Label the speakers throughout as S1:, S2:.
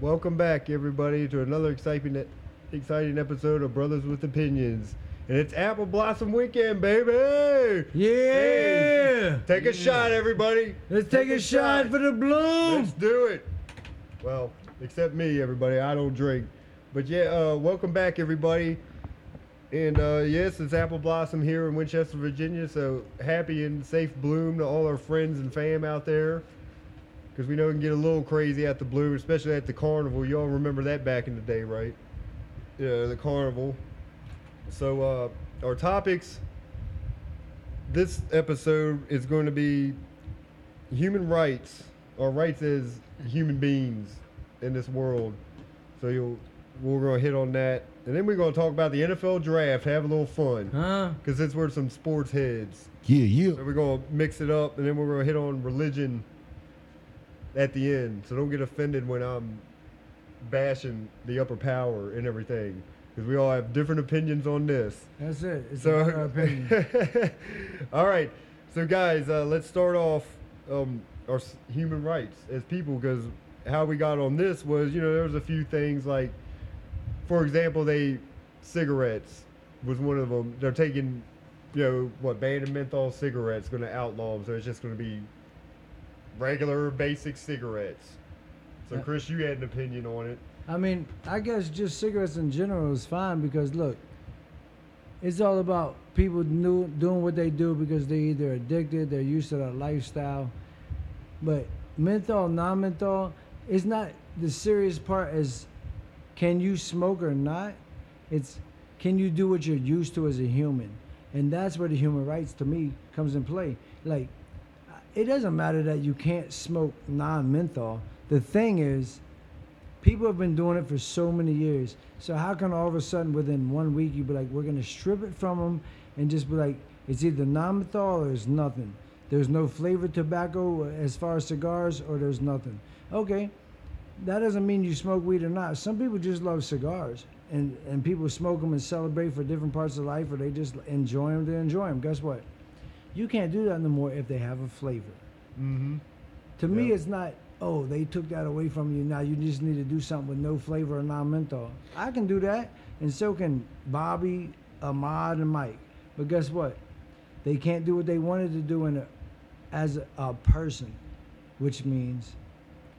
S1: Welcome back, everybody, to another exciting, exciting episode of Brothers with Opinions. And it's Apple Blossom Weekend, baby!
S2: Yeah!
S1: Hey, take a shot, everybody!
S2: Let's take, a, shot, for the bloom.
S1: Let's do it. Well, except me, everybody. I don't drink. But yeah, uh, welcome back, everybody. And uh, yes, it's Apple Blossom here in Winchester, Virginia. So happy and safe bloom to all our friends and fam out there. Because we know it can get a little crazy at the bloom, especially at the carnival. Y'all remember that back in the day, right? Yeah, the carnival. So uh, our topics this episode is going to be human rights or rights as human beings in this world. So you'll we're gonna hit on that, and then we're gonna talk about the NFL draft. Have a little fun
S2: Huh?
S1: because since we're some sports heads,
S3: Yeah, yeah.
S1: so we're gonna mix it up, and then we're gonna hit on religion at the end. So don't get offended when I'm bashing the upper power and everything because we all have different opinions on this.
S2: That's it. It's
S1: So,
S2: a matter of opinion.
S1: all right. So, guys, uh, let's start off um, our s- human rights as people because how we got on this was, you know, there was a few things like, for example, they cigarettes was one of them. They're taking, you know, what banned menthol cigarettes going to outlaw them, so it's just going to be regular basic cigarettes. So,
S2: Yeah.
S1: Chris, you had an opinion on it.
S2: I mean, I guess just cigarettes in general is fine because look, it's all about people knew, doing what they do because they either addicted, they're used to that lifestyle. But menthol, non-menthol, it's not the serious part is can you smoke or not? It's can you do what you're used to as a human? And that's where the human rights to me comes in play. Like it doesn't matter that you can't smoke non-menthol. The thing is people have been doing it for so many years. So how can all of a sudden within one week you be like, we're gonna strip it from them and just be like, it's either non-menthol or it's nothing. There's no flavored tobacco as far as cigars or there's nothing. Okay, that doesn't mean you smoke weed or not. Some people just love cigars, and and people smoke them and celebrate for different parts of life, or they just enjoy them. They enjoy them. Guess what? You can't do that no more if they have a flavor.
S1: Mm-hmm.
S2: To me,
S1: Yeah.
S2: it's not. Oh, they took that away from you. Now you just need to do something with no flavor or non-menthol. I can do that, and so can Bobby, Ahmad, and Mike. But guess what? They can't do what they wanted to do in a, as a, a person, which means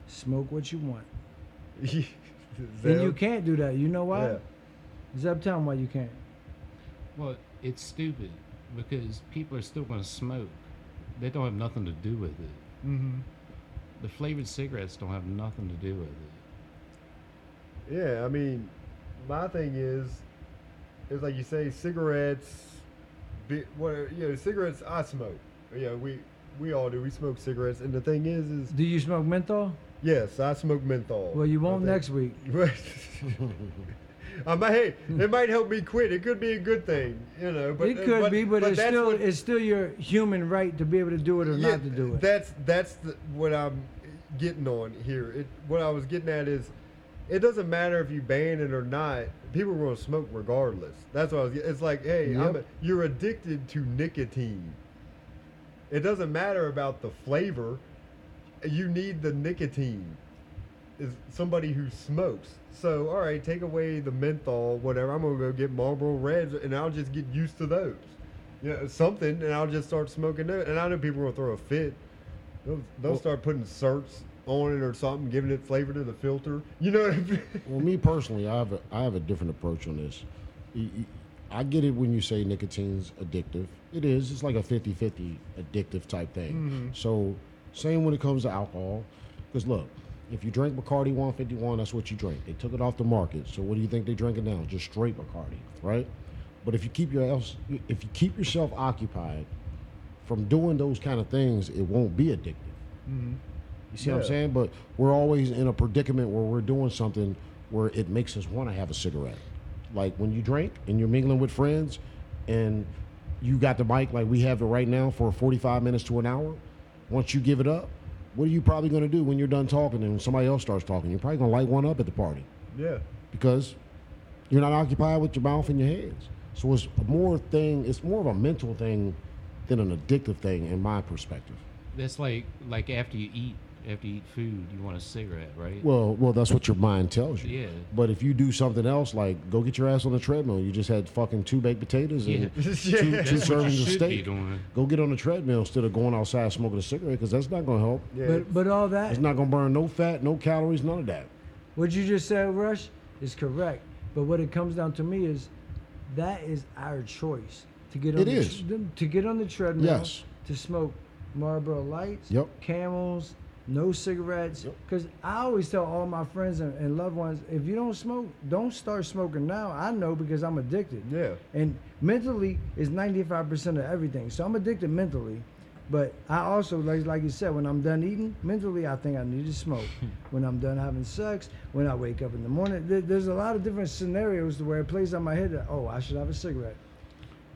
S2: smoke what you want. Then you can't do that. You know why?
S1: Yeah.
S2: Zeb, tell them why you can't.
S4: Well, it's stupid because people are still going to smoke. They don't have nothing to do with it.
S1: Mm-hmm.
S4: The flavored cigarettes don't have nothing to do with it.
S1: Yeah, I mean, my thing is, it's like you say, cigarettes. Be, what you know, cigarettes. I smoke. Yeah, we we all do. We smoke cigarettes, and the thing is, is
S2: Do you smoke menthol?
S1: yes, I smoke menthol.
S2: Well, you
S1: I
S2: won't
S1: think.
S2: next week.
S1: I might, hey, it might help me quit. It could be a good thing, you know. But uh,
S2: it could
S1: but-
S2: be, but, it's
S1: that's
S2: still
S1: what-
S2: it's still your human right to be able to do it or
S1: Yeah,
S2: not to do it.
S1: That's that's the, what I'm getting on here. It, what I was getting at is, it doesn't matter if you ban it or not. People are going to smoke regardless. That's what I was. get- It's like, hey, I'm
S2: Yep.
S1: you're addicted to nicotine. It doesn't matter about the flavor. You need the nicotine. Is somebody who smokes. So all right, take away the menthol, whatever. I'm gonna go get Marlboro Reds, and I'll just get used to those. Yeah, something, and I'll just start smoking those. And I know people are gonna throw a fit. They'll, they'll
S3: Well-
S1: start putting certs on it or something, giving it flavor to the filter. You know what I mean?
S3: Well, me personally, I have a, I have a different approach on this. You- you- I get it when you say nicotine's addictive. It is. It's like a 50-50 addictive type thing. So, same when it comes to alcohol. Because look, if you drink Bacardi 151, that's what you drink. They took it off the market. So what do you think they drinking now? Just straight Bacardi, right? But if you keep your else, if you keep yourself occupied from doing those kind of things, it won't be addictive. You see what
S1: Yeah.
S3: I'm saying? But we're always in a predicament where we're doing something where it makes us want to have a cigarette. Like when you drink and you're mingling with friends and you got the mic like we have it right now for 45 minutes to an hour. Once you give it up, what are you probably going to do when you're done talking and when somebody else starts talking? You're probably going to light one up at the party
S1: yeah.
S3: because you're not occupied with your mouth and your hands. So it's a more thing, it's more of a mental thing than an addictive thing in my perspective.
S4: That's like like after you eat, after you eat food, you want a cigarette, right?
S3: Well, well, that's what your mind tells you.
S4: Yeah.
S3: But if you do something else, like go get your ass on the treadmill, you just had fucking two baked potatoes and
S4: Yeah.
S1: yeah.
S3: two
S4: That's what you
S3: servings of
S4: should be
S3: steak.
S4: doing.
S3: Go get on the treadmill instead of going outside smoking a cigarette because that's not going to help.
S1: Yeah.
S2: But but all that
S3: It's not going to burn no fat, no calories, none of that.
S2: What you just said, Rush, is correct. But what it comes down to me is that is our choice to get on
S3: It
S2: the
S3: is.
S2: tr- to get on the treadmill.
S3: Yes.
S2: To smoke Marlboro Lights.
S3: Yep.
S2: Camels. No cigarettes.
S3: Yep.
S2: Because I always tell all my friends and, and loved ones, if you don't smoke, don't start smoking now. I know because I'm addicted.
S1: yeah.
S2: And mentally is 95% of everything. So I'm addicted mentally. But I also, like, like you said, when I'm done eating, mentally, I think I need to smoke. when I'm done having sex, when I wake up in the morning, there, there's a lot of different scenarios to where it plays on my head that, oh, I should have a cigarette.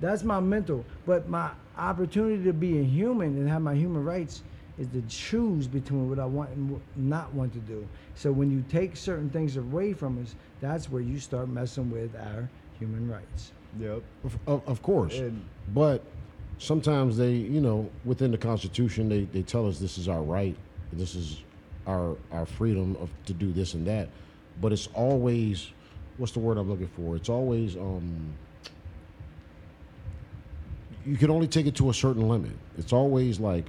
S2: That's my mental. But my opportunity to be a human and have my human rights is to choose between what I want and what not want to do. So when you take certain things away from us, that's where you start messing with our human rights.
S1: Yep.
S3: Of, of, of course.
S1: And-
S3: but sometimes they, you know, within the Constitution, they, they tell us this is our right, this is our our freedom of to do this and that. But it's always, what's the word I'm looking for? It's always, um, you can only take it to a certain limit. It's always like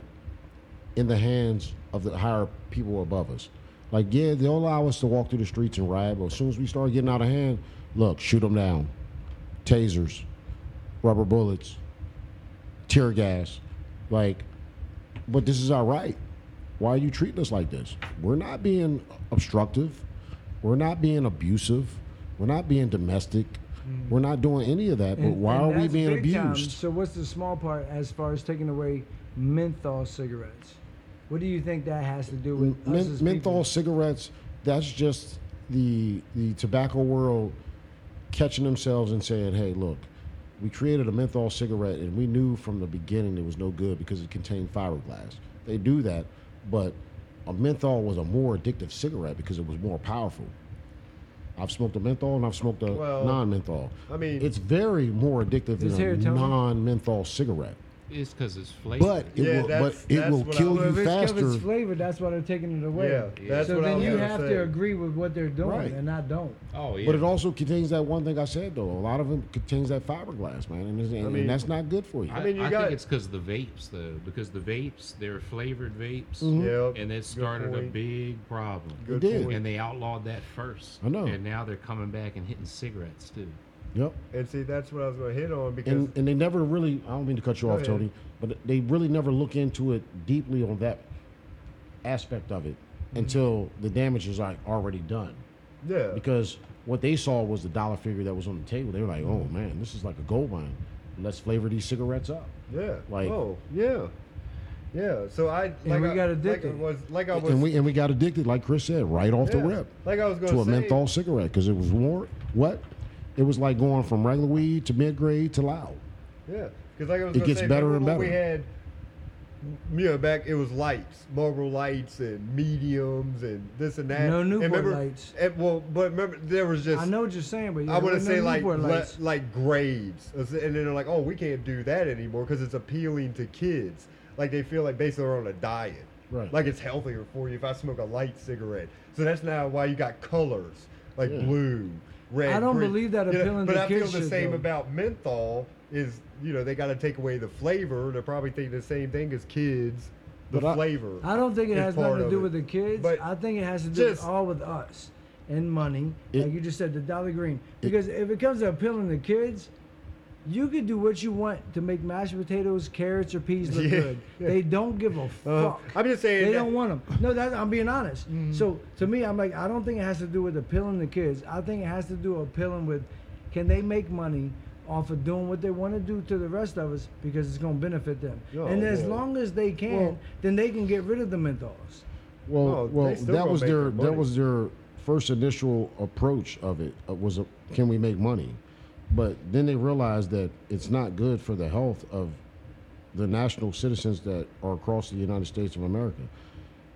S3: in the hands of the higher people above us. Like, yeah, they'll allow us to walk through the streets and riot, but as soon as we start getting out of hand, look, shoot them down. Tasers, rubber bullets, tear gas. Like, but this is our right. Why are you treating us like this? We're not being obstructive. We're not being abusive. We're not being domestic. We're not doing any of that. But
S2: Mm. And-
S3: why
S2: and
S3: are we
S2: that's
S3: being
S2: big time.
S3: abused?
S2: So what's the small part as far as taking away menthol cigarettes? What do you think that has to do with us
S3: Men-
S2: as
S3: menthol
S2: people?
S3: cigarettes. That's just the the tobacco world catching themselves and saying, "Hey, look, we created a menthol cigarette, and we knew from the beginning it was no good because it contained fiberglass." They do that, but a menthol was a more addictive cigarette because it was more powerful. I've smoked a menthol and I've smoked a
S1: Well,
S3: non-menthol.
S1: I mean-
S3: it's very more addictive
S2: Is
S3: than
S2: here,
S3: a
S2: Tony?
S3: non-menthol cigarette,
S4: It's because it's flavor.
S3: but it
S1: Yeah,
S3: will, but
S1: that's-
S3: it
S1: that's
S3: will
S1: what I-
S3: kill
S2: Well,
S3: you
S2: if it's
S3: faster.
S2: its flavor, that's why they're taking it away.
S1: Yeah, that's
S2: so
S1: what I
S2: then
S1: was
S2: you
S1: gonna
S2: have
S1: say.
S2: to agree with what they're doing,
S3: Right.
S2: and I don't.
S4: oh yeah.
S3: But it also contains that one thing I said though. A lot of them contains that fiberglass, man, and, it's- and, and
S1: mean-
S3: that's not good for you.
S4: I,
S1: mean, you
S4: I
S1: got-
S4: think it's because the vapes though, because the vapes they're flavored vapes,
S3: Mm-hmm.
S1: Yep.
S4: and it
S1: Good
S4: started a
S1: point.
S4: big problem.
S1: Good
S3: did.
S1: point.
S4: And they outlawed that first.
S3: I know.
S4: And now they're coming back and hitting cigarettes too.
S3: yep.
S1: And see, that's what I was going to hit on because
S3: And and they never really. I don't mean to cut you
S1: Go
S3: off,
S1: ahead.
S3: Tony, but they really never look into it deeply on that aspect of it
S1: Mm-hmm.
S3: until the damage is like already done.
S1: yeah,
S3: Because what they saw was the dollar figure that was on the table. They were like, "Oh man, this is like a gold mine. Let's flavor these cigarettes up."
S1: yeah,
S3: like-
S1: oh yeah, yeah. So I like
S2: we
S1: I,
S2: got
S1: Like I
S2: addicted.
S1: was like I was
S3: And we and we got addicted, like Chris said, right off the
S1: yeah,
S3: rip.
S1: Like I was going
S3: to a
S1: say,
S3: menthol cigarette because it was more what? It was like going from regular weed to mid grade to loud.
S1: Yeah, because like I was
S3: It
S1: gonna
S3: gets
S1: say,
S3: better
S1: remember
S3: and
S1: when We
S3: better.
S1: had, yeah, back it was lights, Marlboro lights and mediums and this and that.
S2: No
S1: And
S2: Newport
S1: remember-
S2: Lights.
S1: and, well, but remember there was just
S2: I know what you're saying, but yeah,
S1: I want
S2: we're
S1: to
S2: no
S1: say like
S2: Newport
S1: le-
S2: lights.
S1: like grades, and then they're like, oh, we can't do that anymore because it's appealing to kids. Like they feel like basically they're on a diet,
S3: Right.
S1: Like it's healthier for you if I smoke a light cigarette. So that's now why you got colors like
S3: Yeah.
S1: blue, red.
S2: I don't
S1: green.
S2: believe that
S1: You know,
S2: appealing
S1: But
S2: to
S1: I
S2: kids
S1: feel the
S2: shit,
S1: same
S2: though.
S1: about menthol is you know they got to take away the flavor. They're probably thinking the same thing as kids. The
S3: But I-
S1: flavor.
S2: I don't think it
S1: is
S2: has
S1: part
S2: nothing to
S1: of
S2: do
S1: it.
S2: with the kids.
S1: But
S2: I think it has to do with
S1: just-
S2: all with us and money,
S3: It-
S2: like you just said, the Dollar Green. Because if it comes to appealing to kids, you can do what you want to make mashed potatoes, carrots, or peas look
S1: Yeah.
S2: good. They don't give a fuck.
S1: Uh, I'm just saying
S2: they
S1: that-
S2: don't want them. No, that I'm being honest.
S3: Mm-hmm.
S2: So to me, I'm like, I don't think it has to do with appealing to kids. I think it has to do appealing with, can they make money? Off of doing what they want to do to the rest of us because it's going to benefit them.
S1: Oh,
S2: and as
S1: well.
S2: long as they can,
S3: Well-
S2: then they can get rid of the menthols.
S3: Well,
S1: No, Oh, they
S3: well,
S1: still
S3: that
S1: gonna
S3: was
S1: make
S3: their
S1: their
S3: that
S1: money.
S3: was their first initial approach of it uh, was uh, can we make money? But then they realized that it's not good for the health of the national citizens that are across the United States of America.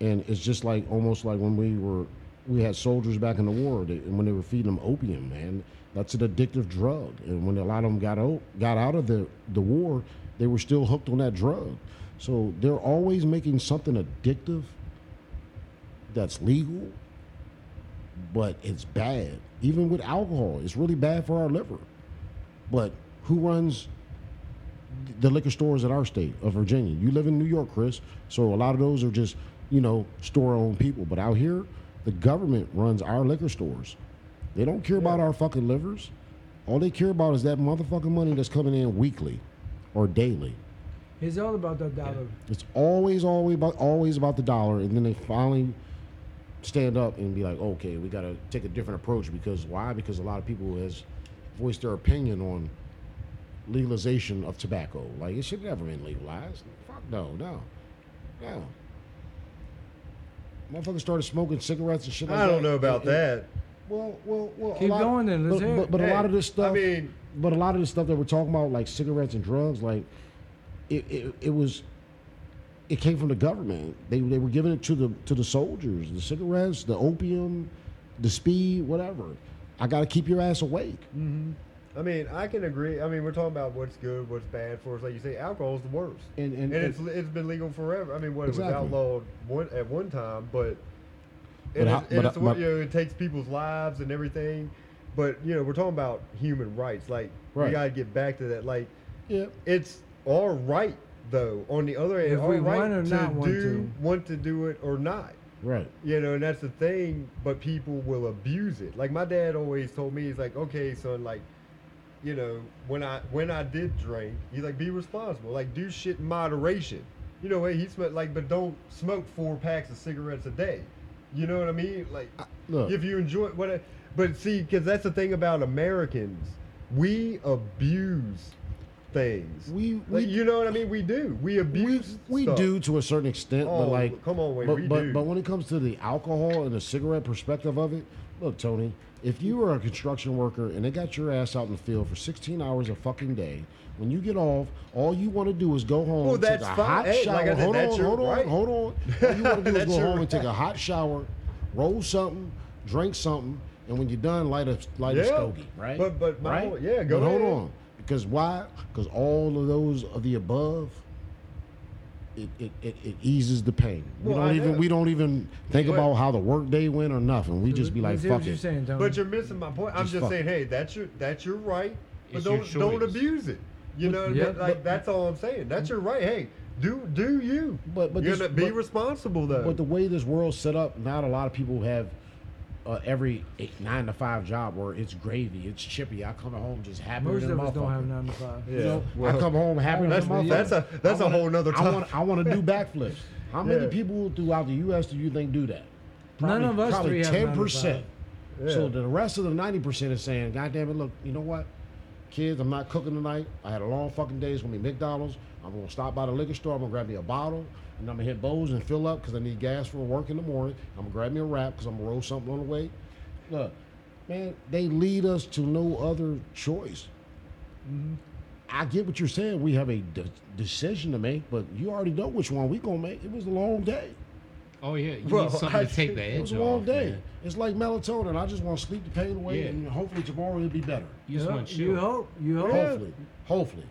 S3: And it's just like almost like when we were we had soldiers back in the war they, and when they were feeding them opium, man, that's an addictive drug. And when a lot of them got out got out of the the war, they were still hooked on that drug. So they're always making something addictive that's legal, but it's bad. Even with alcohol, it's really bad for our liver. But who runs the liquor stores in our state of Virginia? You live in New York, Chris, so a lot of those are just you know store-owned people. But out here, the government runs our liquor stores. They don't care about our fucking livers. All they care about is that motherfucking money that's coming in weekly or daily.
S2: It's all about that dollar.
S3: It's always, always about, always about the dollar, and then they finally stand up and be like, "Okay, we got to take a different approach." Because why? Because a lot of people has voiced their opinion on legalization of tobacco. Like it should never been legalized. Fuck no, no, no. Motherfuckers started smoking cigarettes and shit. Like
S1: I don't
S3: that.
S1: know about
S3: And- and-
S1: that.
S3: well, well, well. a
S2: Keep
S3: lot-
S2: going then, let's
S3: but,
S2: hear it.
S3: but, but
S1: Hey,
S3: a lot of this
S1: I
S3: stuff.
S1: mean-
S3: but a lot of this stuff that we're talking about, like cigarettes and drugs, like it, it, it was, it came from the government. They, they were giving it to the to the soldiers. The cigarettes, the opium, the speed, whatever. I got to keep your ass awake.
S1: I mean, I can agree. I mean, we're talking about what's good, what's bad for us. Like you say, alcohol's the worst,
S3: And- and-
S1: it's it's been legal forever. I mean, what it
S3: Exactly.
S1: was outlawed one at one time, but
S3: But
S1: and
S3: how-
S1: it's, and
S3: but-
S1: it's what
S3: but-
S1: you know, it takes people's lives and everything. But you know, we're talking about human rights. Like we
S3: Right.
S1: gotta get back to that. Like
S3: Yeah.
S1: it's all right though. On the other hand,
S2: If
S1: all
S2: we
S1: right
S2: want or
S1: to
S2: not want
S1: do
S2: to.
S1: want to do it or not.
S3: Right.
S1: You know, and that's the thing, but people will abuse it. Like my dad always told me, he's like, Okay, son, like, you know, when I when I did drink, he's like, be responsible. Like do shit in moderation. You know, he smoked like but don't smoke four packs of cigarettes a day. You know what I mean? Like
S3: look.
S1: if you enjoy what I, but see, cause that's the thing about Americans. We abuse things.
S3: We-
S1: Like,
S3: we-
S1: you know what I mean? We do. We
S3: We,
S1: abuse
S3: we
S1: stuff.
S3: do to a certain extent,
S1: Oh,
S3: but like,
S1: come on, Wayne,
S3: but,
S1: we
S3: but,
S1: do.
S3: but when it comes to the alcohol and the cigarette perspective of it, look, Tony, if you were a construction worker and they got your ass out in the field for 16 hours a fucking day, when you get off, all you want to do is go home,
S1: Well,
S3: take
S1: Oh, that's
S3: a
S1: fine.
S3: hot
S1: Hey,
S3: shower.
S1: like I said,
S3: hold
S1: that's
S3: on,
S1: your
S3: hold on,
S1: right.
S3: hold on. All you want to do is
S1: That's
S3: go
S1: your
S3: home and take
S1: right.
S3: a hot shower, roll something, drink something, and when you're done, light a light a
S1: Yeah.
S3: stogie, right?
S1: But- but my
S3: right?
S1: whole- yeah, go
S3: But hold
S1: ahead.
S3: on, because why? Because all of those of the above it, it, it, it eases the pain. We
S1: Well, I
S3: don't even
S1: know.
S3: we don't even think
S1: But-
S3: about how the work day went or nothing. We just be
S2: Let me
S3: like,
S2: see
S3: fuck
S2: what you're
S3: it.
S2: saying, Tony.
S1: But you're missing my point. I'm
S3: Just
S1: just,
S3: fuck.
S1: saying, hey, that's your that's your right, but
S4: It's your
S1: don't don't
S4: choice.
S1: abuse it. You know,
S2: yeah,
S1: that, like
S2: but-
S1: that's all I'm saying. That's your right. Hey, do do you?
S3: But- but
S1: You're
S3: this-
S1: gonna be
S3: but-
S1: responsible though.
S3: But the way this world's set up, not a lot of people have uh, every eight, nine to five job where it's gravy, it's chippy. I come home just happy.
S2: Most
S3: than a
S2: of us don't
S3: motherfucker.
S2: have nine to five.
S1: Yeah.
S3: You know,
S1: well,
S3: I come home happy.
S1: that's-
S3: than a motherfucker.
S1: that's a- that's
S3: I
S1: a whole nother
S3: I
S1: topic.
S3: want, I want to do backflips. How many
S1: Yeah.
S3: people throughout the U.S. do you think do that?
S2: None of us three
S3: Probably
S2: have nine
S3: ten
S2: to five.
S3: percent. So
S1: Yeah.
S3: the rest of the ninety percent is saying, "God damn it! Look, you know what, kids? I'm not cooking tonight. I had a long fucking day. It's gonna be McDonald's. I'm gonna stop by the liquor store. I'm gonna grab me a bottle, and I'm gonna hit Bose and fill up because I need gas for work in the morning. I'm gonna grab me a wrap because I'm gonna roll something on the way. Look, man, they lead us to no other choice.
S2: Mm-hmm.
S3: I get what you're saying. We have a de- decision to make, but you already know which one we gonna make. It was a long day.
S4: Oh yeah, you
S1: Well,
S4: need something
S1: I
S4: to take the
S1: think
S4: edge
S3: It was a
S4: off.
S3: long day.
S4: man.
S3: It's like melatonin. I just want to sleep the pain away,
S4: Yeah.
S3: and hopefully tomorrow it'll be better.
S4: You just
S2: Yeah,
S4: want to
S2: you
S4: chill.
S2: hope. You hope.
S3: Hopefully, hopefully.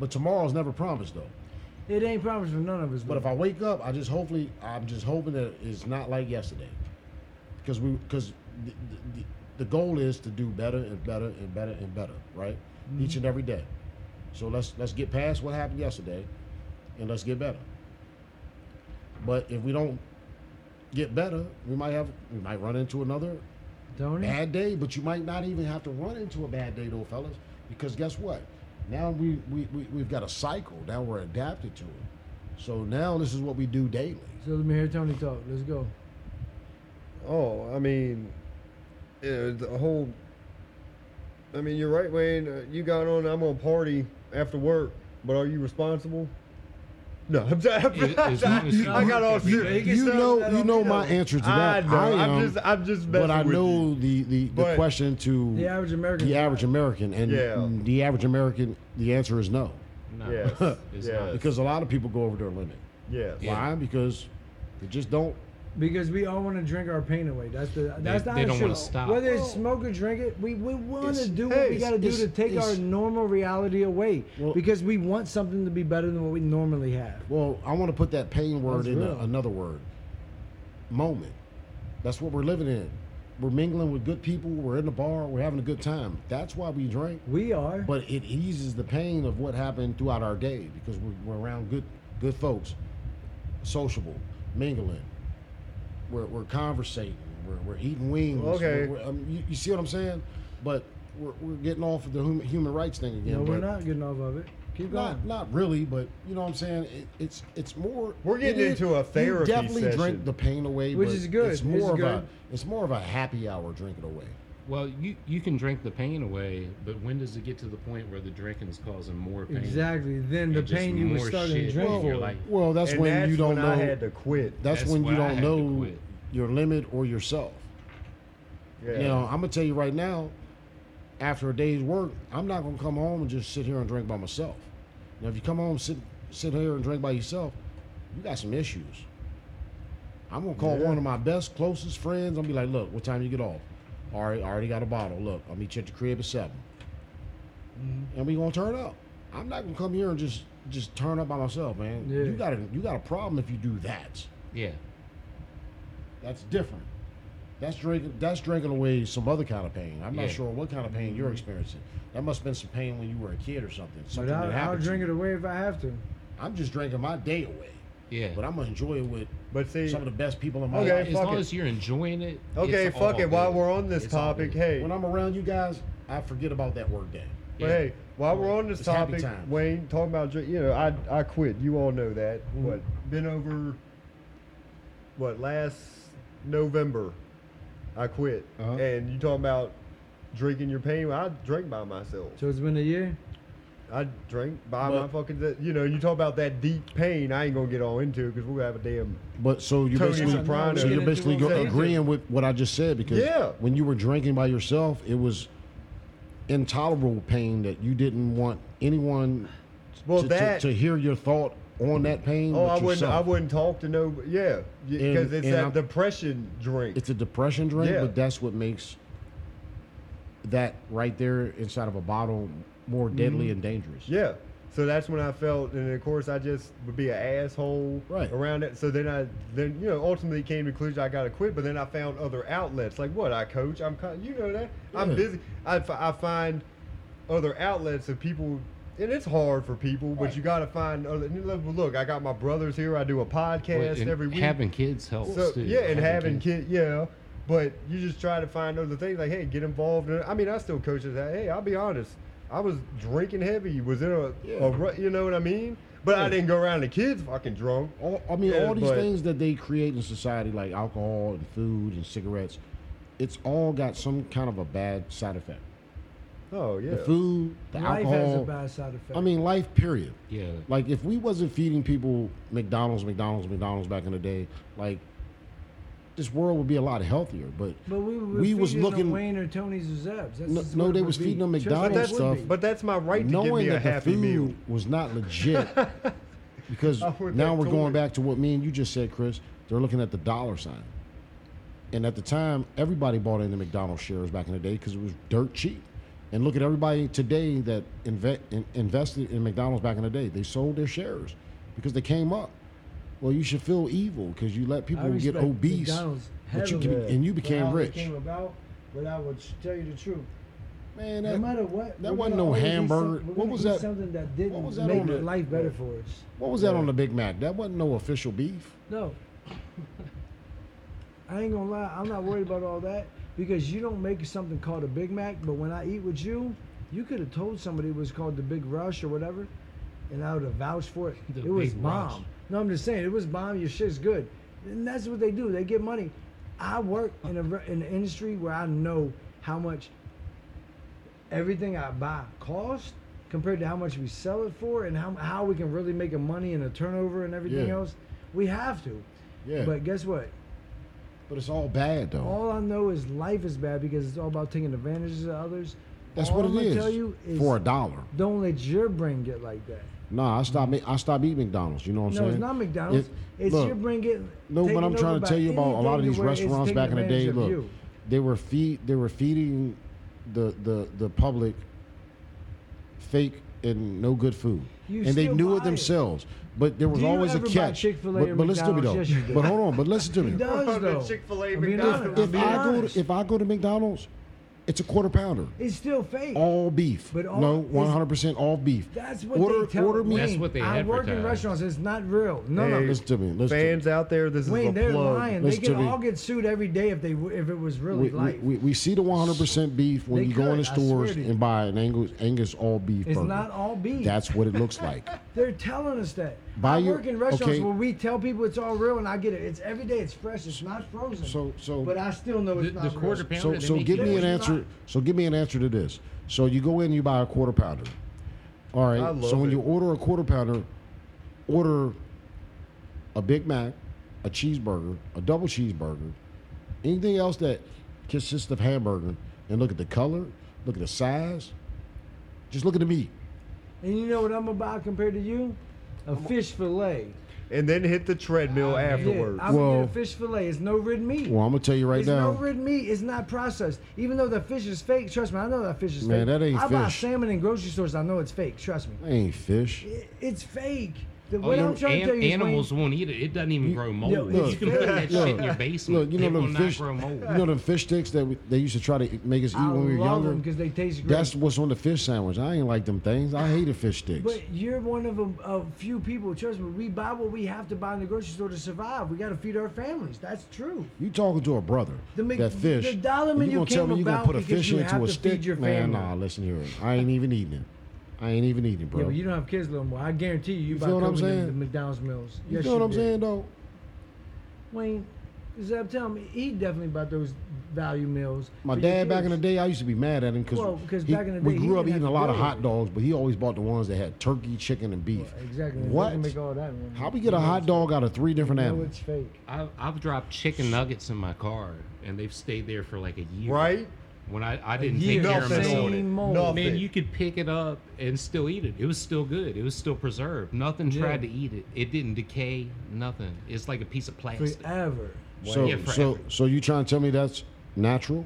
S3: But tomorrow's never promised though.
S2: It ain't promised for none of us.
S3: But if
S2: though.
S3: I wake up, I just hopefully I'm just hoping that it's not like yesterday, because we because the, the, the goal is to do better and better and better and better, right?
S4: Mm-hmm.
S3: Each and every day. So let's let's get past what happened yesterday, and let's get better. But if we don't get better, we might have we might run into another
S2: Tony,
S3: bad day, but you might not even have to run into a bad day though, fellas, because guess what? Now we, we, we we've got a cycle. Now we're adapted to it. So now this is what we do daily.
S2: so let me hear Tony talk. Let's go.
S1: Oh, I mean, yeah, the whole. I mean, you're right, Wayne. Uh, you got on. I'm gonna party after work, but are you responsible? No, I'm sorry.
S4: It- it's not- it's
S1: I got
S4: work
S1: all
S4: every day.
S1: serious.
S2: can
S3: You
S2: still
S3: know
S2: let
S3: you
S2: on
S3: know
S2: me,
S3: my
S2: though.
S3: answer to
S1: I
S3: that.
S1: know.
S3: I
S1: I'm
S3: am,
S1: just, I'm just.
S3: but I
S1: messing with you.
S3: know the, the, the
S1: But-
S3: question to
S2: The average American.
S3: the average American and
S1: Yeah.
S3: the average American the answer is no.
S4: No,
S1: Yes,
S4: it's- it's
S1: yes.
S4: not.
S3: Because a lot of people go over their limit.
S1: Yes.
S4: Yeah.
S3: Why? Because they just don't
S2: Because we all want to drink our pain away. That's the that's
S4: They-
S2: the
S4: they don't
S2: honest
S4: wanna
S2: truth.
S4: stop.
S2: Whether it's smoke or drink it, we, we want
S3: It's-
S2: to do
S1: hey,
S2: what we got to do
S3: it's-
S2: to take our
S3: it's-
S2: normal reality away.
S3: Well-
S2: because we want something to be better than what we normally have.
S3: Well, I want to put that pain word
S2: That's
S3: in a,
S2: real.
S3: another word. Moment. That's what we're living in. We're mingling with good people. We're in the bar. We're having a good time. That's why we drink.
S2: We are.
S3: But it eases the pain of what happened throughout our day because we're, we're around good good folks, sociable, mingling. We're, we're conversating. We're, we're eating wings.
S1: Okay.
S3: We're- we're- um, you, you see what I'm saying? But we're, we're getting off of the hum, human rights thing again.
S2: no, we're
S3: but-
S2: not getting off of it. Keep going.
S3: Not, not really, but you know what I'm saying. It, it's it's more.
S1: We're getting
S3: it is-
S1: into a therapy
S3: You definitely
S1: session.
S3: drink the pain away,
S2: Which
S3: but
S2: is good.
S3: It's
S2: It's
S3: more of a
S2: good.
S3: it's more of a happy hour drinking away.
S4: Well, you you can drink the pain away, but when does it get to the point where the drinking is causing more pain?
S2: Exactly. Then
S4: And
S2: the
S4: just
S2: pain you were
S4: more
S2: starting to
S4: shit.
S2: drink
S4: Well,
S2: for.
S4: you're like-
S3: Well, that's
S1: And
S3: when you don't
S1: when
S3: know.
S1: I had to quit.
S3: that's,
S4: That's
S3: when you
S4: when I
S3: don't
S4: had to
S3: know
S4: quit.
S3: your limit or yourself.
S1: yeah.
S3: You know, I'm gonna tell you right now. After a day's work, I'm not gonna come home and just sit here and drink by myself. Now, if you come home sit sit here and drink by yourself, you got some issues. I'm gonna call
S1: Yeah.
S3: one of my best, closest friends. I'm be like, look, what time you get off? All right, I already got a bottle. Look, I'll meet you at the crib at 7
S1: Mm-hmm.
S3: And we gonna turn up. I'm not gonna come here and just just turn up by myself, man.
S2: Yeah.
S3: You got a you got a problem if you do that.
S4: Yeah.
S3: That's different. That's drinking. That's drinking away some other kind of pain. I'm not
S4: Yeah.
S3: sure what kind of pain you're experiencing. That must have been some pain when you were a kid or something.
S2: But
S3: Something that
S2: I'll, I'll
S3: happened. to
S2: drink
S3: you.
S2: it away if I have to.
S3: I'm just drinking my day away,
S4: Yeah.
S3: but I'm gonna enjoy it with
S1: But see,
S3: some of the best people in my
S1: Okay,
S3: life.
S4: as
S1: fuck
S4: long
S1: it.
S4: as you're enjoying it.
S1: okay,
S4: it's
S1: fuck
S4: all
S1: it. While
S4: good.
S1: we're on this
S4: It's all
S1: topic,
S4: good.
S1: hey,
S3: When I'm around you guys, I forget about that work day.
S1: But
S4: Yeah.
S1: hey, while we're on this
S3: It's happy
S1: topic,
S3: times.
S1: Wayne, talking about drink, you know, I I quit. You all know that.
S3: Mm-hmm.
S1: What been over? What last November, I quit.
S3: Uh-huh.
S1: And you talking about drinking your pain? I drink by myself.
S2: So it's been a year.
S1: I drink by
S3: But-
S1: my fucking. You know, you talk about that deep pain. I ain't gonna get all into because we're gonna have a damn.
S3: But so you're
S1: Tony
S3: basically
S1: Soprano.
S3: so
S1: Get
S3: you're
S1: into
S3: basically
S1: what
S3: go,
S1: they do.
S3: agreeing with what I just said because
S1: Yeah.
S3: when you were drinking by yourself, it was intolerable pain that you didn't want anyone
S1: Well,
S3: to, to-
S1: that.
S3: to, hear your thought on that pain.
S1: oh,
S3: with
S1: I wouldn't.
S3: yourself.
S1: I wouldn't talk to no. Yeah, because
S3: And-
S1: it's
S3: and
S1: that
S3: I'm-
S1: depression drink.
S3: It's a depression drink,
S1: Yeah.
S3: but that's what makes that right there inside of a bottle more deadly and dangerous.
S1: Mm-hmm. Yeah. So that's when I felt, and of course I just would be an asshole
S3: Right.
S1: around it. So then I, then you know, ultimately came to the conclusion I gotta quit. But then I found other outlets, like what I coach. I'm, co- you know that
S3: Yeah.
S1: I'm busy. I, f- I find other outlets of people, and it's hard for people, but
S3: Right.
S1: you gotta find other. and look, Look, I got my brothers here. I do a
S4: Well,
S1: podcast
S4: and
S1: every week.
S4: Having kids helps
S1: So
S4: too.
S1: yeah, and having kid, yeah. But you just try to find other things like, hey, get involved. In, I mean, I still coach that. Hey, I'll be honest, I was drinking heavy. Was in a,
S3: Yeah.
S1: a rut, you know what I mean? But I
S3: Yeah.
S1: didn't go around the kids fucking drunk.
S3: All, I mean,
S1: Yeah,
S3: all these
S1: but-
S3: things that they create in society, like alcohol and food and cigarettes, it's all got some kind of a bad side effect.
S1: Oh yeah,
S3: The food, the
S2: Life has a
S3: alcohol.
S2: bad side effect.
S3: I mean, life. Period.
S4: Yeah.
S3: Like, if we wasn't feeding people McDonald's, McDonald's, McDonald's back in the day, like this world would be a lot healther. But
S2: but we, were
S3: we
S2: feeding
S3: was looking-
S2: them Wayne or Tony's or Zeb's. That's
S3: No-
S2: just
S3: no,
S2: what it
S3: they
S2: would
S3: was
S2: be.
S3: feeding them
S2: Just
S3: McDonald's
S2: what it would
S3: stuff.
S2: be.
S1: but that's my right to give
S3: knowing
S1: me a
S3: that the
S1: happy
S3: food
S1: meal.
S3: was not legit because
S1: I would
S3: now
S1: think
S3: we're going
S1: totally.
S3: back to what me and you just said chris they're looking at the dollar sign and at the time everybody bought into mcdonald's shares back in the day because it was dirt cheap and look at everybody today that inve- in- invested in mcdonald's back in the day they sold their shares because they came up well you should feel evil because you let people
S2: I
S3: get
S2: respect
S3: obese
S2: McDonald's
S3: but you
S2: heavily.
S3: can- and you
S2: for
S3: became
S2: how it
S3: rich
S2: Came about, but I would sh- tell you the truth.
S3: man
S2: No
S3: that-
S2: matter what,
S3: that
S2: we're
S3: wasn't
S2: gonna
S3: no
S2: always eat
S3: hamburger.
S2: some- we're
S3: What
S2: gonna
S3: was
S2: eat
S3: that-
S2: Something that didn't
S3: was that
S2: make
S3: on the-
S2: life better for us.
S3: what was that
S1: Yeah.
S3: on the big mac that wasn't no official beef
S2: No. I ain't gonna lie, I'm not worried about all that because you don't make something called a Big Mac, but when I eat with you, you could have told somebody it was called the Big Rush or whatever, and I would have vouched for it.
S4: The
S2: it was
S4: Big
S2: bomb.
S4: Rush.
S2: No, I'm just saying, it was bomb, your shit's good. And that's what they do, they get money. I work in, a, ver- in an industry where I know how much everything I buy costs compared to how much we sell it for and how, how we can really make a money and a turnover and everything
S3: Yeah.
S2: else. We have to.
S3: yeah but,
S2: But guess what?
S3: it's all bad though
S2: All I know is life is bad because it's all about taking advantages of others.
S3: That's
S2: all
S3: what
S2: I'm
S3: it is.
S2: Tell you is
S3: for a dollar.
S2: don't let your brain get like that.
S3: Nah, I stopped. ma- I stopped eating McDonald's. You know what I'm
S2: no,
S3: saying?
S2: it's not McDonald's.
S3: It-
S2: it's
S3: look,
S2: your brain getting.
S3: No,
S2: taken
S3: but I'm
S2: over
S3: trying to
S2: by
S3: tell you about a lot of
S2: anything
S3: these
S2: where it's
S3: restaurants
S2: taking
S3: back in the day.
S2: advantage of
S3: Look,
S2: you.
S3: they were feed. They were feeding the the the public fake and no good food.
S2: You
S3: and they
S2: still
S3: knew
S2: buy
S3: it
S2: it.
S3: themselves. But there was
S2: Do you
S3: always
S2: ever
S3: a
S2: buy
S3: catch.
S2: Chick-fil-A or
S3: but, but listen to me though.
S2: McDonald's? Yes, you do.
S3: but hold on. But listen to me.
S2: He does
S1: Oh, the
S2: though.
S1: Chick-fil-A
S2: I'm being
S1: McDonald's.
S2: honest- I'm
S3: if
S2: being
S3: I go
S2: honest.
S3: to, if I go to McDonald's, it's a quarter pounder,
S2: it's still fake.
S3: all beef.
S2: But all-
S3: no,
S2: it's-
S3: one hundred percent all beef.
S2: That's what
S3: order
S2: they tell
S3: order me.
S2: me.
S4: That's what they
S2: I work in
S4: advertise.
S2: restaurants. It's not real. No,
S1: Hey,
S2: no.
S3: Listen to me. Listen to me.
S1: Fans out there, this
S2: Wayne,
S1: is a
S2: they're
S1: plug.
S2: lying.
S3: Listen
S2: they could
S3: to me.
S2: all get sued every day if they if it was really
S3: we, we,
S2: life.
S3: we, we see the 100% beef when
S2: They
S3: you go in the
S2: could, I swear
S3: stores
S2: to you.
S3: and buy an Angus, Angus all beef
S2: it's
S3: burger.
S2: not all beef.
S3: That's what it looks like.
S2: They're telling us that.
S3: Buy
S2: I
S3: your-
S2: work in restaurants
S3: okay.
S2: where we tell people it's all real, and I get it. It's every day. It's fresh. It's not frozen.
S3: So- so-
S2: but I still know
S4: The,
S2: it's
S4: the
S2: not
S4: quarter
S2: real.
S4: pounder.
S3: so
S4: they
S3: so
S4: make
S3: give
S4: you
S3: me an
S4: eat.
S3: answer. So give me an answer to this. So you go in, you buy a quarter pounder. All right.
S1: I love
S3: so when
S1: it.
S3: you order a quarter pounder, order a Big Mac, a cheeseburger, a double cheeseburger, anything else that consists of hamburger, and look at the color, look at the size, just look at the meat.
S2: And you know what I'm about compared to you? A fish fillet.
S1: And then hit the treadmill
S4: I mean-
S1: afterwards.
S2: Yeah, I'm
S3: Well-
S2: a fish fillet. It's no red meat.
S3: Well, I'm gonna tell you right
S2: it's
S3: now.
S2: no red meat. It's not processed. Even though the fish is fake, trust me, I know that fish is fake.
S3: Man, that ain't
S2: I buy
S3: fish.
S2: salmon in grocery stores. I know it's fake. Trust me,
S3: That ain't fish.
S2: It- it's fake. The,
S4: Oh,
S2: what
S4: yeah,
S2: I'm trying
S4: an-
S2: to tell you
S4: animals
S2: is, Wayne,
S4: won't eat it. It doesn't even grow mold.
S2: yeah,
S4: you
S2: look,
S4: can put that
S3: look,
S4: shit in your basement.
S3: Look, you know
S4: it will
S3: them
S4: not
S3: fish. You
S4: grow mold.
S3: know them fish sticks that we, they used to try to make us eat
S2: I
S3: when we were
S2: love them
S3: younger.
S2: because they taste great.
S3: That's what's on the fish sandwich. I ain't like them things. I hated fish sticks.
S2: But you're one of a, a few people. Trust me, we buy what we have to buy in the grocery store to survive. We got to feed our families. That's true.
S3: you talking to a brother
S2: The Mc-
S3: that fish?
S2: the dollar
S3: and
S2: menu
S3: you gonna tell
S2: came
S3: me you gonna
S2: about
S3: put a
S2: because
S3: fish
S2: you
S3: into
S2: have
S3: a
S2: to
S3: stick?
S2: feed your
S3: Man,
S2: family.
S3: nah. Listen here. I ain't even eating it. I ain't even eating, bro.
S2: Yeah, but you don't have kids, little boy. I guarantee you, you, buy
S3: feel what I'm
S2: Coke in
S3: saying?
S2: the McDonald's meals.
S3: You
S2: Yes,
S3: know what I'm
S2: do.
S3: saying though?
S2: Wayne, Zeb, tell me, he definitely bought those value meals.
S3: My
S2: for your
S3: dad back in the
S2: kids.
S3: day, I used to be mad at him because
S2: Well, 'cause back in the
S3: we
S2: day, he
S3: grew up
S2: didn't have
S3: eating a
S2: to
S3: lot of
S2: deal with
S3: hot
S2: it.
S3: dogs, but he always bought the ones that had turkey, chicken, and beef.
S2: Exactly. They
S3: What?
S2: didn't Make all that one.
S3: How we get a hot dog out of three different
S2: No,
S3: animals?
S2: it's fake.
S4: I've, I've dropped chicken nuggets in my car, and they've stayed there for like a year.
S1: right?
S4: When I, I didn't
S2: year.
S4: take care of them
S1: Nothing on
S4: in the morning.
S1: it.
S2: Same mold.
S1: Nothing.
S4: Man, you could pick it up and still eat it. It was still good. It was still preserved. Nothing
S2: Yeah.
S4: tried to eat it. It didn't decay. Nothing. It's like a piece of plastic.
S2: Forever.
S3: So,
S4: Yeah,
S3: so,
S4: forever.
S3: so you trying to tell me that's natural?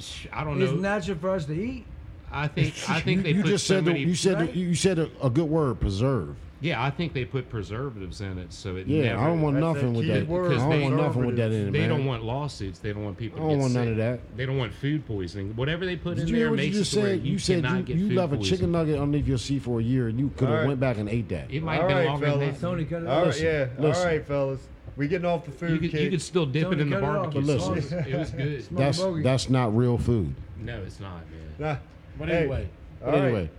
S4: Sh- I don't
S2: It's
S4: know.
S2: natural for us to eat.
S4: I think I think
S3: you,
S4: they
S3: you
S4: put
S3: just
S4: so
S3: said the-
S4: many.
S3: you said the-
S2: right?
S3: you said a, a good word, preserve.
S4: yeah, I think they put preservatives in it, so it
S3: Yeah,
S4: never.
S3: I don't want
S1: That's
S3: nothing
S1: that
S3: with
S1: key
S3: that.
S1: word,
S3: I don't want
S1: preservative.
S3: nothing with that in it,
S4: They
S3: man.
S4: don't want lawsuits. They don't want people.
S3: I
S4: to
S3: don't
S4: get
S3: want none
S4: sick.
S3: of that.
S4: They don't want food poisoning. Whatever they put
S3: Did
S4: in
S3: you
S4: there
S3: hear what you
S4: makes
S3: just
S4: it to where
S3: said? You, said
S4: cannot
S3: you,
S4: get
S3: you
S4: food
S3: left a
S4: poisoning.
S3: chicken nugget underneath your seat for a year, and you could have
S1: All right.
S3: went back and ate that.
S4: It might have
S1: All
S4: been
S1: right,
S4: longer
S1: fellas.
S4: than
S2: Tony, cut it
S1: All
S2: out.
S1: right, yeah. All
S3: listen.
S1: right, fellas. we getting off the
S4: that. You
S1: food
S4: could,
S1: kick.
S4: you could still dip
S2: Tony,
S4: it in the
S2: cut it off.
S4: barbecue
S3: But
S4: sauce.
S3: listen.
S4: It was good.
S2: Smart.
S3: That's
S2: Bogey.
S3: that's not real food.
S4: No, it's not, man.
S1: Nah.
S3: But
S1: Hey,
S3: anyway,
S1: all
S3: but
S1: right.
S3: anyway,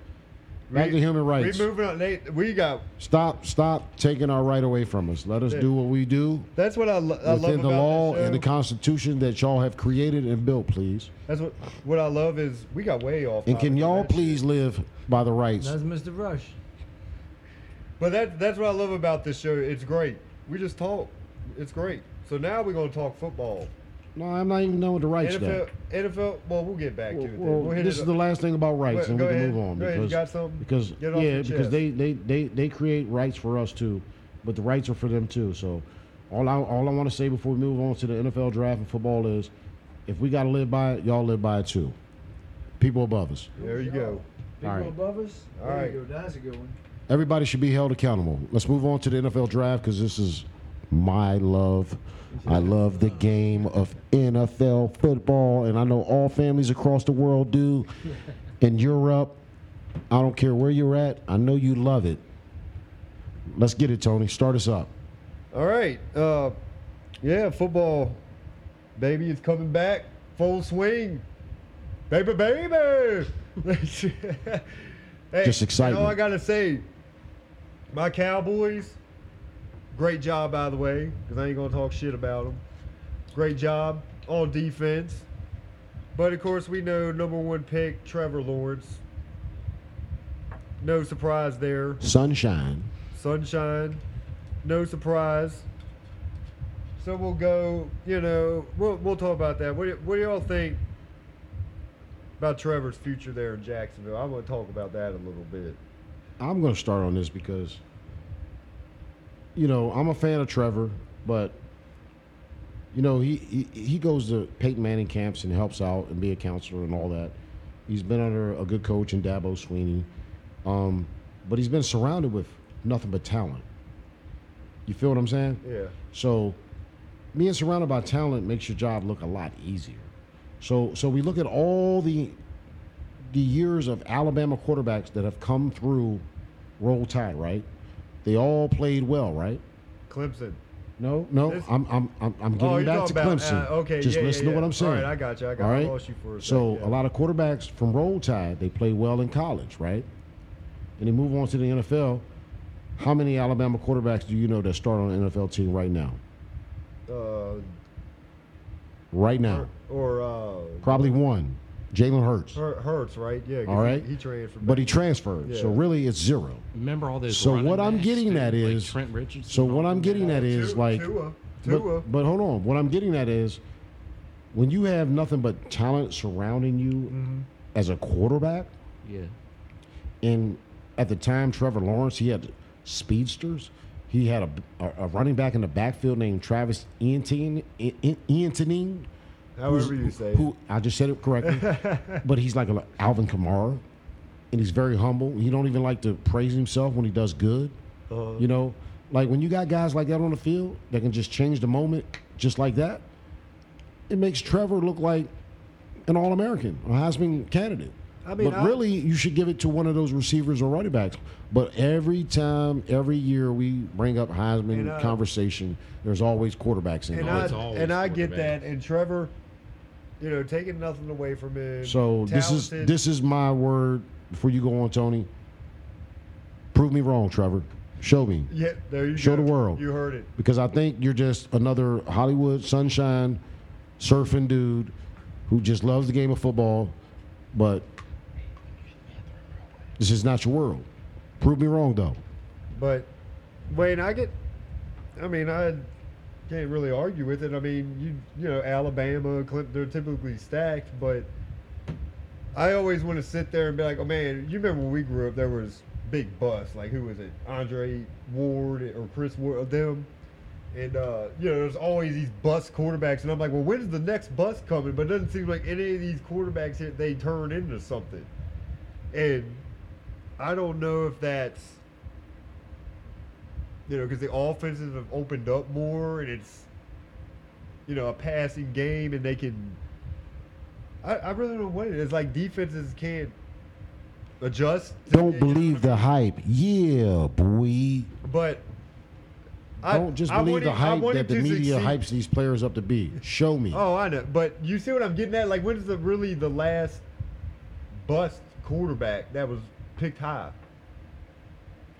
S3: back to human rights.
S1: We moving on. Nate, we got.
S3: Stop stop taking our right away from us. Let us do what we do
S1: That's what I, lo- I love
S3: within
S1: about
S3: the law
S1: this show.
S3: and the Constitution that y'all have created and built, please.
S1: That's what what I love is we got way off.
S3: And can
S1: topic on
S3: y'all
S1: that shit.
S3: please live by the rights?
S2: That's Mr. Rush.
S1: But that that's what I love about this show. It's great. We just talk. It's great. So now we're gonna talk football.
S3: No, I'm not even done with the rights
S1: NFL,
S3: yet.
S1: NFL. Well, we'll get back
S3: Well,
S1: to it.
S3: well,
S1: then. We'll hit
S3: this
S1: it
S3: is
S1: up.
S3: the last thing about rights,
S1: Well,
S3: and
S1: go
S3: we can
S1: ahead.
S3: move on
S1: Go ahead. You
S3: because
S1: got something?
S3: because
S1: Get it off
S3: yeah
S1: your
S3: because
S1: chest.
S3: they, they they they create rights for us too, but the rights are for them too. So all I all I want to say before we move on to the NFL draft and football is, if we got to live by it, y'all live by it too. People above us,
S1: There you go.
S2: People
S3: All right.
S2: above us.
S1: All
S2: there
S1: right.
S2: You go. That's a good one.
S3: everybody should be held accountable. Let's move on to the NFL draft because this is my love. I love the game of NFL football, and I know all families across the world do. In Europe, I don't care where you're at. I know you love it. Let's get it, Tony. Start us up.
S1: All right. Uh, yeah, football, baby, is coming back full swing. Baby, baby. hey,
S3: Just
S1: and All
S3: excitement.
S1: I gotta say, my Cowboys. Great job, by the way, because I ain't gonna talk shit about them. Great job on defense. But of course, we know number one pick Trevor Lawrence. No surprise there.
S3: Sunshine.
S1: Sunshine, no surprise. So we'll go. You know, we'll we'll talk about that. What do- what do y'all think about Trevor's future there in Jacksonville? I want to talk about that a little bit.
S3: I'm going to start on this because, you know, I'm a fan of Trevor, but, you know, he, he, he goes to Peyton Manning camps and helps out and be a counselor and all that. He's been under a good coach in Dabo Sweeney. Um, but he's been surrounded with nothing but talent. You feel what I'm saying?
S1: Yeah.
S3: So being surrounded by talent makes your job look a lot easier. So so we look at all the the years of Alabama quarterbacks that have come through roll tide, right? They all played well, right?
S1: Clemson.
S3: No, no,
S1: This- Oh,
S3: I'm, I'm, I'm, I'm getting
S1: you're
S3: back to
S1: talking about-
S3: Clemson.
S1: uh, okay,
S3: just
S1: yeah, yeah,
S3: listen
S1: yeah.
S3: to what
S1: All
S3: I'm saying.
S1: right, I got you, I got-
S3: All
S1: I
S3: right?
S1: lost you for a
S3: so
S1: second, yeah.
S3: a lot of quarterbacks from Roll Tide they play well in college, right? And they move on to the NFL. How many Alabama quarterbacks do you know that start on an NFL team right now?
S1: Uh,
S3: Right now,
S1: or or uh,
S3: probably one, Jalen Hurts,
S1: Hur- Hurts, right? Yeah. 'cause
S3: All right.
S1: He, he traded for.
S3: but he transferred. So
S1: Yeah.
S3: really, it's zero.
S4: Remember all those.
S3: So
S4: running
S3: what I'm
S4: backs,
S3: getting
S4: too, like
S3: at is-
S4: Trent Richardson.
S3: So what
S4: all
S3: I'm
S4: them
S3: getting
S4: guys.
S3: at is
S1: Tua-
S3: like
S1: Tua. Tua.
S3: But, but hold on. What I'm getting at is when you have nothing but talent surrounding you as a quarterback,
S4: Yeah.
S3: and at the time, Trevor Lawrence, he had speedsters. He had a, a, a running back in the backfield named Travis E, Antonin. Antonin
S1: however you say.
S3: who I just said it correctly, but he's like a Alvin Kamara, and he's very humble. He don't even like to praise himself when he does good.
S1: Uh-huh.
S3: You know, like when you got guys like that on the field that can just change the moment just like that, it makes Trevor look like an All American, a Heisman candidate.
S2: I mean,
S3: but
S2: I-
S3: really, you should give it to one of those receivers or running backs. But every time, every year, we bring up Heisman
S1: And, uh,
S3: conversation. There's always quarterbacks in
S1: and
S3: there.
S1: I
S4: it's always
S1: and I get
S4: quarterbacks.
S1: that. And Trevor, you know, taking nothing away from him.
S3: So this is
S1: talented.
S3: this is my word before you go on, Tony. Prove me wrong, Trevor. Show me.
S1: Yeah, there you
S3: Show
S1: go.
S3: the world.
S1: You heard it.
S3: Because I think you're just another Hollywood sunshine surfing dude who just loves the game of football, but this is not your world. Prove me wrong though.
S1: But Wayne, I get. I mean, I can't really argue with it. I mean, you you know, Alabama, Clemson, they're typically stacked, but I always want to sit there and be like, oh man, you remember when we grew up? There was big bust. Like who was it? Andre Ward or Chris Ward? Them. And uh, you know, there's always these bust quarterbacks, and I'm like, well, when's the next bust coming? But it doesn't seem like any of these quarterbacks here they turn into something. And I don't know if that's you know, because the offenses have opened up more, and it's you know a passing game, and they can. I, I really don't know what it is. Like defenses can't adjust. to-
S3: Don't believe the hype. Yeah, boy.
S1: But I
S3: Don't just
S1: I
S3: believe
S1: want
S3: the
S1: him- I
S3: hype
S1: want
S3: that
S1: him
S3: the
S1: to
S3: media
S1: succeed.
S3: hypes these players up to be. Show me.
S1: Oh, I know, but you see what I'm getting at? Like, when's the really the last bust quarterback that was picked high?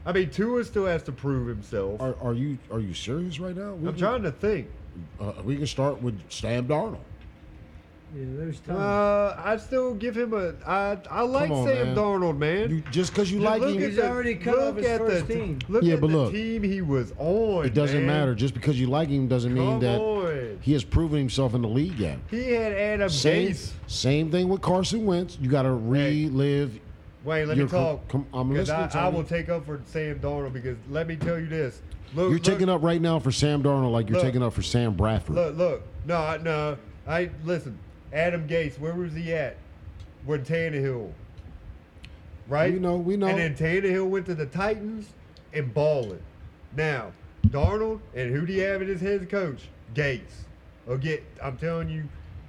S1: I mean, Tua still has to prove himself.
S3: Are, are you are you serious right now? We
S1: I'm
S3: can-
S1: trying to think.
S3: Uh, we can start with Sam Darnold.
S2: Yeah, there's time.
S1: Uh, I still give him a. I I like
S3: on,
S1: Sam
S3: man.
S1: Darnold, man.
S3: You, just because you
S1: You
S3: like
S1: look
S3: him,
S1: at
S2: He's already cut off his first
S1: the,
S2: team.
S1: Look
S3: Yeah,
S1: at
S3: but
S1: the
S3: look.
S1: team he was on.
S3: it doesn't
S1: man.
S3: matter. Just because you like him doesn't mean
S1: Come
S3: that
S1: on.
S3: he has proven himself in the league yet.
S1: He had Adam
S3: Same,
S1: Gase.
S3: same thing with Carson Wentz. You got to relive.
S1: Wait, let
S3: You're
S1: me talk.
S3: com- com- I'm
S1: 'cause
S3: listening,
S1: I, I
S3: Tony.
S1: will take up for Sam Darnold because let me tell you this. Look,
S3: You're
S1: look,
S3: taking up right now for Sam Darnold like you're
S1: Look.
S3: taking up for Sam Bradford.
S1: Look, look. No, I- no. I listen. Adam Gates, where was he at when Tannehill? Right.
S3: We know, we know.
S1: And then Tannehill went to the Titans and balling. Now, Darnold and who do you have as his head coach? Gates. Oh, get. I'm telling you,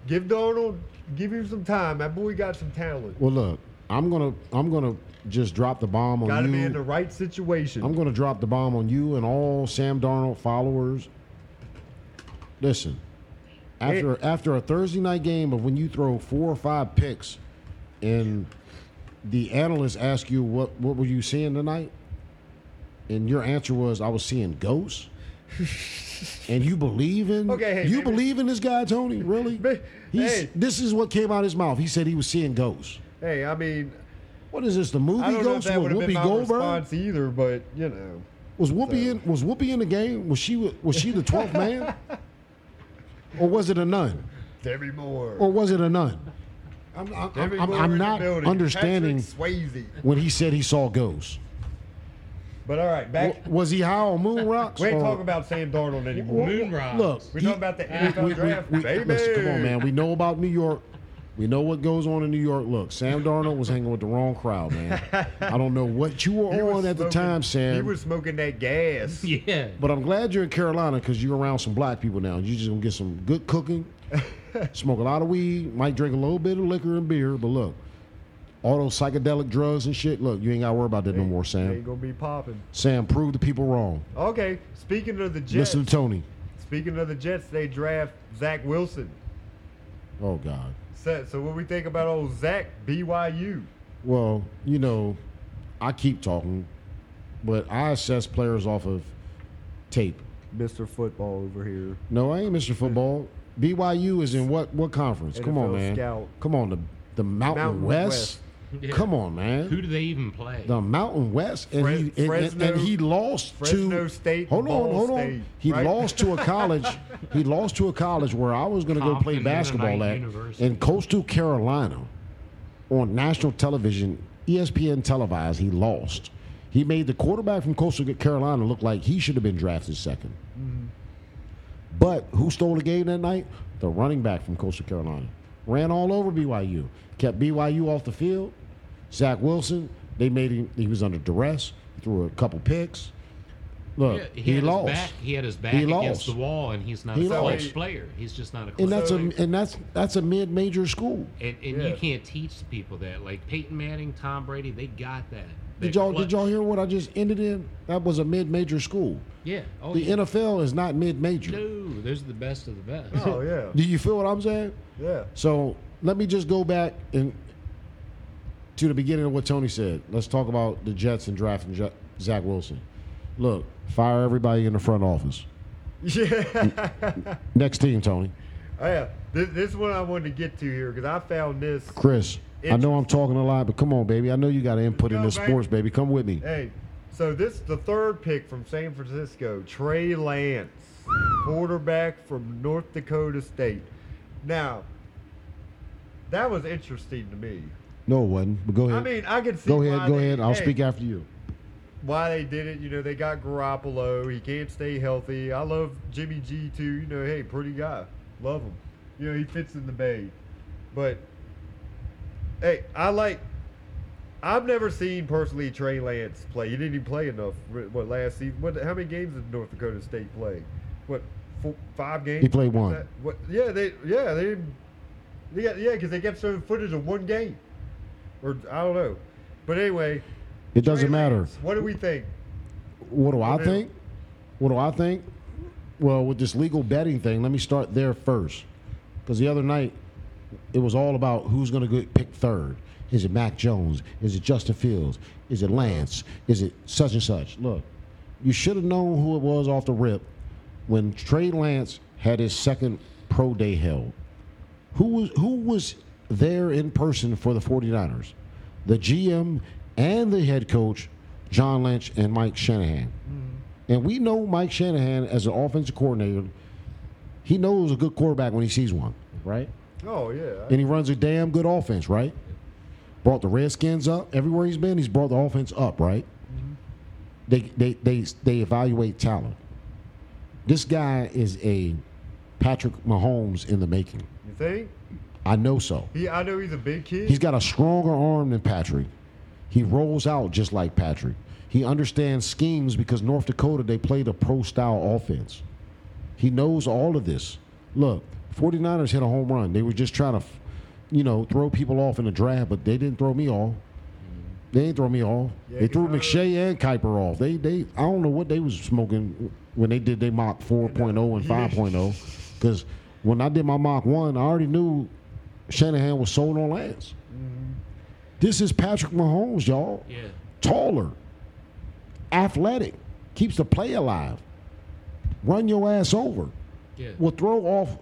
S1: give Darnold, give him some time. That boy got some talent.
S3: Well, look, I'm gonna I'm gonna just drop the bomb on
S1: Got to
S3: you.
S1: be in the right situation.
S3: I'm going to drop the bomb on you and all Sam Darnold followers. Listen, after after a Thursday night game of when you throw four or five picks, and the analysts ask you what what were you seeing tonight, and your answer was I was seeing ghosts. And you believe in
S1: Okay, hey,
S3: you
S1: maybe-
S3: believe in this guy Tony really?
S1: Hey.
S3: He's, This is what came out of his mouth. He said he was seeing ghosts.
S1: hey, I mean,
S3: What is this? The movie
S1: I don't know if
S3: Ghost
S1: that
S3: with
S1: would have been
S3: Whoopi
S1: my
S3: Goldberg?
S1: response either, but you know.
S3: Was Whoopi
S1: So-
S3: in? Was Whoopi in the game? Was she? Was she the twelfth man? Or was it a nun?
S1: Demi Moore.
S3: Or was it a nun? I'm, I'm,
S1: Demi
S3: Oh, I'm- I'm
S1: Moore in the
S3: not
S1: building.
S3: understanding
S1: Patrick Swayze.
S3: when he said he saw ghosts.
S1: But all right, back.
S3: W- Was he high on moon rocks?
S1: we ain't
S3: or-
S1: talking about Sam Darnold anymore.
S4: Moonrise.
S3: Look,
S1: We're
S3: he-
S1: talking about the NFL
S3: we- we-
S1: draft,
S3: we-
S1: baby.
S3: listen, come on, man. We know about New York. We know what goes on in New York. Look, Sam Darnold was hanging with the wrong crowd, man. I don't know what you were
S1: He
S3: on
S1: was
S3: at the
S1: smoking-
S3: time, Sam.
S1: He was smoking that gas.
S4: Yeah.
S3: But I'm glad you're in Carolina because you're around some black people now. You just gonna get some good cooking, smoke a lot of weed, might drink a little bit of liquor and beer. But look, all those psychedelic drugs and shit. Look, you ain't gotta worry about that no more,
S1: Ain't
S3: Sam.
S1: gonna be popping.
S3: Sam, prove the people wrong.
S1: Okay, speaking of the Jets,
S3: Listen to Tony.
S1: speaking of the Jets, they draft Zach Wilson.
S3: Oh God.
S1: So, so what we think about old Zach BYU?
S3: Well, you know, I keep talking, but I assess players off of tape.
S1: Mr. Football over here.
S3: No, I ain't Mr. Football. BYU is in what what conference? Come on,
S1: NFL
S3: man.
S1: scout.
S3: Come on, the the Mountain,
S1: Mountain
S3: West.
S4: Yeah.
S3: Come on, man.
S4: Who do they even play?
S3: the Mountain West, and,
S1: Fres-
S3: he, and- and-
S1: Fresno-
S3: and he lost
S1: Fresno
S3: to
S1: State,
S3: Hold on,
S1: Ball
S3: hold on.
S1: State,
S3: he
S1: right?
S3: lost to a college. he lost to a college where I was going to go play
S4: Compton
S3: basketball
S4: Mennonite
S3: at
S4: University.
S3: in coastal Carolina on national television, E ESPN televised. He lost. He made the quarterback from coastal Carolina look like he should have been drafted 2nd But who stole the game that night? The running back from coastal Carolina ran all over BYU, kept BYU off the field. Zach Wilson, they made him. He was under duress. Threw a couple picks. Look,
S4: Yeah,
S3: he,
S4: had his
S3: lost.
S4: Back, he had his back
S3: He
S4: against
S3: lost.
S4: the wall, and he's not
S3: He
S4: a clutch
S1: lost.
S4: player. He's just not a clutch
S3: and that's a
S4: player.
S3: and that's that's a mid-major school.
S4: and, and
S1: Yeah.
S4: you can't teach people that. Like Peyton Manning, Tom Brady, they got that.
S3: Did
S4: That
S3: y'all
S4: clutch-
S3: did y'all hear what I just ended in? That was a mid-major school.
S4: Yeah. Oh,
S3: The
S4: yeah.
S3: NFL is not mid-major.
S4: No, those are the best of the best.
S1: Oh yeah,
S3: Do you feel what I'm saying?
S1: yeah.
S3: So let me just go back and to the beginning of what Tony said. Let's talk about the Jets and drafting Ja- Zach Wilson. Look, fire everybody in the front office.
S1: Yeah.
S3: Mm. Next team, Tony.
S1: oh, yeah. This, this is what I wanted to get to here because I found this.
S3: Chris, I know I'm talking a lot, but come on, baby. I know you got an input in
S1: Yo,
S3: this
S1: baby.
S3: sports, baby. Come with me.
S1: Hey, so this is the third pick from San Francisco, Trey Lance, quarterback from North Dakota State. Now, that was interesting to me.
S3: No, it wasn't. But go
S1: I
S3: ahead.
S1: mean, I could see.
S3: go
S1: why
S3: ahead. Go
S1: they-
S3: ahead. I'll
S1: hey,
S3: speak after you.
S1: Why they did it? You know, they got Garoppolo. He can't stay healthy. I love Jimmy G too. You know, hey, pretty guy. Love him. You know, he fits in the bay. But hey, I like. I've never seen personally Trey Lance play. He didn't even play enough. What last season? What? How many games did North Dakota State play? What? Four, five games.
S3: He played one.
S1: That- What? Yeah, they. Yeah, they. didn't- They got, yeah, because they kept showing footage of one game, or I don't know. But anyway,
S3: It doesn't
S1: Trey
S3: matter.
S1: Lance, What do we think?
S3: What do I
S1: Yeah.
S3: think? What do I think? Well, with this legal betting thing, let me start there first. Because the other night, it was all about who's going to get picked third. Is it Mac Jones? Is it Justin Fields? Is it Lance? Is it such and such? Look, you should have known who it was off the rip when Trey Lance had his second pro day held. Who was who was there in person for the 49ers? The GM and the head coach, John Lynch and Mike Shanahan. And we know Mike Shanahan as an offensive coordinator, he knows a good quarterback when he sees one, right?
S1: Oh yeah,
S3: And he runs a damn good offense, right? Brought the Redskins up. Everywhere he's been, he's brought the offense up, right? They, they, they, they evaluate talent. This guy is a Patrick Mahomes in the making.
S1: you think?
S3: I know so.
S1: He, I know he's a big kid.
S3: He's got a stronger arm than Patrick. He rolls out just like Patrick. He understands schemes because North Dakota, they played a pro style offense. He knows all of this. Look, 49ers hit a home run. They were just trying to, you know, throw people off in the draft, but they didn't throw me off. They didn't throw me off.
S1: Yeah,
S3: they threw
S1: 'cause I-
S3: McShay and Kuiper off. They, they, I don't know what they was smoking when they did their mock 4.0 and 5.0, because when I did my mock one, I already knew Shanahan was sold on Lance.
S1: Mm-hmm.
S3: This is Patrick Mahomes, y'all.
S4: Yeah.
S3: Taller, athletic, keeps the play alive. Run your ass over.
S4: Yeah.
S3: Will throw off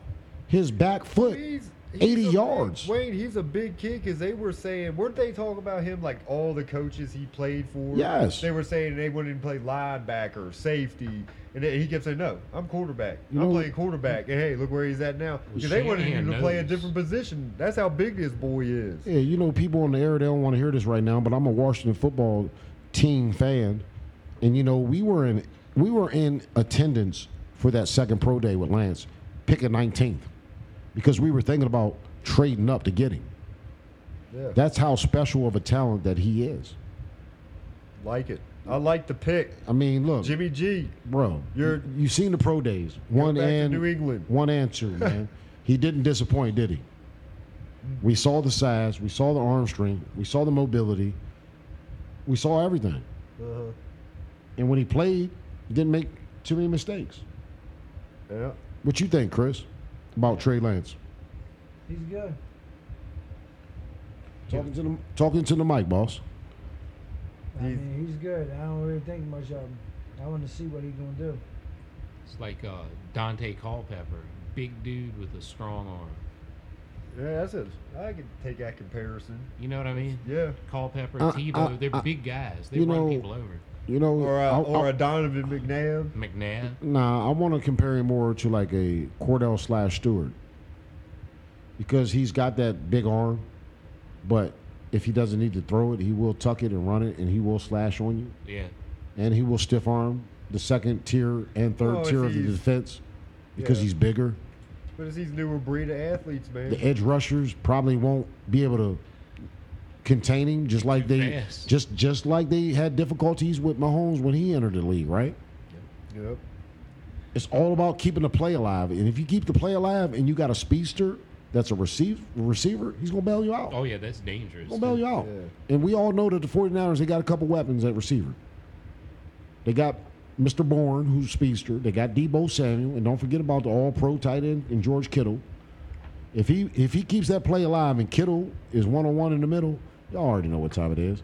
S3: his back foot.
S1: He's- he's
S3: 80
S1: a big-
S3: yards.
S1: Wayne, he's a big kid because they were saying, weren't they talking about him like all the coaches he played for?
S3: Yes.
S1: They were saying they wanted him to play linebacker, safety, and then he kept saying, no, I'm quarterback.
S3: You
S1: I'm
S3: know-
S1: playing quarterback. And hey, look where he's at now. Because they wanted him
S4: Shanahan
S1: to play a
S4: knows.
S1: different position. That's how big this boy is.
S3: Yeah, you know, people on the air, they don't want to hear this right now, but I'm a Washington football team fan. And you know, we were in we were in attendance for that second pro day with Lance, picking nineteenth. Because we were thinking about trading up to get him.
S1: Yeah.
S3: That's how special of a talent that he is.
S1: like it. I like the pick.
S3: I mean, look,
S1: Jimmy G.
S3: bro,
S1: You're-
S3: you have seen the pro days, one
S1: back to
S3: and
S1: New England.
S3: one and two, man. he didn't disappoint, did he? We saw the size, we saw the arm strength, we saw the mobility, we saw everything.
S1: Uh-huh.
S3: And when he played, he didn't make too many mistakes.
S1: Yeah.
S3: What you think, Chris, about Trey Lance?
S2: He's good.
S3: Talking to the talking to the mic, boss.
S2: I
S1: He's-
S2: mean, he's good. I don't really think much of him. I want to see what he's gonna do.
S4: It's like uh, Dante Culpepper, big dude with a strong arm.
S1: Yeah, that's it. I could take that comparison.
S4: You know what I mean?
S1: Yeah.
S4: Culpepper,
S3: Uh,
S4: Tebow,
S3: uh,
S4: they're
S3: uh,
S4: big guys. They
S3: you
S4: run
S3: know-
S4: people over.
S3: You know,
S1: Or a,
S3: I-
S1: or
S3: I-
S1: a Donovan McNabb.
S4: McNabb,
S3: Nah, I want to compare him more to like a Cordell slash Stewart because he's got that big arm, but if he doesn't need to throw it, he will tuck it and run it, and he will slash on you,
S4: yeah.
S3: and he will stiff arm the second tier and third
S1: Oh, if
S3: tier of the
S1: he's-
S3: defense because
S1: Yeah.
S3: he's bigger.
S1: But it's these newer breed of athletes, man.
S3: The edge rushers probably won't be able to contain him, just like they
S4: fast.
S3: just just like they had difficulties with Mahomes when he entered the league, right?
S1: Yep.
S3: It's all about keeping the play alive. And if you keep the play alive and you got a speedster that's a receive, receiver, he's going to bail you out.
S4: Oh, yeah, that's dangerous.
S3: He's going to bail you out.
S1: Yeah.
S3: And we all know that the 49ers, they got a couple weapons at receiver. They got Mr. Bourne, who's speedster. They got Debo Samuel. And don't forget about the all pro tight end and George Kittle. If he if he keeps that play alive and Kittle is one on one in the middle, y'all already know what time it is.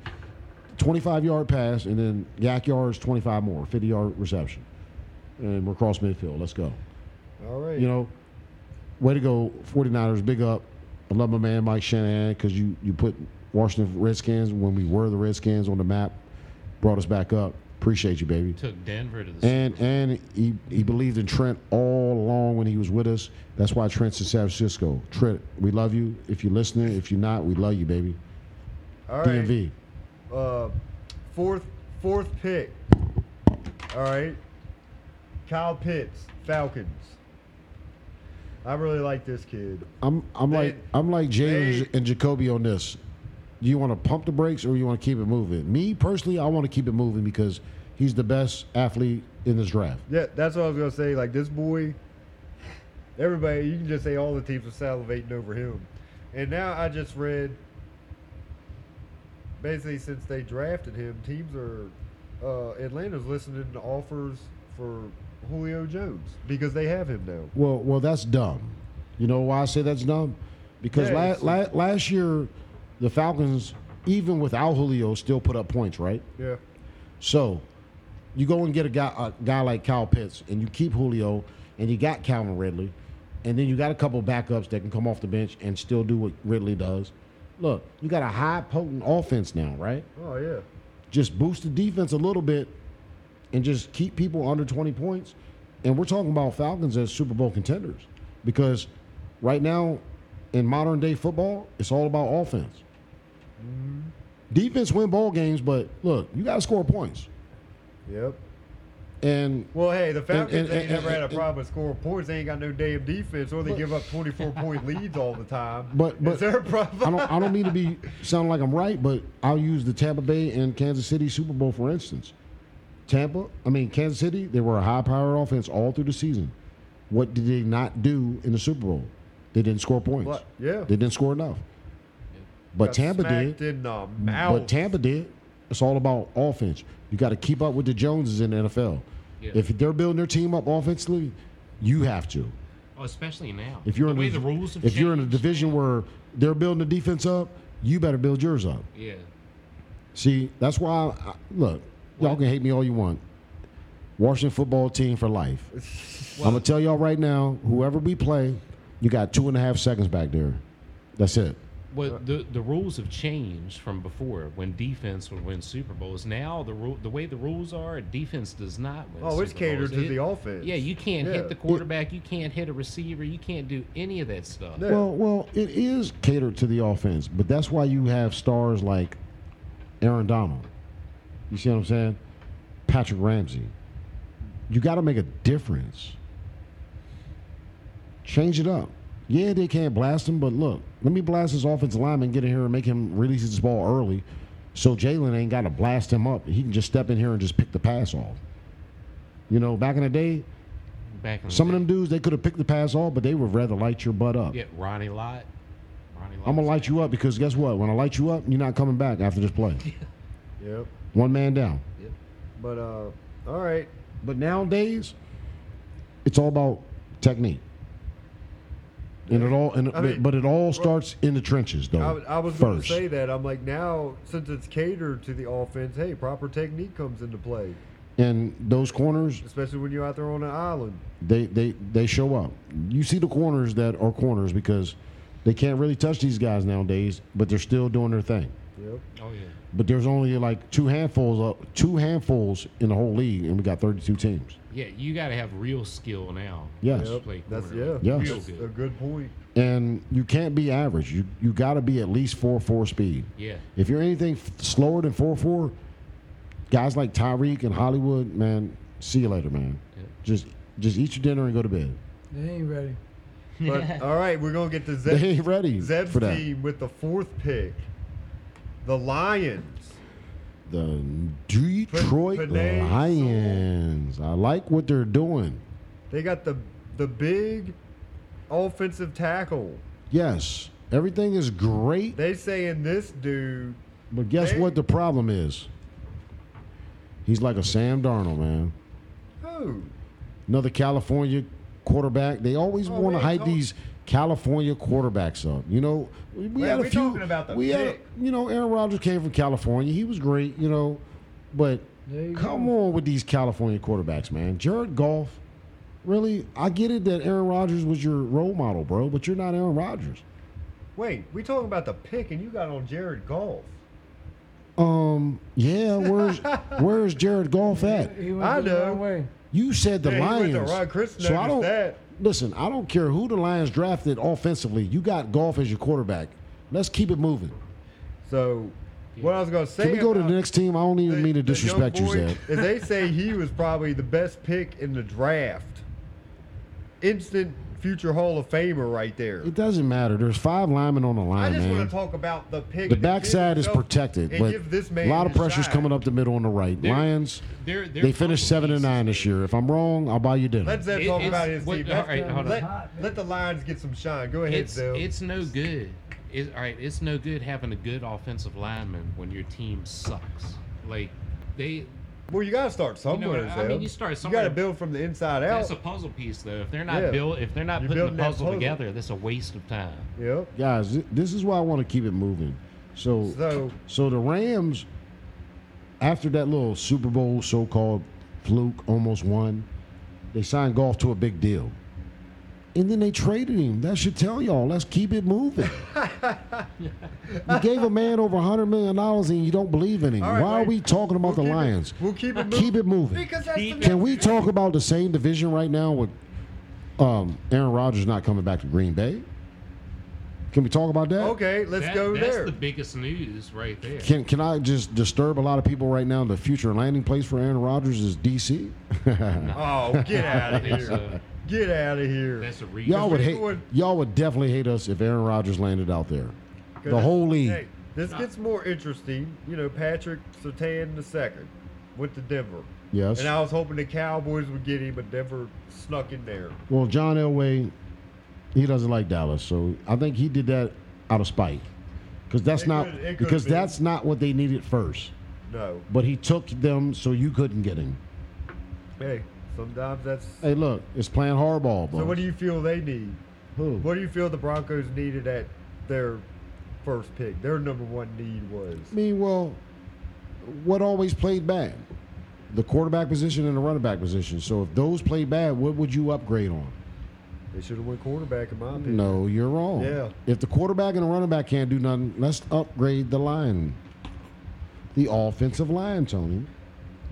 S3: 25 yard pass, and then yak yards, 25 more, 50 yard reception. And we're across midfield. Let's go.
S1: All right.
S3: You know, way to go, 49ers. Big up. I love my man Mike Shanahan because you, you put Washington Redskins when we were the Redskins on the map, brought us back up. Appreciate you, baby.
S4: Took Denver to the
S3: And and he, he believed in Trent all along when he was with us. That's why Trent's in San Francisco. Trent, we love you. If you're listening, if you're not, we love you, baby.
S1: All right.
S3: DMV.
S1: Uh, fourth, fourth pick. All right. Kyle Pitts, Falcons. I really like this kid.
S3: I'm I'm
S1: They-
S3: like I'm like Jalen
S1: they-
S3: and Jacoby on this. Do you want to pump the brakes or you want to keep it moving? Me personally, I want to keep it moving because he's the best athlete in this draft.
S1: Yeah, that's what I was gonna say. Like this boy, everybody, you can just say all the teams are salivating over him. And now I just read, basically since they drafted him, teams are uh, Atlanta's listening to offers for Julio Jones because they have him now.
S3: Well, well, that's dumb. You know why I say that's dumb? Because
S1: Yeah,
S3: la-
S1: it's-
S3: la- last year, the Falcons, even without Julio, still put up points, right?
S1: Yeah,
S3: So you go and get a guy, a guy like Kyle Pitts, and you keep Julio, and you got Calvin Ridley, and then you got a couple backups that can come off the bench and still do what Ridley does. Look, you got a high potent offense now, right?
S1: oh yeah,
S3: Just boost the defense a little bit, and just keep people under twenty points. And we're talking about Falcons as Super Bowl contenders because right now in modern day football, it's all about offense. Defense win ball games, but look, you got to score points.
S1: yep.
S3: And
S1: Well, hey, the Falcons
S3: and-
S1: ain't
S3: and-
S1: never had a
S3: and-
S1: problem with scoring points. They ain't got no damn defense, or they give up twenty-four point leads all the time.
S3: But- but-
S1: is there a
S3: I
S1: problem?
S3: don't I don't mean to be sound like I'm right, but I'll use the Tampa Bay and Kansas City Super Bowl for instance. Tampa, I mean Kansas City, they were a high powered offense all through the season. What did they not do in the Super Bowl? They didn't score points.
S1: But- yeah,
S3: They didn't score enough. But
S1: Got
S3: Tampa
S1: smacked
S3: did.
S1: in um, the mouth.
S3: But Tampa did. It's all about offense. You got to keep up with the Joneses in the NFL.
S4: Yeah.
S3: If they're building their team up offensively, you have to.
S4: Oh, especially now.
S3: If you're
S4: the
S3: in
S4: way
S3: a,
S4: the rules have
S3: if you're in a
S4: changed.
S3: division where they're building the defense up, you better build yours up.
S4: Yeah.
S3: See, that's why. I, look, y'all can hate me all you want. Washington football team for life. I'm gonna tell y'all right now. Whoever we play, you got two and a half seconds back there. That's it.
S4: Well, the the rules have changed from before when defense would win Super Bowls. Now the rule, the way the rules are, defense does not win.
S1: Oh, it's
S4: Super Bowls.
S1: catered to
S4: It-
S1: the offense.
S4: Yeah, you can't
S1: Yeah.
S4: hit the quarterback. You can't hit a receiver. You can't do any of that stuff.
S1: No. Yeah.
S3: Well, well, it is catered to the offense, but that's why you have stars like Aaron Donald. You see what I'm saying? Patrick Ramsey. You got to make a difference. Change it up. Yeah, they can't blast him, but look, let me blast his offensive lineman, get in here and make him release his ball early, so Jalen ain't got to blast him up. He can just step in here and just pick the pass off. You know, back in the day,
S4: Back in the
S3: some of
S4: day.
S3: them dudes they could have picked the pass off, but they would rather light your butt up.
S4: Yeah, Ronnie Lott. Ronnie Lott.
S3: I'm gonna light you up because guess what? When I light you up, you're not coming back after this play.
S1: Yep.
S3: One man down.
S1: But uh, all right.
S3: But nowadays, it's all about technique. And it all, and,
S1: I mean-
S3: but it all starts in the trenches, though.
S1: I, w- I was going to
S3: first.
S1: say that. I'm like now since it's catered to the offense, hey, proper technique comes into play,
S3: and those corners,
S1: especially when you're out there on an island.
S3: they, they they show up. You see the corners that are corners because they can't really touch these guys nowadays, but they're still doing their thing.
S1: Yep.
S4: Oh yeah.
S3: But there's only like two handfuls of two handfuls in the whole league, and we got 32 teams.
S4: Yeah, you got to have real skill now.
S3: Yes.
S4: to play
S1: That's
S4: corner.
S1: yeah.
S3: Yes.
S4: Real
S1: That's a
S4: good.
S1: good point.
S3: And you can't be average. You you got to be at least four four speed.
S4: Yeah.
S3: If you're anything f- slower than four four, guys like Tyreek and Hollywood, man, see you later, man.
S4: Yeah.
S3: Just just eat your dinner and go to bed.
S2: They ain't ready.
S1: But all right, we're gonna get to Zeb.
S3: They ain't ready
S1: Zeb's
S3: for that.
S1: team with the fourth pick, the Lions.
S3: The Detroit
S1: Panay Sewell.
S3: Lions. I like what they're doing.
S1: They got the the big offensive tackle.
S3: Yes, everything is great,
S1: They saying this dude.
S3: but guess
S1: they-
S3: what the problem is? He's like a Sam Darnold, man.
S1: Who?
S3: Another California quarterback. They always
S1: Oh,
S3: want to
S1: we
S3: hype
S1: talk-
S3: these California quarterbacks up. You know, we, we
S1: Man,
S3: had a
S1: we
S3: few.
S1: talking about the
S3: we had,
S1: pick.
S3: you know, Aaron Rodgers came from California. He was great, you know, but
S2: There you
S3: come
S2: go.
S3: on with these California quarterbacks, man. Jared Goff, really? I get it that Aaron Rodgers was your role model, bro, but you're not Aaron Rodgers.
S1: Wait, we talking about the pick, and you got on Jared Goff.
S3: Um, yeah, where's where's Jared Goff at?
S2: He went
S1: I
S2: the
S1: know.
S2: wrong way.
S3: You said the
S1: Yeah, he went
S3: Lions.
S1: to Ron Chris
S3: so I
S1: noticed
S3: don't
S1: that.
S3: listen. I don't care who the Lions drafted offensively. You got golf as your quarterback. Let's keep it moving.
S1: So, what I was gonna say.
S3: Can we go to
S1: about
S3: the next team? I don't even mean to
S1: the young
S3: disrespect you,
S1: boy
S3: Zeb.
S1: Is they say he was probably the best pick in the draft. Instant future Hall of Famer right there.
S3: It doesn't matter. There's five linemen on the
S1: I
S3: line,
S1: just want
S3: man.
S1: to talk about the pick.
S3: The
S1: that
S3: backside
S1: gives
S3: is
S1: himself-
S3: protected,
S1: and
S3: but
S1: give this man
S3: a lot of
S1: his
S3: pressure's
S1: shot.
S3: coming up the middle on the right.
S4: They're-
S3: Lions.
S4: They're, they're
S3: They finished seven and nine this year. If I'm wrong, I'll buy you dinner.
S1: Let Zeb
S4: It-
S1: talk
S4: it's-
S1: about his
S4: what-
S1: team.
S4: all right, hold on.
S1: let, let the Lions get some shine. Go ahead,
S4: It's
S1: Zeb.
S4: it's no good. It, all right, it's no good having a good offensive lineman when your team sucks. Like they,
S1: well, you gotta start somewhere,
S4: I
S1: Zeb.
S4: mean, you start
S1: You
S4: somewhere.
S1: gotta build from the inside out.
S4: that's a puzzle piece though. If they're not
S1: Yeah.
S4: built, if they're not
S1: You're
S4: putting
S1: building
S4: the
S1: that
S4: puzzle,
S1: puzzle.
S4: together, that's a waste of time.
S1: yep.
S3: Guys, thi- this is why I want to keep it moving. So,
S1: So
S3: So the Rams, after that little Super Bowl so-called fluke, almost won. They signed golf to a big deal, and then they traded him. That should tell y'all. Let's keep it moving. you gave a man over hundred million dollars, and you don't believe in him.
S1: All right,
S3: Why are
S1: wait.
S3: we talking about
S1: we'll keep
S3: the
S1: it-
S3: Lions?
S1: we'll keep it moving.
S3: Keep it moving.
S1: Because that's the
S3: Can we talk about the same division right now with um, Aaron Rodgers not coming back to Green Bay? Can we talk about that?
S1: Okay, let's
S4: That-
S1: go
S4: that's
S1: there.
S4: the biggest news right there.
S3: Can can I just disturb a lot of people right now? The future landing place for Aaron Rodgers is DC.
S1: oh, get out of
S4: That's
S1: here.
S4: a,
S1: Get out of here.
S4: that's a reach.
S3: y'all would
S1: we
S3: hate.
S1: going-
S3: Y'all would definitely hate us if Aaron Rodgers landed out there. The whole league.
S1: Hey, this gets more interesting. You know, Patrick Sertan II went to Denver.
S3: Yes.
S1: And I was hoping the Cowboys would get him, but Denver snuck in there.
S3: Well, John Elway, he doesn't like Dallas, so I think he did that out of spite, because that's
S1: It
S3: not
S1: could- it could
S3: because
S1: be.
S3: that's not what they needed first.
S1: No.
S3: But he took them, so you couldn't get him.
S1: Hey, sometimes that's.
S3: Hey, look, it's playing hardball, bro.
S1: So, what do you feel they need?
S3: Who?
S1: What do you feel the Broncos needed at their first pick? Their number one need was.
S3: I mean, well, what always played bad? The quarterback position and the running back position. So if those play bad, what would you upgrade on?
S1: They should have went quarterback, in my opinion.
S3: No, you're wrong.
S1: Yeah.
S3: If the quarterback and the running back can't do nothing, let's upgrade the line. The offensive line, Tony.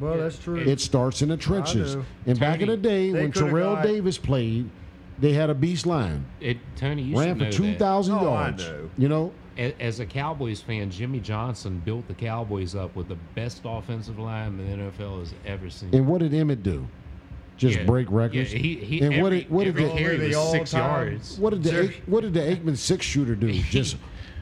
S1: Well, that's true.
S3: It starts in the trenches.
S1: I know.
S3: And back in the day,
S1: They
S3: when
S1: coulda
S3: Terrell
S1: got-
S3: Davis played, they had a beast line.
S4: It, Tony, you
S3: ran
S4: should know
S3: for
S4: that.
S3: 2,000
S1: Oh, I
S3: yards.
S1: know.
S3: You know?
S4: A- As a Cowboys fan, Jimmy Johnson built the Cowboys up with the best offensive line the NFL has ever seen.
S3: And what did Emmett do? just
S4: Yeah.
S3: break records.
S4: Yeah, he, he,
S3: and
S4: every,
S3: what did what did
S4: every
S3: the
S4: carry
S1: All the
S4: was
S1: all
S4: six
S1: time.
S4: yards.
S3: what did the
S4: Sir.
S3: Ake- what did the Aikman six shooter do? Just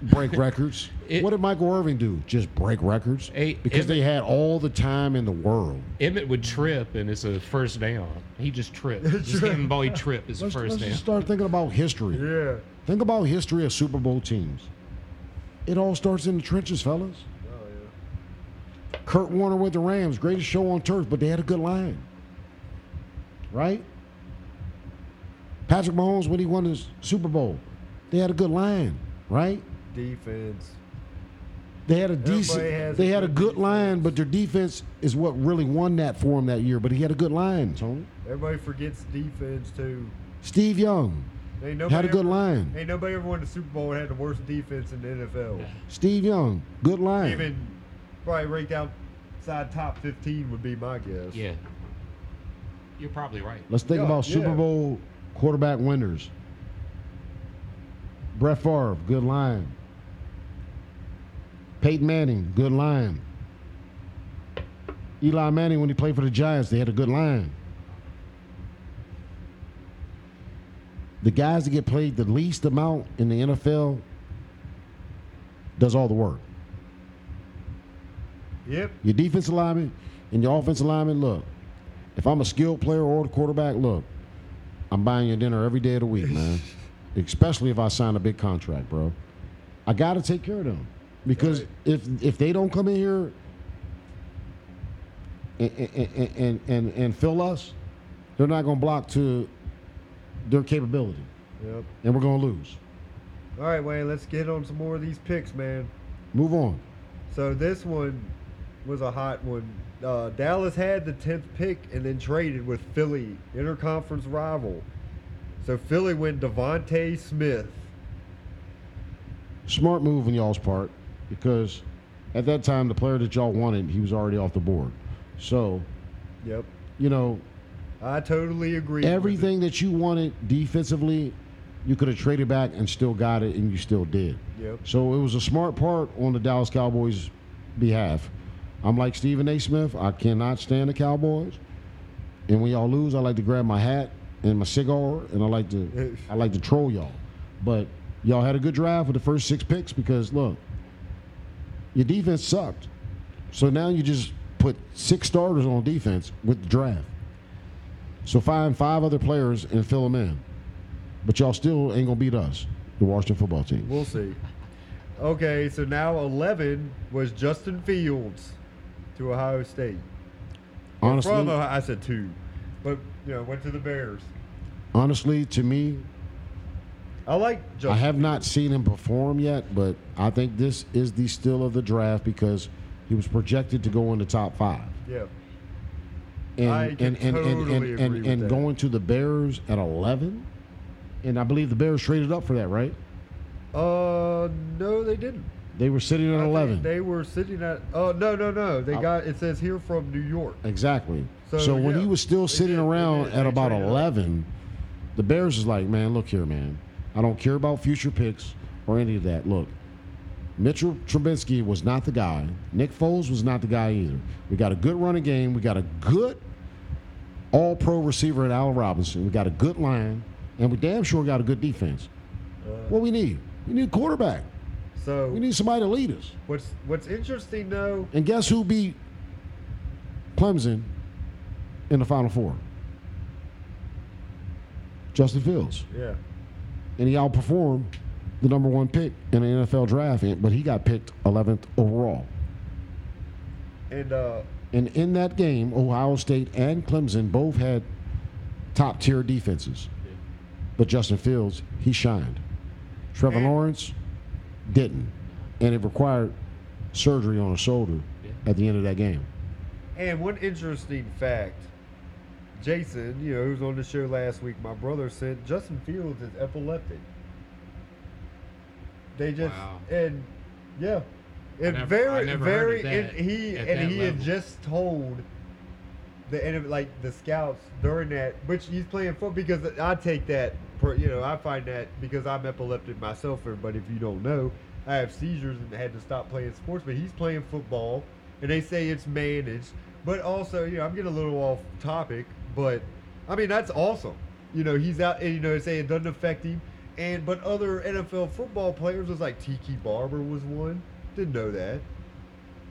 S3: break records.
S4: It-
S3: what did Michael Irving do? Just break records.
S4: A-
S3: because they had all the time in the world.
S4: Emmett would trip, and it's a first down. He just tripped. just hitting the ball, he tripped. It's a
S3: Let's,
S4: first
S3: let's
S4: down.
S3: just start thinking about history.
S1: Yeah.
S3: Think about history of Super Bowl teams. It all starts in the trenches, fellas.
S1: Oh, yeah.
S3: Kurt Warner with the Rams, greatest show on turf, but they had a good line. Right? Patrick Mahomes when he won his Super Bowl, they had a good line, right?
S1: Defense.
S3: They had a
S1: Everybody
S3: decent
S1: has
S3: they
S1: a
S3: had a
S1: good
S3: good
S1: defense.
S3: line, but their defense is what really won that for him that year. But he had a good line, Tony.
S1: Everybody forgets defense too.
S3: Steve Young
S1: Ain't nobody
S3: had a good
S1: ever-
S3: line.
S1: Ain't nobody ever won the Super Bowl and had the worst defense in the NFL.
S3: Steve Young, good line.
S1: Even probably ranked outside top 15 would be my guess.
S4: Yeah. You're probably right.
S3: Let's think
S1: Yeah,
S3: about Super
S1: yeah.
S3: Bowl quarterback winners. Brett Favre, good line. Peyton Manning, good line. Eli Manning, when he played for the Giants, they had a good line. The guys that get played the least amount in the NFL does all the work.
S1: Yep.
S3: Your defensive lineman and your offensive lineman, look, if I'm a skilled player or the quarterback, look, I'm buying you dinner every day of the week, man. Especially if I sign a big contract, bro. I got to take care of them because
S1: Right.
S3: if if they don't come in here and and, and, and, and fill us, they're not going to block to their capability,
S1: Yep.
S3: and we're going to lose.
S1: All right, Wayne, let's get on some more of these picks, man.
S3: Move on.
S1: So this one was a hot one. Uh, Dallas had the tenth pick and then traded with Philly, interconference rival. So Philly went Devonte Smith.
S3: smart move on y'all's part because at that time the player that y'all wanted he was already off the board so
S1: Yep,
S3: you know
S1: I totally agree. with it.
S3: everything that you wanted defensively you could have traded back and still got it and you still did
S1: Yep.
S3: so it was a smart part on the dallas cowboys behalf i'm like stephen a smith i cannot stand the cowboys and when y'all lose i like to grab my hat and my cigar and i like to i like to troll y'all but y'all had a good drive with the first six picks because look your defense sucked so now you just put six starters on defense with the draft so find five other players and fill them in but y'all still ain't gonna beat us the washington football team
S1: We'll see. Okay, so now eleven was Justin Fields to Ohio State. From
S3: honestly
S1: Ohio, I said two, but you know went to the Bears.
S3: honestly to me
S1: I like Justin.
S3: I have not seen him perform yet, but I think this is the still of the draft because he was projected to go in the top five.
S1: Yeah.
S3: And
S1: I can
S3: and, and, and,
S1: totally
S3: and,
S1: agree
S3: and,
S1: with
S3: and
S1: that.
S3: going to the Bears at eleven. And I believe the Bears traded up for that, right?
S1: Uh, no, they didn't.
S3: They were sitting at
S1: I think
S3: eleven.
S1: They were sitting at. Oh no no no! They
S3: I-
S1: got it says here from New York.
S3: exactly. So,
S1: So,
S3: when
S1: yeah,
S3: he was still
S1: they
S3: sitting
S1: did, they
S3: around
S1: did.
S3: at
S1: They
S3: about
S1: traded up.
S3: eleven, the Bears is like, man, look here, man. I don't care about future picks or any of that. Look, Mitchell Trubinsky was not the guy. Nick Foles was not the guy either. We got a good running game. We got a good all pro receiver in Al Robinson. We got a good line. And we damn sure got a good defense.
S1: Uh,
S3: what we need? We need a quarterback.
S1: So
S3: We need somebody to lead us.
S1: what's what's interesting though?
S3: And guess who beat Clemson in the Final Four? Justin Fields.
S1: Yeah,
S3: And he outperformed the number one pick in the NFL draft, and- but he got picked 11th overall.
S1: and uh,
S3: And in that game, Ohio State and Clemson both had top tier defenses. But Justin Fields, he shined. Trevor
S1: And-
S3: Lawrence didn't. And it required surgery on a shoulder at the end of that game.
S1: and one interesting fact. Jason, you know, who was on the show last week, my brother said Justin Fields is epileptic. They just
S4: Wow.
S1: and yeah, and
S4: never- I
S1: very
S4: never
S1: very
S4: heard of that
S1: and he
S4: at
S1: and
S4: that
S1: he had
S4: level.
S1: just told the enemy like the scouts during that, which he's playing football because I take that, per, you know, I find that because I'm epileptic myself. Everybody, if you don't know, I have seizures and had to stop playing sports. But he's playing football, and they say it's managed. But also, you know, I'm getting a little off topic, but I mean, that's awesome. You know, he's out, and you know, say it doesn't affect him. And but other NFL football players was like Tiki Barber was one. Didn't know that.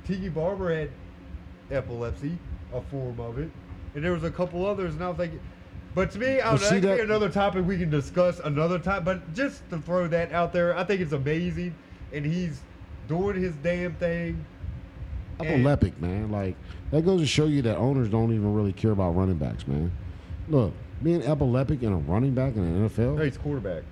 S1: Tiki Barber had epilepsy, a form of it, and there was a couple others. And I was like, but to me, I
S3: But
S1: was
S3: see
S1: that could be
S3: that-
S1: another topic we can discuss another time. But just to throw that out there, I think it's amazing, and he's doing his damn thing. And-
S3: Epileptic, man. Like that goes to show you that owners don't even really care about running backs, man. Look, being epileptic and a running back in the NFL.
S1: No, he's quarterback.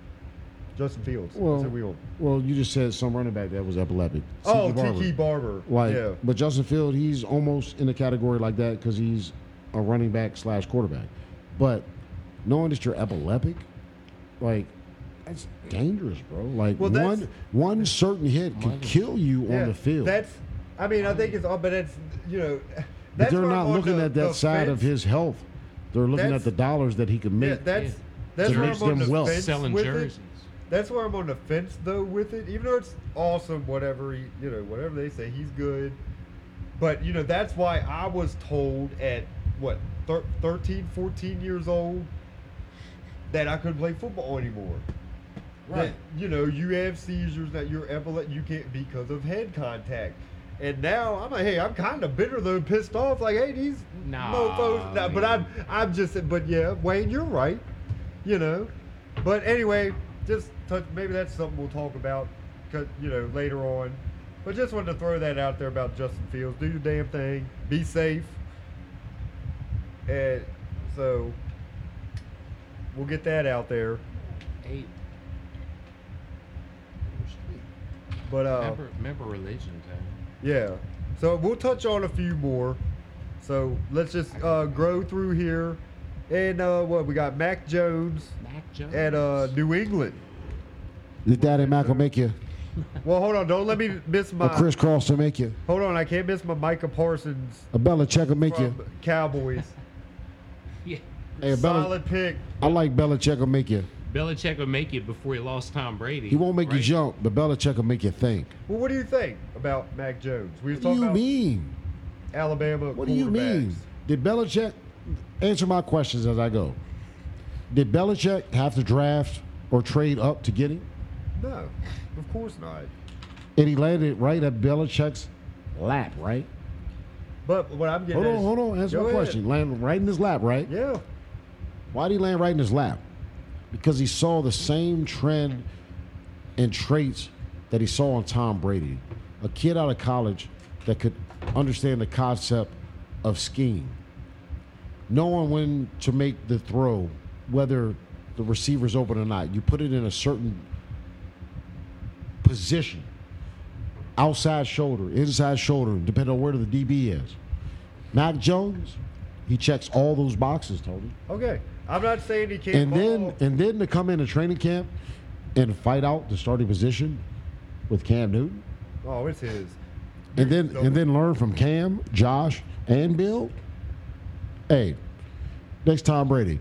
S1: Justin Fields.
S3: well,
S1: That's who we all-
S3: well, you just said some running back that was epileptic.
S1: Oh,
S3: T.J. Barber.
S1: Tiki Barber.
S3: Like,
S1: yeah.
S3: but Justin Field, he's almost in the category like that because he's a running back slash quarterback. But knowing that you're epileptic, like that's dangerous, bro. Like
S1: Well, that's-
S3: one one certain hit could kill you
S1: Yeah,
S3: on the field.
S1: That's. I mean, I think it's all, but it's you know.
S3: but
S1: That's
S3: they're
S1: where I'm
S3: not
S1: on
S3: looking
S1: the-
S3: at
S1: the
S3: that side of
S1: fence.
S3: his health. They're looking
S1: That's-
S3: at the dollars that he could make.
S1: Yeah, that's
S4: Yeah.
S1: that's
S3: To
S1: where
S3: make
S1: I'm on
S3: them
S1: the
S3: well.
S1: fence
S4: selling
S1: with
S4: jerseys.
S1: it. That's where I'm on the fence though with it. Even though it's awesome, whatever he, you know, whatever they say, he's good. But you know, that's why I was told at what thir- 13, 14 years old that I couldn't play football anymore. Right. you know, you have seizures that you're epileptic, you can't because of head contact. And now I'm like, hey, I'm kind of bitter though, pissed off. Like, hey, these
S4: Nah,
S1: mofos. Nah, but I'm,
S4: man.
S1: I'm just, but yeah, Wayne, you're right. You know, but anyway, just touch. Maybe that's something we'll talk about, 'cause, you know, later on. But just wanted to throw that out there about Justin Fields. Do your damn thing. Be safe. And so we'll get that out there.
S4: Hey,
S1: But uh,
S4: remember, remember religion, Tony.
S1: Yeah. So we'll touch on a few more. So let's just uh, grow through here. And uh, what we got Mac Jones
S4: Mac Jones.
S1: at uh, New England.
S3: Did Daddy Michael make you?
S1: Well, hold on. Don't let me miss my.
S3: A Oh, Chris Cross will make you?
S1: Hold on. I can't miss my Micah Parsons
S3: A Belichick will make you?
S1: from Cowboys.
S4: yeah.
S3: Hey, Bel-
S1: Solid pick.
S3: I like Belichick will make you.
S4: Belichick would make it before he lost Tom Brady.
S3: He won't make you
S4: right?
S3: jump, but Belichick will make you think.
S1: Well, what do you think about Mac Jones? We were
S3: What
S1: talking
S3: do you
S1: about
S3: mean?
S1: Alabama.
S3: What do you mean?
S1: quarterbacks.
S3: Did Belichick answer my questions as I go? Did Belichick have to draft or trade up to get him?
S1: No, of course not.
S3: And he landed right at Belichick's lap, right?
S1: But what I'm getting
S3: Hold
S1: at
S3: on,
S1: is-
S3: hold on. Answer
S1: Go
S3: my
S1: ahead.
S3: question. Land right in his lap, right?
S1: Yeah.
S3: Why did he land right in his lap? Because he saw the same trend and traits that he saw in Tom Brady, a kid out of college that could understand the concept of scheme, knowing when to make the throw, whether the receiver's open or not. You put it in a certain position, outside shoulder, inside shoulder, depending on where the DB is. Mac Jones, he checks all those boxes, Tony
S1: Okay. I'm not saying he can't.
S3: and then
S1: ball.
S3: and then to come into training camp and fight out the starting position with Cam Newton,
S1: oh, it's his.
S3: and then and then learn from Cam, Josh, and Bill. Hey, next Tom Brady.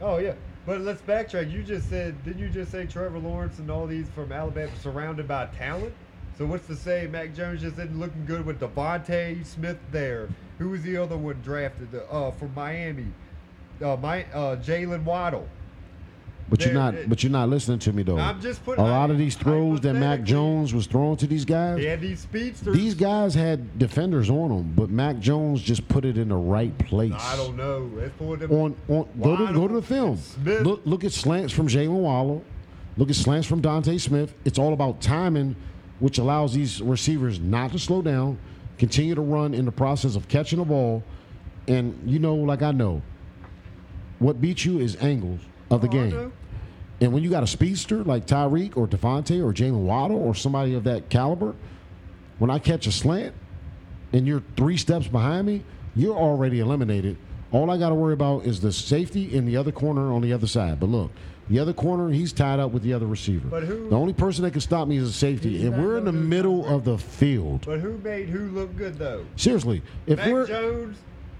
S1: Oh yeah, but let's backtrack. You just said, didn't you just say Trevor Lawrence and all these from Alabama surrounded by talent? So what's to say Mac Jones just isn't looking good with Devontae Smith there? Who was the other one drafted uh, from Miami? Uh, my uh, Jalen Waddle.
S3: But you're
S1: There-
S3: not but you're not listening to me though.
S1: I'm just
S3: a
S1: putting-
S3: lot of these throws that Mac
S1: hypothetically-
S3: Jones was throwing to these guys.
S1: He had these speedsters.
S3: These guys had defenders on them, but Mac Jones just put it in the right place.
S1: I don't know. Let's pull them.
S3: on on go to
S1: Waddle
S3: go to the film.
S1: and Smith.
S3: Look look at slants from Jalen Waddle. Look at slants from Dante Smith. It's all about timing, which allows these receivers not to slow down, continue to run in the process of catching the ball, and you know, like I know, what beats you is angles of the
S1: Oh, I know.
S3: game. And when you got a speedster like Tyreek or Devontae or Jalen Waddle or somebody of that caliber, when I catch a slant and you're three steps behind me, you're already eliminated. All I got to worry about is the safety in the other corner on the other side. But look, the other corner, he's tied up with the other receiver.
S1: But who-
S3: the only person that can stop me is a safety,
S2: He's
S3: and
S2: not
S3: we're in the
S2: gonna do
S3: middle of the field.
S1: But who made who look good though?
S3: Seriously, if
S1: Mac
S3: we're
S1: Jones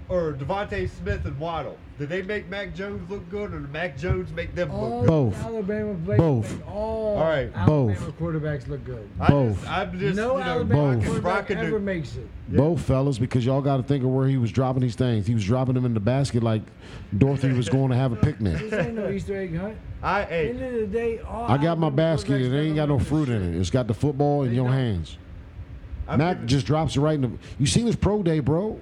S1: or Devontae Smith and Waddle? Did they make Mac Jones look good, or did Mac Jones make them
S2: All
S1: look good?
S3: Both.
S2: Alabama players
S3: Both.
S2: make All,
S1: All right,
S2: Alabama
S3: both.
S2: quarterbacks look good.
S1: I
S3: both.
S1: just, I'm just,
S2: no
S1: you know,
S2: Alabama
S1: I can- I
S2: quarterback
S1: can do-
S2: ever makes it.
S3: Both fellas, because y'all got to think of where he was dropping these things. He was dropping them in the basket like Dorothy was going to have a picnic.
S2: This ain't no Easter egg hunt.
S1: I
S2: End
S1: hey,
S2: of the day, all
S3: I got my
S2: Alabama
S3: basket.
S2: quarterbacks
S3: It ain't got
S2: ever
S3: no
S2: make
S3: fruit in it. It's got the football in your hands.
S1: I'm
S3: Mac
S1: giving-
S3: just drops it right in the. You seen his pro day, bro?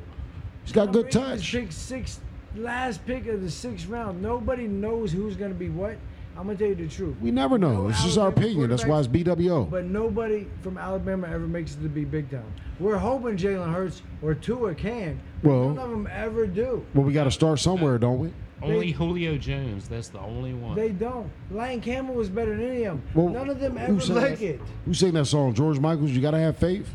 S3: He's got good
S2: Brady was
S3: touch.
S2: Pick six, last pick of the sixth round. Nobody knows who's going to be what. I'm going to tell you the truth.
S3: We never know.
S2: No
S3: It's just our
S2: Alabama
S3: opinion. That's why it's BWO.
S2: But nobody from Alabama ever makes it to be big time. We're hoping Jalen Hurts or Tua can. but
S3: Well-
S2: none of them ever do.
S3: Well, we got to start somewhere, don't we?
S4: Only Julio Jones. That's the only one.
S2: They don't. Lion Campbell was better than any of them.
S3: Well,
S2: none of them
S3: who
S2: ever
S3: said
S2: make
S3: that?
S2: it.
S3: Who sang that song? George Michaels. You got to have faith.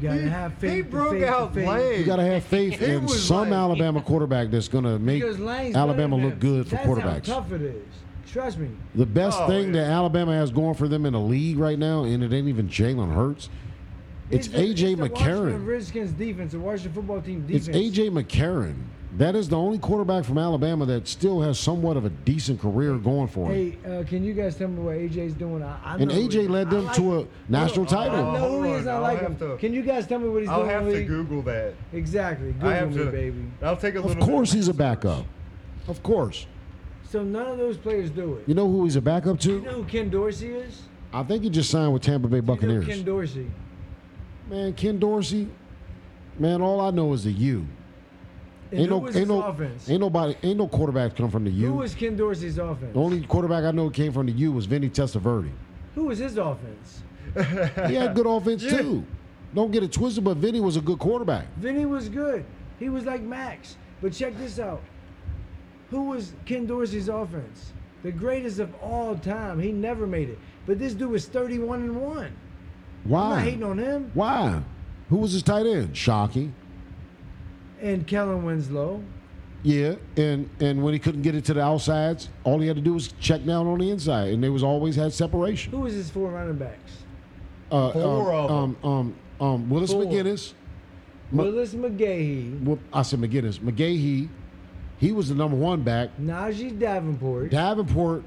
S2: You got to have faith.
S1: he
S2: the
S1: broke
S2: faith, the
S1: out
S2: faith.
S1: lame.
S3: You got to have faith
S1: He
S3: in
S1: was
S3: some
S1: like-
S3: Alabama quarterback that's going to make
S2: Because Lane's
S3: Alabama
S2: better than
S3: look good for
S2: That's
S3: quarterbacks.
S2: How tough it is. Trust me.
S3: The best
S1: Oh,
S3: thing
S1: yeah.
S3: that Alabama has going for them in the league right now, and it ain't even Jalen Hurts. It's
S2: the-
S3: AJ
S2: it's the Washington
S3: McCarron.
S2: Redskins defense, the Washington football team
S3: It's
S2: defense.
S3: AJ McCarron. That is the only quarterback from Alabama that still has somewhat of a decent career going for him.
S2: Hey, uh, can you guys tell me what AJ's doing? I, I
S3: And
S2: know who he-
S3: AJ led
S2: I
S3: them
S2: like
S3: to a
S2: him.
S3: national
S1: Oh,
S2: I
S3: title.
S2: know who he
S1: hold
S2: is.
S1: on.
S2: I
S1: I'll
S2: like
S1: have
S2: him.
S1: to-
S2: can you guys tell me what he's
S1: I'll
S2: doing? in
S1: have
S2: the
S1: to
S2: league?
S1: Google that.
S2: Exactly. Google
S1: I have
S2: me,
S1: to,
S2: baby.
S1: I'll take a little.
S3: Of
S1: bit-
S3: course, he's a backup. Of course.
S2: So none of those players do it.
S3: You know who he's a backup
S2: You know
S3: to?
S2: who Ken Dorsey is?
S3: I think he just signed with Tampa Bay
S2: You know Ken
S3: Buccaneers.
S2: Dorsey.
S3: Man, Ken Dorsey. Man, all I know is the U.
S2: And who was his
S3: ain't no,
S2: offense?
S3: ain't nobody, ain't no quarterback come from the U.
S2: who was Ken Dorsey's offense?
S3: The only quarterback I know that came from the U was Vinny Testaverde.
S2: who was his offense?
S3: He had good offense too. Don't get it twisted, but Vinny was a good quarterback.
S2: Vinny was good. He was like Max. But check this out. Who was Ken Dorsey's offense? The greatest of all time. He never made it. But this dude was 31 and 1. I'm not
S3: Why?
S2: hating on him.
S3: Why? Who was his tight end? Shockey.
S2: And Kellen Winslow.
S3: Yeah, and and when he couldn't get it to the outsides, all he had to do was check down on the inside, and they was always had separation.
S2: Who was his four running backs?
S3: Uh,
S1: Four
S3: um,
S1: of 'em.
S3: um, um, um, Willis
S2: Four.
S3: McGinnis. Ma-
S2: Willis McGahee,
S3: Well, I said McGinnis. McGahee. He was the number one back.
S2: Najee Davenport,
S3: Davenport.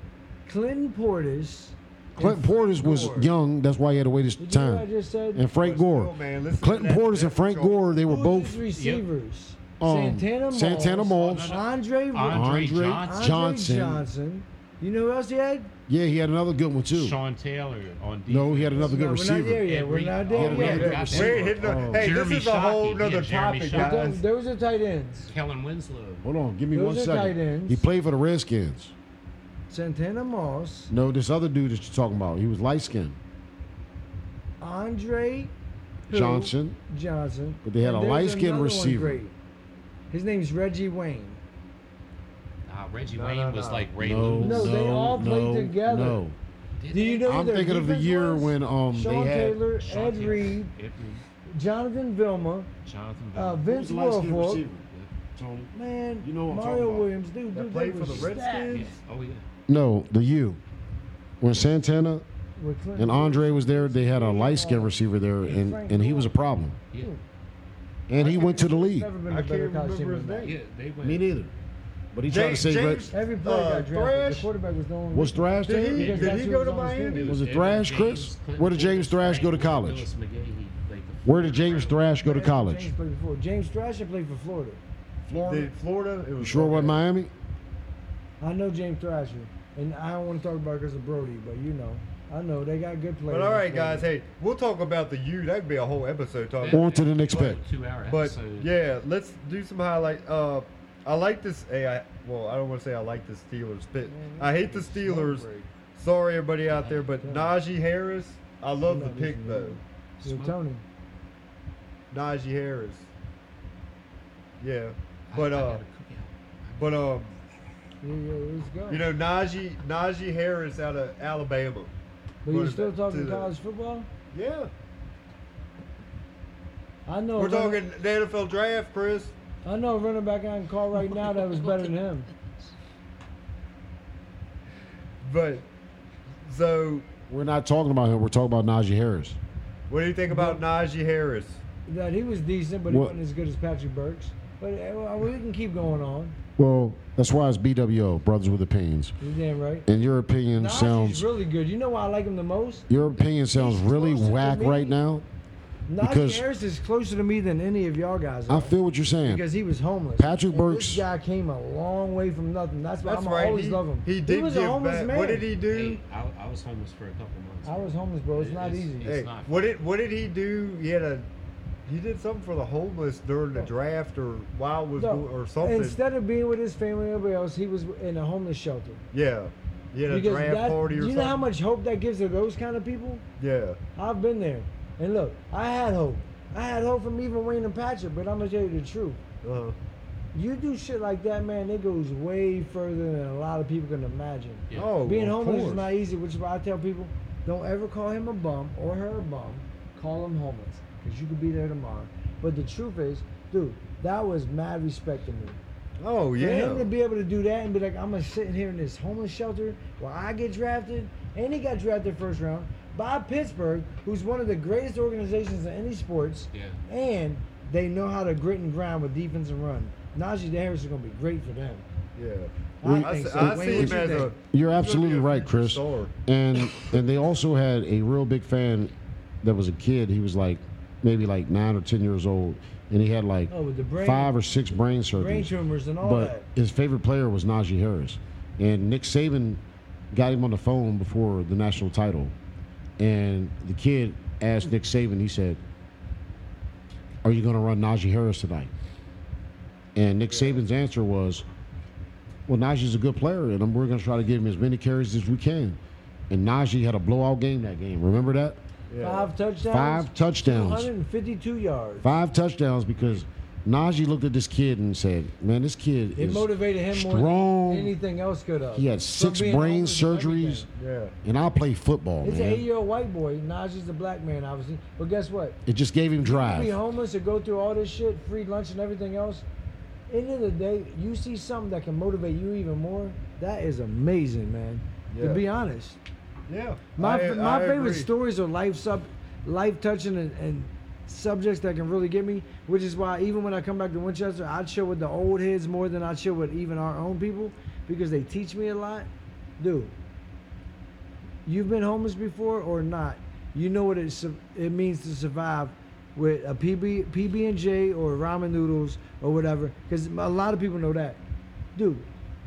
S2: Clinton Portis.
S3: Clint Portis was
S2: Gore.
S3: young. That's why he had to wait his
S2: Did you hear what I
S3: time.
S2: just said?
S3: And Frank
S1: But still,
S3: Gore.
S1: man, listen to
S3: Clinton
S1: that
S3: Portis and
S1: depth
S3: Frank
S1: chart.
S3: Gore, they were
S2: Who was
S3: both
S2: his receivers.
S3: um,
S2: Santana Moss.
S3: Santana Moss.
S2: Andre,
S4: Andre
S2: Andre
S4: Johnson.
S3: Johnson.
S2: Johnson. You know who else he had?
S3: Yeah, he had another good one too.
S4: Sean Taylor on defense.
S3: No, he had another good
S2: No, We're not there
S3: receiver.
S2: yet. We're
S4: Every-
S2: not
S4: oh,
S2: there
S4: we
S2: yet.
S4: haven't
S2: But
S4: got
S1: We're hitting the-
S3: Oh.
S1: Hey,
S4: Jeremy
S1: this is a whole
S4: Shockey.
S1: nother
S4: Yeah, Jeremy
S1: topic,
S4: Shockey.
S1: guys.
S2: those- Those are tight ends.
S4: Kellen Winslow.
S3: Hold on, give me
S2: Those
S3: one
S2: are tight
S3: second.
S2: ends.
S3: He played for the Redskins.
S2: Santana Moss,
S3: No, this other dude that you're talking about, he was light skinned.
S2: Andre who?
S3: Johnson.
S2: Johnson.
S3: But they had
S2: And
S3: a
S2: there's
S3: light-skinned
S2: another one
S3: receiver.
S2: great. His name's Reggie Wayne.
S4: Nah, Ah, Reggie
S1: No,
S4: Wayne
S1: no,
S4: was
S1: no.
S4: like Ray
S3: No,
S4: Lewis.
S2: No, they all played
S3: no,
S2: together.
S3: No.
S4: Did
S2: Do you
S4: they?
S2: know
S3: I'm
S2: their
S3: thinking of the
S2: defense
S3: year
S2: was?
S3: when um
S2: Sean
S3: they had
S2: Taylor,
S4: Sean
S2: Ed
S4: Taylor,
S2: Reed,
S4: Ed Reed,
S2: Jonathan Vilma,
S4: Jonathan.
S2: uh,
S4: Bell.
S2: Vince Wilfork.
S3: Tony.
S2: Man,
S3: You know what I'm talking
S2: Mario
S3: about.
S2: Williams, dude,
S1: That
S2: dude,
S1: played
S2: they
S1: for
S2: were
S1: the Redskins?
S4: Yeah.
S2: stacked
S4: Oh yeah.
S3: No, the U. When Santana
S2: with Clinton.
S3: and Andre was there, they had a light skinned receiver there and, and he was a problem.
S4: Yeah.
S3: And he went to the league.
S2: Never been a
S1: I
S2: better
S1: can't
S2: college
S1: remember
S2: team
S1: his
S2: than that.
S1: name.
S4: Yeah. They went.
S3: Me neither. But he tried to
S1: James,
S3: say
S1: James,
S2: Every player
S1: uh,
S2: got drafted. The
S1: Thrash?
S2: quarterback was the only.
S3: was Thrash
S1: Did
S3: there?
S1: he-
S2: Because
S1: did
S2: that's
S1: he
S2: who
S1: go
S2: was
S1: to
S2: on his
S1: Miami?
S2: team.
S3: Was it
S4: Evan
S3: Thrash, Chris?
S4: Clinton
S3: Where did James
S4: Portis,
S3: Thrash go to
S4: Frank
S3: college?
S4: Lewis McGahee, like the-
S3: Where did James Thrash go to college?
S2: James played before. James Thrash had played for Florida.
S1: Did Florida? It was
S3: You sure it wasn't Miami?
S2: I know James Thrasher, and I don't want to talk about it because of Brody, but you know, I know they got good players.
S1: But all right, guys. Hey, we'll talk about the U. That'd be a whole episode talking.
S3: On to the next
S4: Well,
S3: pick.
S4: Two-hour
S1: But
S4: episode.
S1: yeah, let's do some highlight. Uh, I like this. Hey, I, well, I don't want to say I like the Steelers, but I hate the Steelers. Sorry, everybody out there, but Najee Harris. I love the pick though.
S2: So Tony,
S1: Najee Harris. Yeah,
S4: I-
S1: but
S4: I
S1: uh,
S4: gotta cook out.
S1: but um,
S2: yeah, yeah, let's go.
S1: you know Najee Najee Harris out of Alabama.
S2: but you
S1: what is
S2: still
S1: that?
S2: talking
S1: To the-
S2: college football?
S1: Yeah,
S2: I know. a
S1: we're
S2: running-
S1: talking the NFL draft, Chris.
S2: I know a running back I can call right now that was better than him.
S1: But so,
S3: We're not talking about him. We're talking about Najee Harris.
S1: what do you think about Najee Harris?
S2: That he was decent, but he
S3: What-
S2: wasn't as good as Patrick Burks. But uh, well, we can keep going on.
S3: Well, that's why it's BWO, Brothers with Opinions.
S2: You're damn right.
S3: And your opinion
S2: Nas
S3: sounds
S2: is really good. You know why I like him the most?
S3: your opinion sounds really
S2: closer to
S3: whack
S2: me.
S3: right now.
S2: Najee
S3: Because-
S2: Harris is closer to me than any of y'all guys.
S3: I
S2: Are,
S3: feel what you're saying.
S2: because he was homeless.
S3: Patrick
S2: And
S3: Burks-
S2: This guy came a long way from nothing. That's why
S1: That's
S2: I'm
S1: right.
S2: always
S1: he,
S2: love him.
S1: he did
S2: was
S1: give
S2: a homeless
S1: back.
S2: man.
S1: What did he do?
S4: Hey, I, I was homeless for a couple months.
S2: I was homeless, bro. It's
S4: It-
S2: not easy.
S4: it's
S1: Hey,
S4: not-
S1: what did what did he do? He had a he did something for the homeless during the draft or while was
S2: No,
S1: go- or something.
S2: Instead of being with his family and everybody else, he was in a homeless shelter.
S1: yeah, he had a
S2: Because
S1: draft
S2: that-
S1: party or
S2: you
S1: something.
S2: know how much hope that gives to those kind of people?
S1: yeah,
S2: I've been there. And look, I had hope. I had hope from even Wayne and Patrick, but I'm going to tell you the truth.
S1: uh,
S2: You do shit like that, man, it goes way further than a lot of people can imagine.
S4: Yeah.
S1: oh,
S2: Being
S1: of
S2: homeless
S1: course.
S2: is not easy, which is why I tell people don't ever call him a bum or her a bum. Call him homeless because you could be there tomorrow. But the truth is, dude, that was mad respect to me.
S1: Oh
S2: For him to
S1: yeah,
S2: be able to do that and be like, I'm gonna sit in here in this homeless shelter where I get drafted, and he got drafted first round by Pittsburgh, who's one of the greatest organizations in any sports,
S4: Yeah.
S2: and they know how to grit and grind with defense and run. Najee Harris is gonna be great for them.
S1: yeah.
S2: I
S1: I,
S2: think
S1: s-
S2: so.
S1: I
S2: Wayne,
S1: see
S2: what
S1: him
S2: you
S1: as a.
S2: think?
S3: You're
S1: he's gonna be
S3: absolutely
S1: a
S3: right,
S1: future
S3: Chris.
S1: star.
S3: And and they also had a real big fan that was a kid. He was like maybe like nine or ten years old, and he had like
S2: Oh, with the brain-
S3: five or six brain surgeries.
S2: Brain tumors and all
S3: but
S2: that.
S3: his favorite player was Najee Harris, and Nick Saban got him on the phone before the national title, and the kid asked Nick Saban. He said, "Are you going to run Najee Harris tonight?" And Nick Saban's answer was, "Well, Najee's a good player, and we're going to try to give him as many carries as we can." And Najee had a blowout game that game. Remember that?
S1: Yeah.
S2: Five touchdowns.
S3: Five touchdowns.
S2: 152 yards.
S3: Five touchdowns because Najee looked at this kid and said, "Man, this kid
S2: It
S3: is
S2: motivated him more
S3: strong.
S2: than anything else could have.
S3: He had
S2: From
S3: six
S2: being
S3: brain
S2: homeless and everything.
S3: surgeries,
S1: Yeah.
S3: and I play football,
S2: It's an
S3: man.
S2: eight-year-old white boy. Najee's a black man, obviously. But guess what?
S3: It just gave him
S2: You be
S3: drive.
S2: homeless and go through all this shit, free lunch and everything else. End of the day, you see something that can motivate you even more. That is amazing, man.
S1: Yeah.
S2: To be honest,
S1: Yeah.
S2: my
S1: I-
S2: my
S1: I
S2: favorite
S1: agree.
S2: stories are life sub, life touching and, and subjects that can really get me. Which is why even when I come back to Winchester, I chill with the old heads more than I chill with even our own people because they teach me a lot, dude. You've been homeless before or not? You know what it su- it means to survive with a PB PB and J or ramen noodles or whatever. Because a lot of people know that, dude.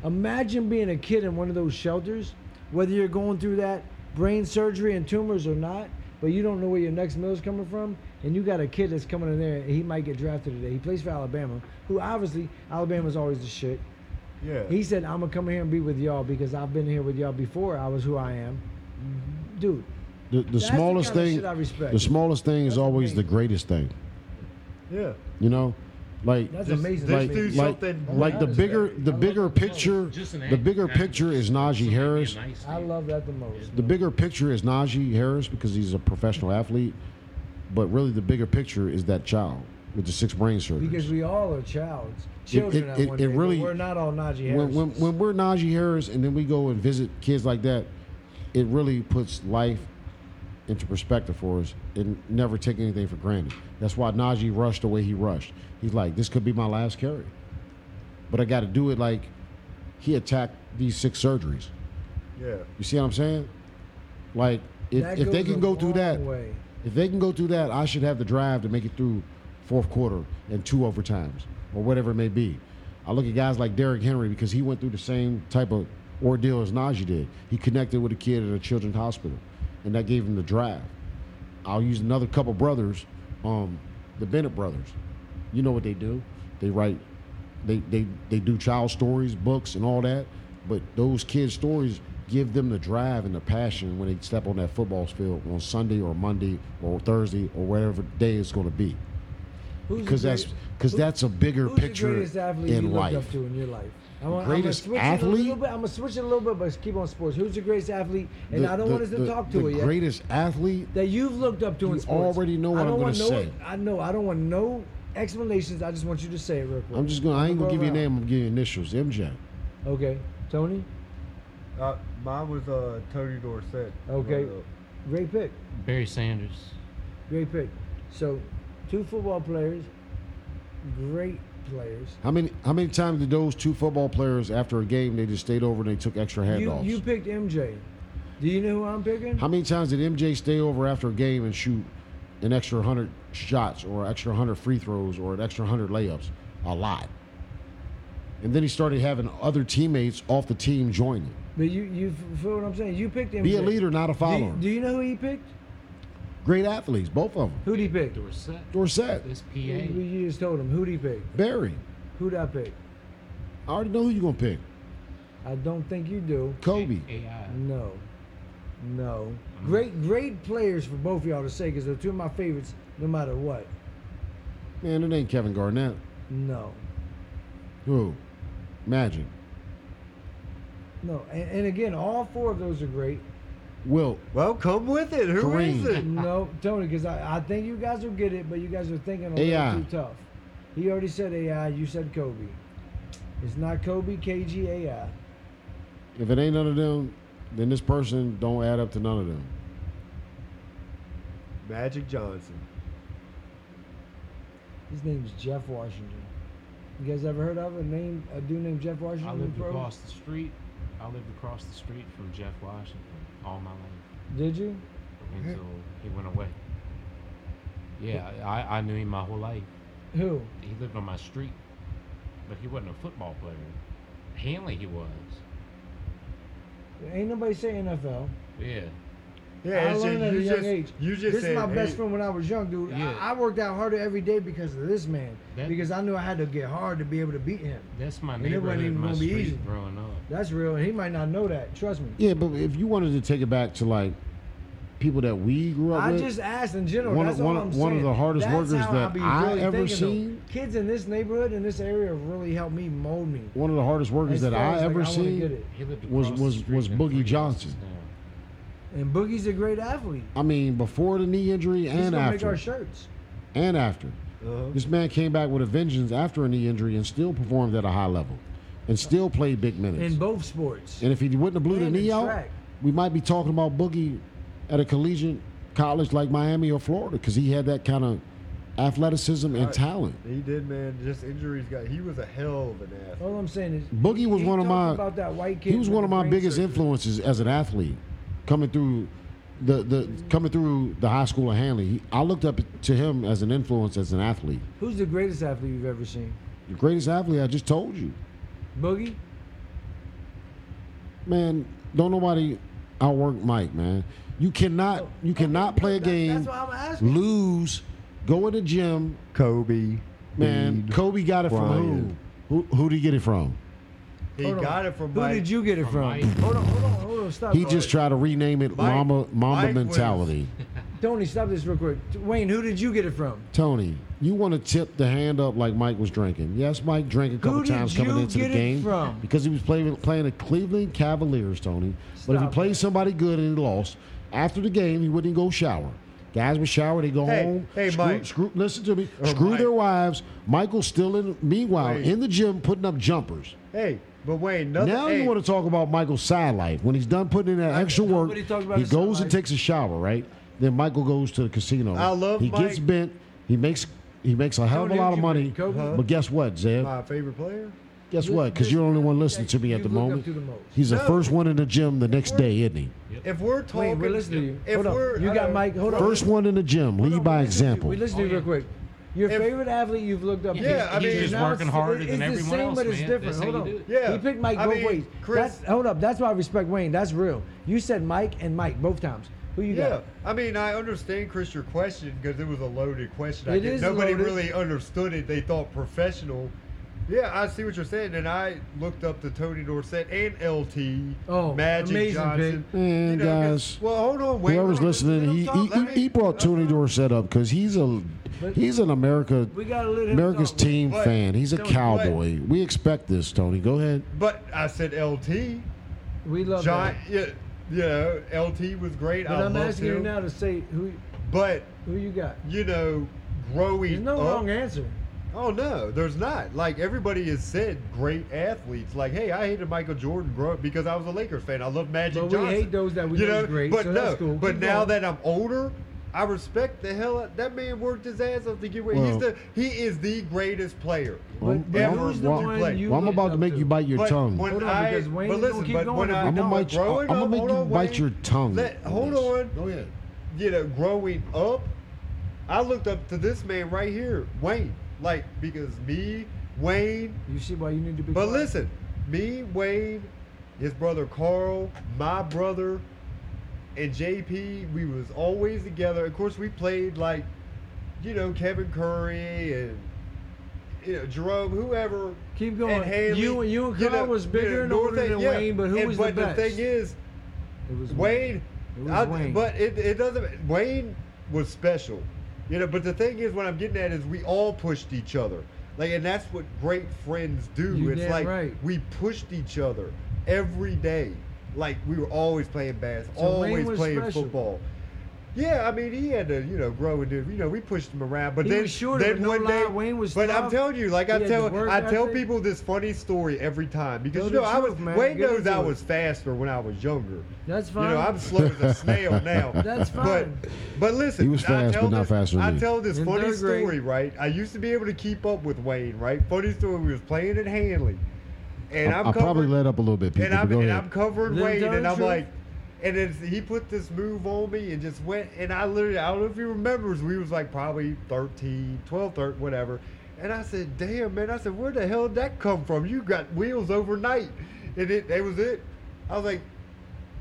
S2: Imagine being a kid in one of those shelters, whether you're going through that brain surgery and tumors or not, but you don't know where your next meal's coming from, and you got a kid that's coming in there and he might get drafted today. He plays for Alabama, who obviously Alabama's always the shit.
S1: Yeah.
S2: He said, I'm gonna come here and be with y'all because I've been here with y'all before I was who I am. Dude,
S3: The, the
S2: That's the
S3: smallest
S2: kind of
S3: thing,
S2: shit I respect.
S3: the smallest thing is
S2: That's
S3: always the
S2: amazing.
S3: greatest thing.
S1: yeah.
S3: You know, like
S2: that's
S1: This- this
S2: amazing. to
S3: like
S2: me.
S1: dude's- do
S3: like,
S1: something
S3: like the
S2: honest,
S3: bigger
S1: man.
S3: the
S4: I love
S3: bigger
S4: the clothes.
S3: picture
S4: Just an
S3: the
S4: act-
S3: bigger
S4: act-
S3: picture is
S4: somebody
S3: Najee
S4: being
S3: Harris.
S4: nice to
S2: I
S4: you.
S2: love that the most.
S3: The bigger picture is Najee Harris because he's a professional athlete, but really the bigger picture is that child with the six brain surgeries.
S2: Because we all are childs, children
S3: it-
S2: at
S3: it-
S2: one
S3: it
S2: day, but
S3: really-
S2: we're not all Najee
S3: when,
S2: Harris.
S3: when, when we're Najee Harris and then we go and visit kids like that, it really puts life into perspective for us and never take anything for granted. That's why Najee rushed the way he rushed. He's like, this could be my last carry. But I got to do it like he attacked these six surgeries.
S1: Yeah.
S3: You see what I'm saying? Like, if,
S2: That
S3: if they
S2: goes
S3: can
S2: a
S3: go through
S2: long
S3: that,
S2: way.
S3: if they can go through that, I should have the drive to make it through fourth quarter and two overtimes or whatever it may be. I look at guys like Derrick Henry because he went through the same type of ordeal as Najee did. He connected with a kid at a children's hospital, and that gave him the drive. I'll use another couple brothers, um, the Bennett brothers. You know what they do? They write, they they they do child stories, books, and all that. But those kids' stories give them the drive and the passion when they step on that football field on Sunday or Monday or Thursday or whatever day it's going to be.
S2: Who's the
S3: Because that's
S2: great-
S3: because
S2: who-
S3: that's a bigger
S2: who's the
S3: picture
S2: greatest athlete you
S3: in
S2: looked
S3: life.
S2: up to in your life? I want,
S3: Greatest
S2: I'm gonna switch It a
S3: athlete?
S2: little bit. I'm gonna switch it a little bit, but keep on sports. Who's the greatest athlete? And
S3: The-
S2: I don't
S3: the-
S2: want us to
S3: the-
S2: talk to
S3: the
S2: it yet.
S3: greatest athlete
S2: that you've looked up to in
S3: You
S2: sports.
S3: already know
S2: I
S3: what
S2: don't
S3: I'm
S2: want
S3: gonna
S2: no-
S3: say.
S2: I know. I don't want no explanations. I just want you to say it real quick.
S3: I'm just gonna. I ain't
S2: Go
S3: gonna give you a
S2: around.
S3: name. I'm gonna give you initials. MJ.
S2: Okay, Tony.
S1: Uh, mine was uh, Tony Dorsett. Uh,
S2: Okay, great pick.
S4: Barry Sanders.
S2: Great pick. So, two football players, great players.
S3: How many how many times did those two football players after a game they just stayed over and they took extra
S2: You,
S3: handoffs?
S2: you picked MJ. Do you know who I'm picking?
S3: how many times did MJ stay over after a game and shoot an extra hundred shots or extra hundred free throws or an extra hundred layups? A lot. And then he started having other teammates off the team join him.
S2: But you, you feel what I'm saying? You picked MJ.
S3: Be a leader, not
S2: Do
S3: a
S2: you,
S3: follower.
S2: do you know who he picked?
S3: Great athletes, both of them.
S2: Who'd he pick?
S4: Dorset.
S3: Dorsett,
S4: This
S2: You,
S4: PA.
S2: you just told him. Who'd he pick?
S3: Barry.
S2: Who'd I pick?
S3: I already know who you're gonna pick.
S2: I don't think you do.
S3: Kobe.
S4: AI.
S2: No. No. Great, great players for both of y'all to say because they're two of my favorites no matter what.
S3: Man, it ain't Kevin Garnett.
S2: No.
S3: Who? Magic.
S2: No. And, and again, all four of those are great.
S3: Wilt.
S1: Well, come with it. Who is
S3: Kareem.
S1: it?
S2: No, Tony, because I, I think you guys will get it, but you guys are thinking a
S3: AI.
S2: little too tough. He already said AI. You said Kobe. It's not Kobe, KG, AI.
S3: If it ain't none of them, then this person don't add up to none of them.
S1: Magic Johnson.
S2: His name's Jeff Washington. You guys ever heard of a name a dude named Jeff Washington?
S4: I
S2: in the
S4: lived
S2: pros?
S4: across the street. I lived across the street from Jeff Washington all my life
S2: Did you?
S4: until he went away. Yeah, I, I knew him my whole life.
S2: Who?
S4: He lived on my street, but he wasn't a football player. Hanley, he was.
S2: Ain't nobody say NFL.
S4: Yeah.
S1: Yeah,
S2: I
S1: it's
S2: learned
S1: just,
S2: at a
S1: you
S2: young
S1: just,
S2: age.
S1: you just
S2: this
S1: said,
S2: is my best
S1: hey,
S2: friend when I was young, dude.
S4: Yeah.
S2: I, I worked out harder every day because of this man.
S4: That-
S2: because I knew I had to get hard to be able to beat him.
S4: That's my
S2: And it wasn't
S4: neighborhood,
S2: even
S4: my
S2: gonna be
S4: street
S2: easy.
S4: growing up.
S2: That's real, and he might not know that. Trust me.
S3: Yeah, but if you wanted to take it back to like people that we grew up
S2: I
S3: with,
S2: just asked in general.
S3: One of-
S2: that's all
S3: one of-
S2: I'm
S3: one of
S2: saying.
S3: the hardest
S2: That's
S3: workers
S2: how I
S3: that
S2: be
S3: I
S2: really
S3: ever
S2: thinking, though.
S3: seen.
S2: Kids in this neighborhood in this area really helped me mold me.
S3: one of the hardest workers
S2: As
S3: that
S2: far
S3: I
S2: as, like,
S3: ever
S2: I wanna get
S3: seen.
S2: it.
S4: He lived
S3: Was-
S4: across the
S3: was-
S4: street
S3: was
S4: in
S3: Boogie
S4: three houses
S3: Johnson.
S4: down.
S2: And Boogie's a great athlete.
S3: I mean, before the knee injury
S2: He's
S3: and
S2: gonna make our
S3: after,
S2: shirts.
S3: and after,
S1: uh-huh.
S3: this man came back with a vengeance after a knee injury and still performed at a high level, and still played big minutes.
S2: In both sports.
S3: and if he wouldn't have blew the
S2: And in
S3: knee out,
S2: track.
S3: we might be talking about Boogie at a collegiate college like Miami or Florida because he had that kind of athleticism and
S1: Right.
S3: talent.
S1: He did, man. Just injuries got. He was a hell of an athlete.
S2: All I'm saying is
S3: Boogie was
S2: he
S3: one of
S2: talked
S3: my-
S2: about that white kid
S3: He was
S2: with
S3: one of
S2: the
S3: my
S2: brain
S3: biggest
S2: surgery.
S3: influences as an athlete, coming through the the coming through the high school of Hanley. He- I looked up to him as an influence as an athlete.
S2: Who's the greatest athlete you've ever seen?
S3: The greatest athlete I just told you,
S2: Boogie?
S3: man. Don't nobody outwork Mike, man. You cannot you cannot play a
S2: That-
S3: game,
S2: That's why I'm asking.
S3: lose, go in the gym,
S1: Kobe.
S3: man. Kobe got it
S1: Bryant.
S3: from who? Who who did he get it from?
S1: He
S2: Hold on.
S1: got it from
S2: Who
S1: Mike.
S2: did you get it from?
S4: Mike.
S2: Hold on, hold on, hold on. Stop.
S3: He just tried to rename it
S1: Mike-
S3: Mama Mama
S1: Mike was-
S3: mentality.
S2: Tony, stop this real quick. Wayne, who did you get it from?
S3: Tony, you want to tip the hand up like Mike was drinking. Yes, Mike drank a couple
S2: did
S3: times coming
S2: you
S3: into
S2: get
S3: the
S2: it
S3: game
S2: from?
S3: because he was playing playing the Cleveland Cavaliers, Tony. but if he
S2: Stop
S3: played
S2: that.
S3: somebody good and he lost, after the game he wouldn't go shower. Guys would shower, they go
S1: Hey,
S3: home.
S1: hey,
S3: screw,
S1: Mike.
S3: screw- listen to me.
S2: Oh,
S3: screw
S1: Mike.
S3: their wives. Michael's still in. Meanwhile,
S1: Wait.
S3: in the gym putting up jumpers.
S1: Hey, but Wayne, nothing.
S3: Now
S1: hey,
S3: you want to talk about Michael's side life when he's done putting in that extra work.
S2: nobody talked about
S3: He
S2: his side
S3: goes and
S2: life.
S3: takes a shower, right? Then Michael goes to the casino.
S1: I love
S3: He gets
S1: Mike.
S3: bent. He makes he makes a hell of a
S2: Tony,
S3: lot
S2: who'd
S3: of
S2: you
S3: money.
S2: pick? Kobe?
S1: Huh?
S3: But guess what, Zeb?
S1: my favorite player?
S3: Guess
S2: This-
S3: what? Because
S2: this-
S3: you're the only one listening to me at
S2: you
S3: the
S2: look up
S3: moment.
S2: to the most.
S3: He's the
S1: No.
S3: first one in the gym the next day, isn't he?
S1: If we're talking,
S2: Wayne, we're listening to you.
S1: If
S2: hold
S1: we're,
S2: on. You
S1: I
S2: got
S1: don't-
S2: Mike. Hold on.
S3: First one in the gym.
S2: Hold
S3: Lead
S2: on,
S3: by
S2: we listen to you.
S3: example.
S2: We listen to
S4: Oh,
S2: you real
S4: yeah.
S2: quick. Your
S1: If-
S2: favorite athlete you've looked up.
S4: Yeah,
S2: to.
S1: Yeah, I
S4: he's,
S1: mean-
S4: he's just
S2: Now
S4: working
S2: it's-
S4: harder
S2: it's
S4: than
S2: the
S4: everyone
S2: same,
S4: else,
S2: but it's
S4: man.
S2: different.
S4: That's how
S2: Hold
S4: you
S2: on.
S4: do it.
S1: Yeah,
S2: He picked Mike
S1: I
S2: both
S1: mean,
S2: ways.
S1: Chris-
S2: That's, hold up. That's why I respect Wayne. That's real. You said Mike and Mike both times. Who you
S1: Yeah,
S2: got?
S1: I mean, I understand Chris your question because it was a loaded question. I
S2: It
S1: guess
S2: is
S1: nobody
S2: loaded.
S1: really understood it. They thought professional. Yeah, I see what you're saying, and I looked up to Tony Dorsett and LT
S2: Oh,
S1: Magic
S2: amazing Mm,
S1: Johnson.
S2: pick.
S3: Man,
S1: 'cause-
S3: guys.
S1: well, hold on, wait.
S3: Whoever's listening, he, he, he, he brought Tony Dorsett up because he's a
S2: But-
S3: he's an America
S2: We gotta let him
S3: America's
S2: talk, Wayne.
S3: team
S1: But-
S3: fan. He's a
S1: Tony,
S3: cowboy. We expect this, Tony. Go ahead.
S1: But I said LT.
S2: We love
S1: John,
S2: that.
S1: yeah, you know, LT was great.
S2: But
S1: I
S2: I'm
S1: loved
S2: asking you
S1: him.
S2: now to say who
S1: But
S2: who you got.
S1: you know, growing
S2: There's no
S1: up,
S2: wrong answer.
S1: Oh no, there's not. Like everybody has said, great athletes. Like, hey, I hated Michael Jordan grow up because I was a Lakers fan. I love Magic
S2: But we
S1: Johnson.
S2: hate those that we
S1: you
S2: know
S1: know,
S2: is great,
S1: But
S2: so
S1: no,
S2: that's cool.
S1: but
S2: Keep
S1: now
S2: going.
S1: that I'm older, I respect the hell out that man worked his ass off to get where he's
S3: Well-
S1: the he is the greatest player.
S3: Well,
S2: But, but
S1: Ever
S2: who's the
S1: want to
S2: one
S1: play.
S2: you
S3: Well, I'm
S2: look
S3: about to
S2: up
S3: make you bite your
S1: But
S3: tongue.
S1: when
S2: Hold on,
S1: I,
S2: because Wayne
S1: but
S2: is
S1: listen,
S2: gonna keep
S1: but
S2: going
S1: when
S2: if
S1: I,
S2: we
S3: I'm gonna,
S2: No,
S3: bite, you,
S1: growing
S3: I'm gonna
S1: up-
S3: make
S1: hold
S3: you
S1: on,
S3: bite
S1: Wayne.
S3: your tongue.
S1: Let- hold
S3: this.
S1: on.
S3: Go ahead.
S1: you know, growing up, I looked up to this man right here, Wayne. Like, because me, Wayne,
S2: You see why you need to be.
S1: but
S2: quiet?
S1: listen, me, Wayne, his brother Carl, my brother, and JP, we was always together. Of course, we played like, you know, Kevin Curry and you know Jerome, whoever.
S2: Keep going. You- you and Carl was bigger and
S1: North
S2: older
S1: End-
S2: than Wayne, but who
S1: and,
S2: was the
S1: but
S2: best?
S1: the thing is,
S2: It was
S1: Wayne.
S2: It was
S1: I-
S2: Wayne.
S1: But it, it doesn't. Wayne was special, you know. But the thing is, what I'm getting at is we all pushed each other, like, and that's what great friends do.
S2: You
S1: it's
S2: damn
S1: like
S2: right.
S1: we pushed each other every day. Like we were always playing bass,
S2: So Wayne
S1: always
S2: was
S1: playing
S2: special.
S1: football. Yeah, I mean, he had to, you know, grow and do. You know, we pushed him around, but
S2: He
S1: then,
S2: was shorter,
S1: then
S2: but no
S1: one
S2: lie,
S1: day,
S2: Wayne was
S1: But I'm
S2: tough.
S1: telling you, like I
S2: He had the
S1: tell,
S2: work
S1: I tell
S2: ethic.
S1: people this funny story every time because
S2: Tell
S1: you know
S2: the
S1: I was
S2: truth, man.
S1: Wayne
S2: Get
S1: knows
S2: into
S1: I
S2: it.
S1: was faster when I was younger.
S2: That's fine.
S1: You know, I'm slow as a snail now.
S2: That's fine.
S1: But but listen,
S3: He was
S1: I
S3: fast,
S1: tell
S3: but not
S1: this,
S3: faster than
S1: I
S3: me.
S1: tell this
S2: In
S1: funny
S2: third grade.
S1: story, right? I used to be able to keep up with Wayne, right? Funny story. We was playing at Hanley, and
S3: I,
S1: I'm
S3: I
S1: covering,
S3: probably let up a little bit, people.
S1: and I'm
S3: but go
S1: and
S3: ahead.
S1: I'm covering
S2: Then
S1: Wayne,
S2: tell
S1: and
S2: the
S1: I'm
S2: truth.
S1: like, and it's, he put this move on me and just went, and I literally, I don't know if he remembers, we was like probably 13, 12, 13, whatever, and I said, damn man, I said, where the hell did that come from? You got wheels overnight, and it, that was it. I was like,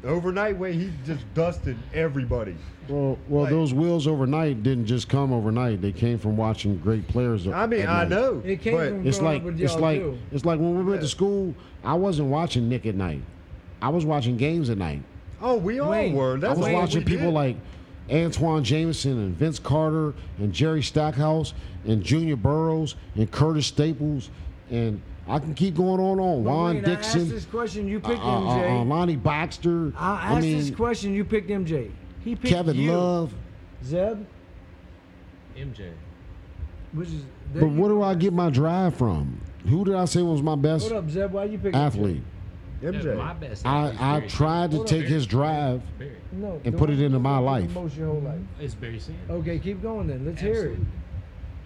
S1: overnight Wayne, he just dusted everybody.
S3: well, well,
S1: like-
S3: those wheels overnight didn't just come overnight. They came from watching great players.
S1: I mean,
S3: at
S1: I
S3: night.
S1: know,
S2: It came
S1: but-
S2: from
S3: It's
S2: growing
S3: like
S2: up with
S3: it's
S2: y'all
S3: like
S2: too.
S3: it's like when we went to school. I wasn't watching Nick at night. I was watching games at night.
S1: oh, we all
S2: Wayne,
S1: were. That's
S3: I was
S1: what
S3: watching
S1: we
S3: people
S1: did.
S3: like Antoine Jameson and Vince Carter and Jerry Stackhouse and Junior Burroughs and Curtis Staples and I can keep going on and on.
S2: But
S3: Juan
S2: Wayne, I asked
S3: Dixon,
S2: this question. You
S3: uh,
S2: picked
S3: uh, uh,
S2: MJ.
S3: Lonnie Baxter.
S2: I asked this question. You picked MJ. He picked
S3: Kevin
S2: you.
S3: Love.
S2: Zeb,
S4: MJ.
S2: which is. there
S3: But
S2: you
S3: where
S2: go.
S3: do I get my drive from? Who did I say was my best
S2: Hold up, Zeb. Why you pick
S3: athlete?
S4: Yeah,
S1: MJ.
S4: my best. athlete is
S3: I, I
S4: Barry
S3: tried to
S2: Hold up.
S3: take his drive.
S4: Sanders. Barry.
S2: MJ? No.
S3: and
S2: the
S3: put
S2: one
S3: it into
S2: that's
S3: my
S2: been
S3: life.
S2: Most your whole life.
S4: It's Barry Sanders.
S2: Okay, keep going then. Let's hear
S4: Absolutely.
S2: it.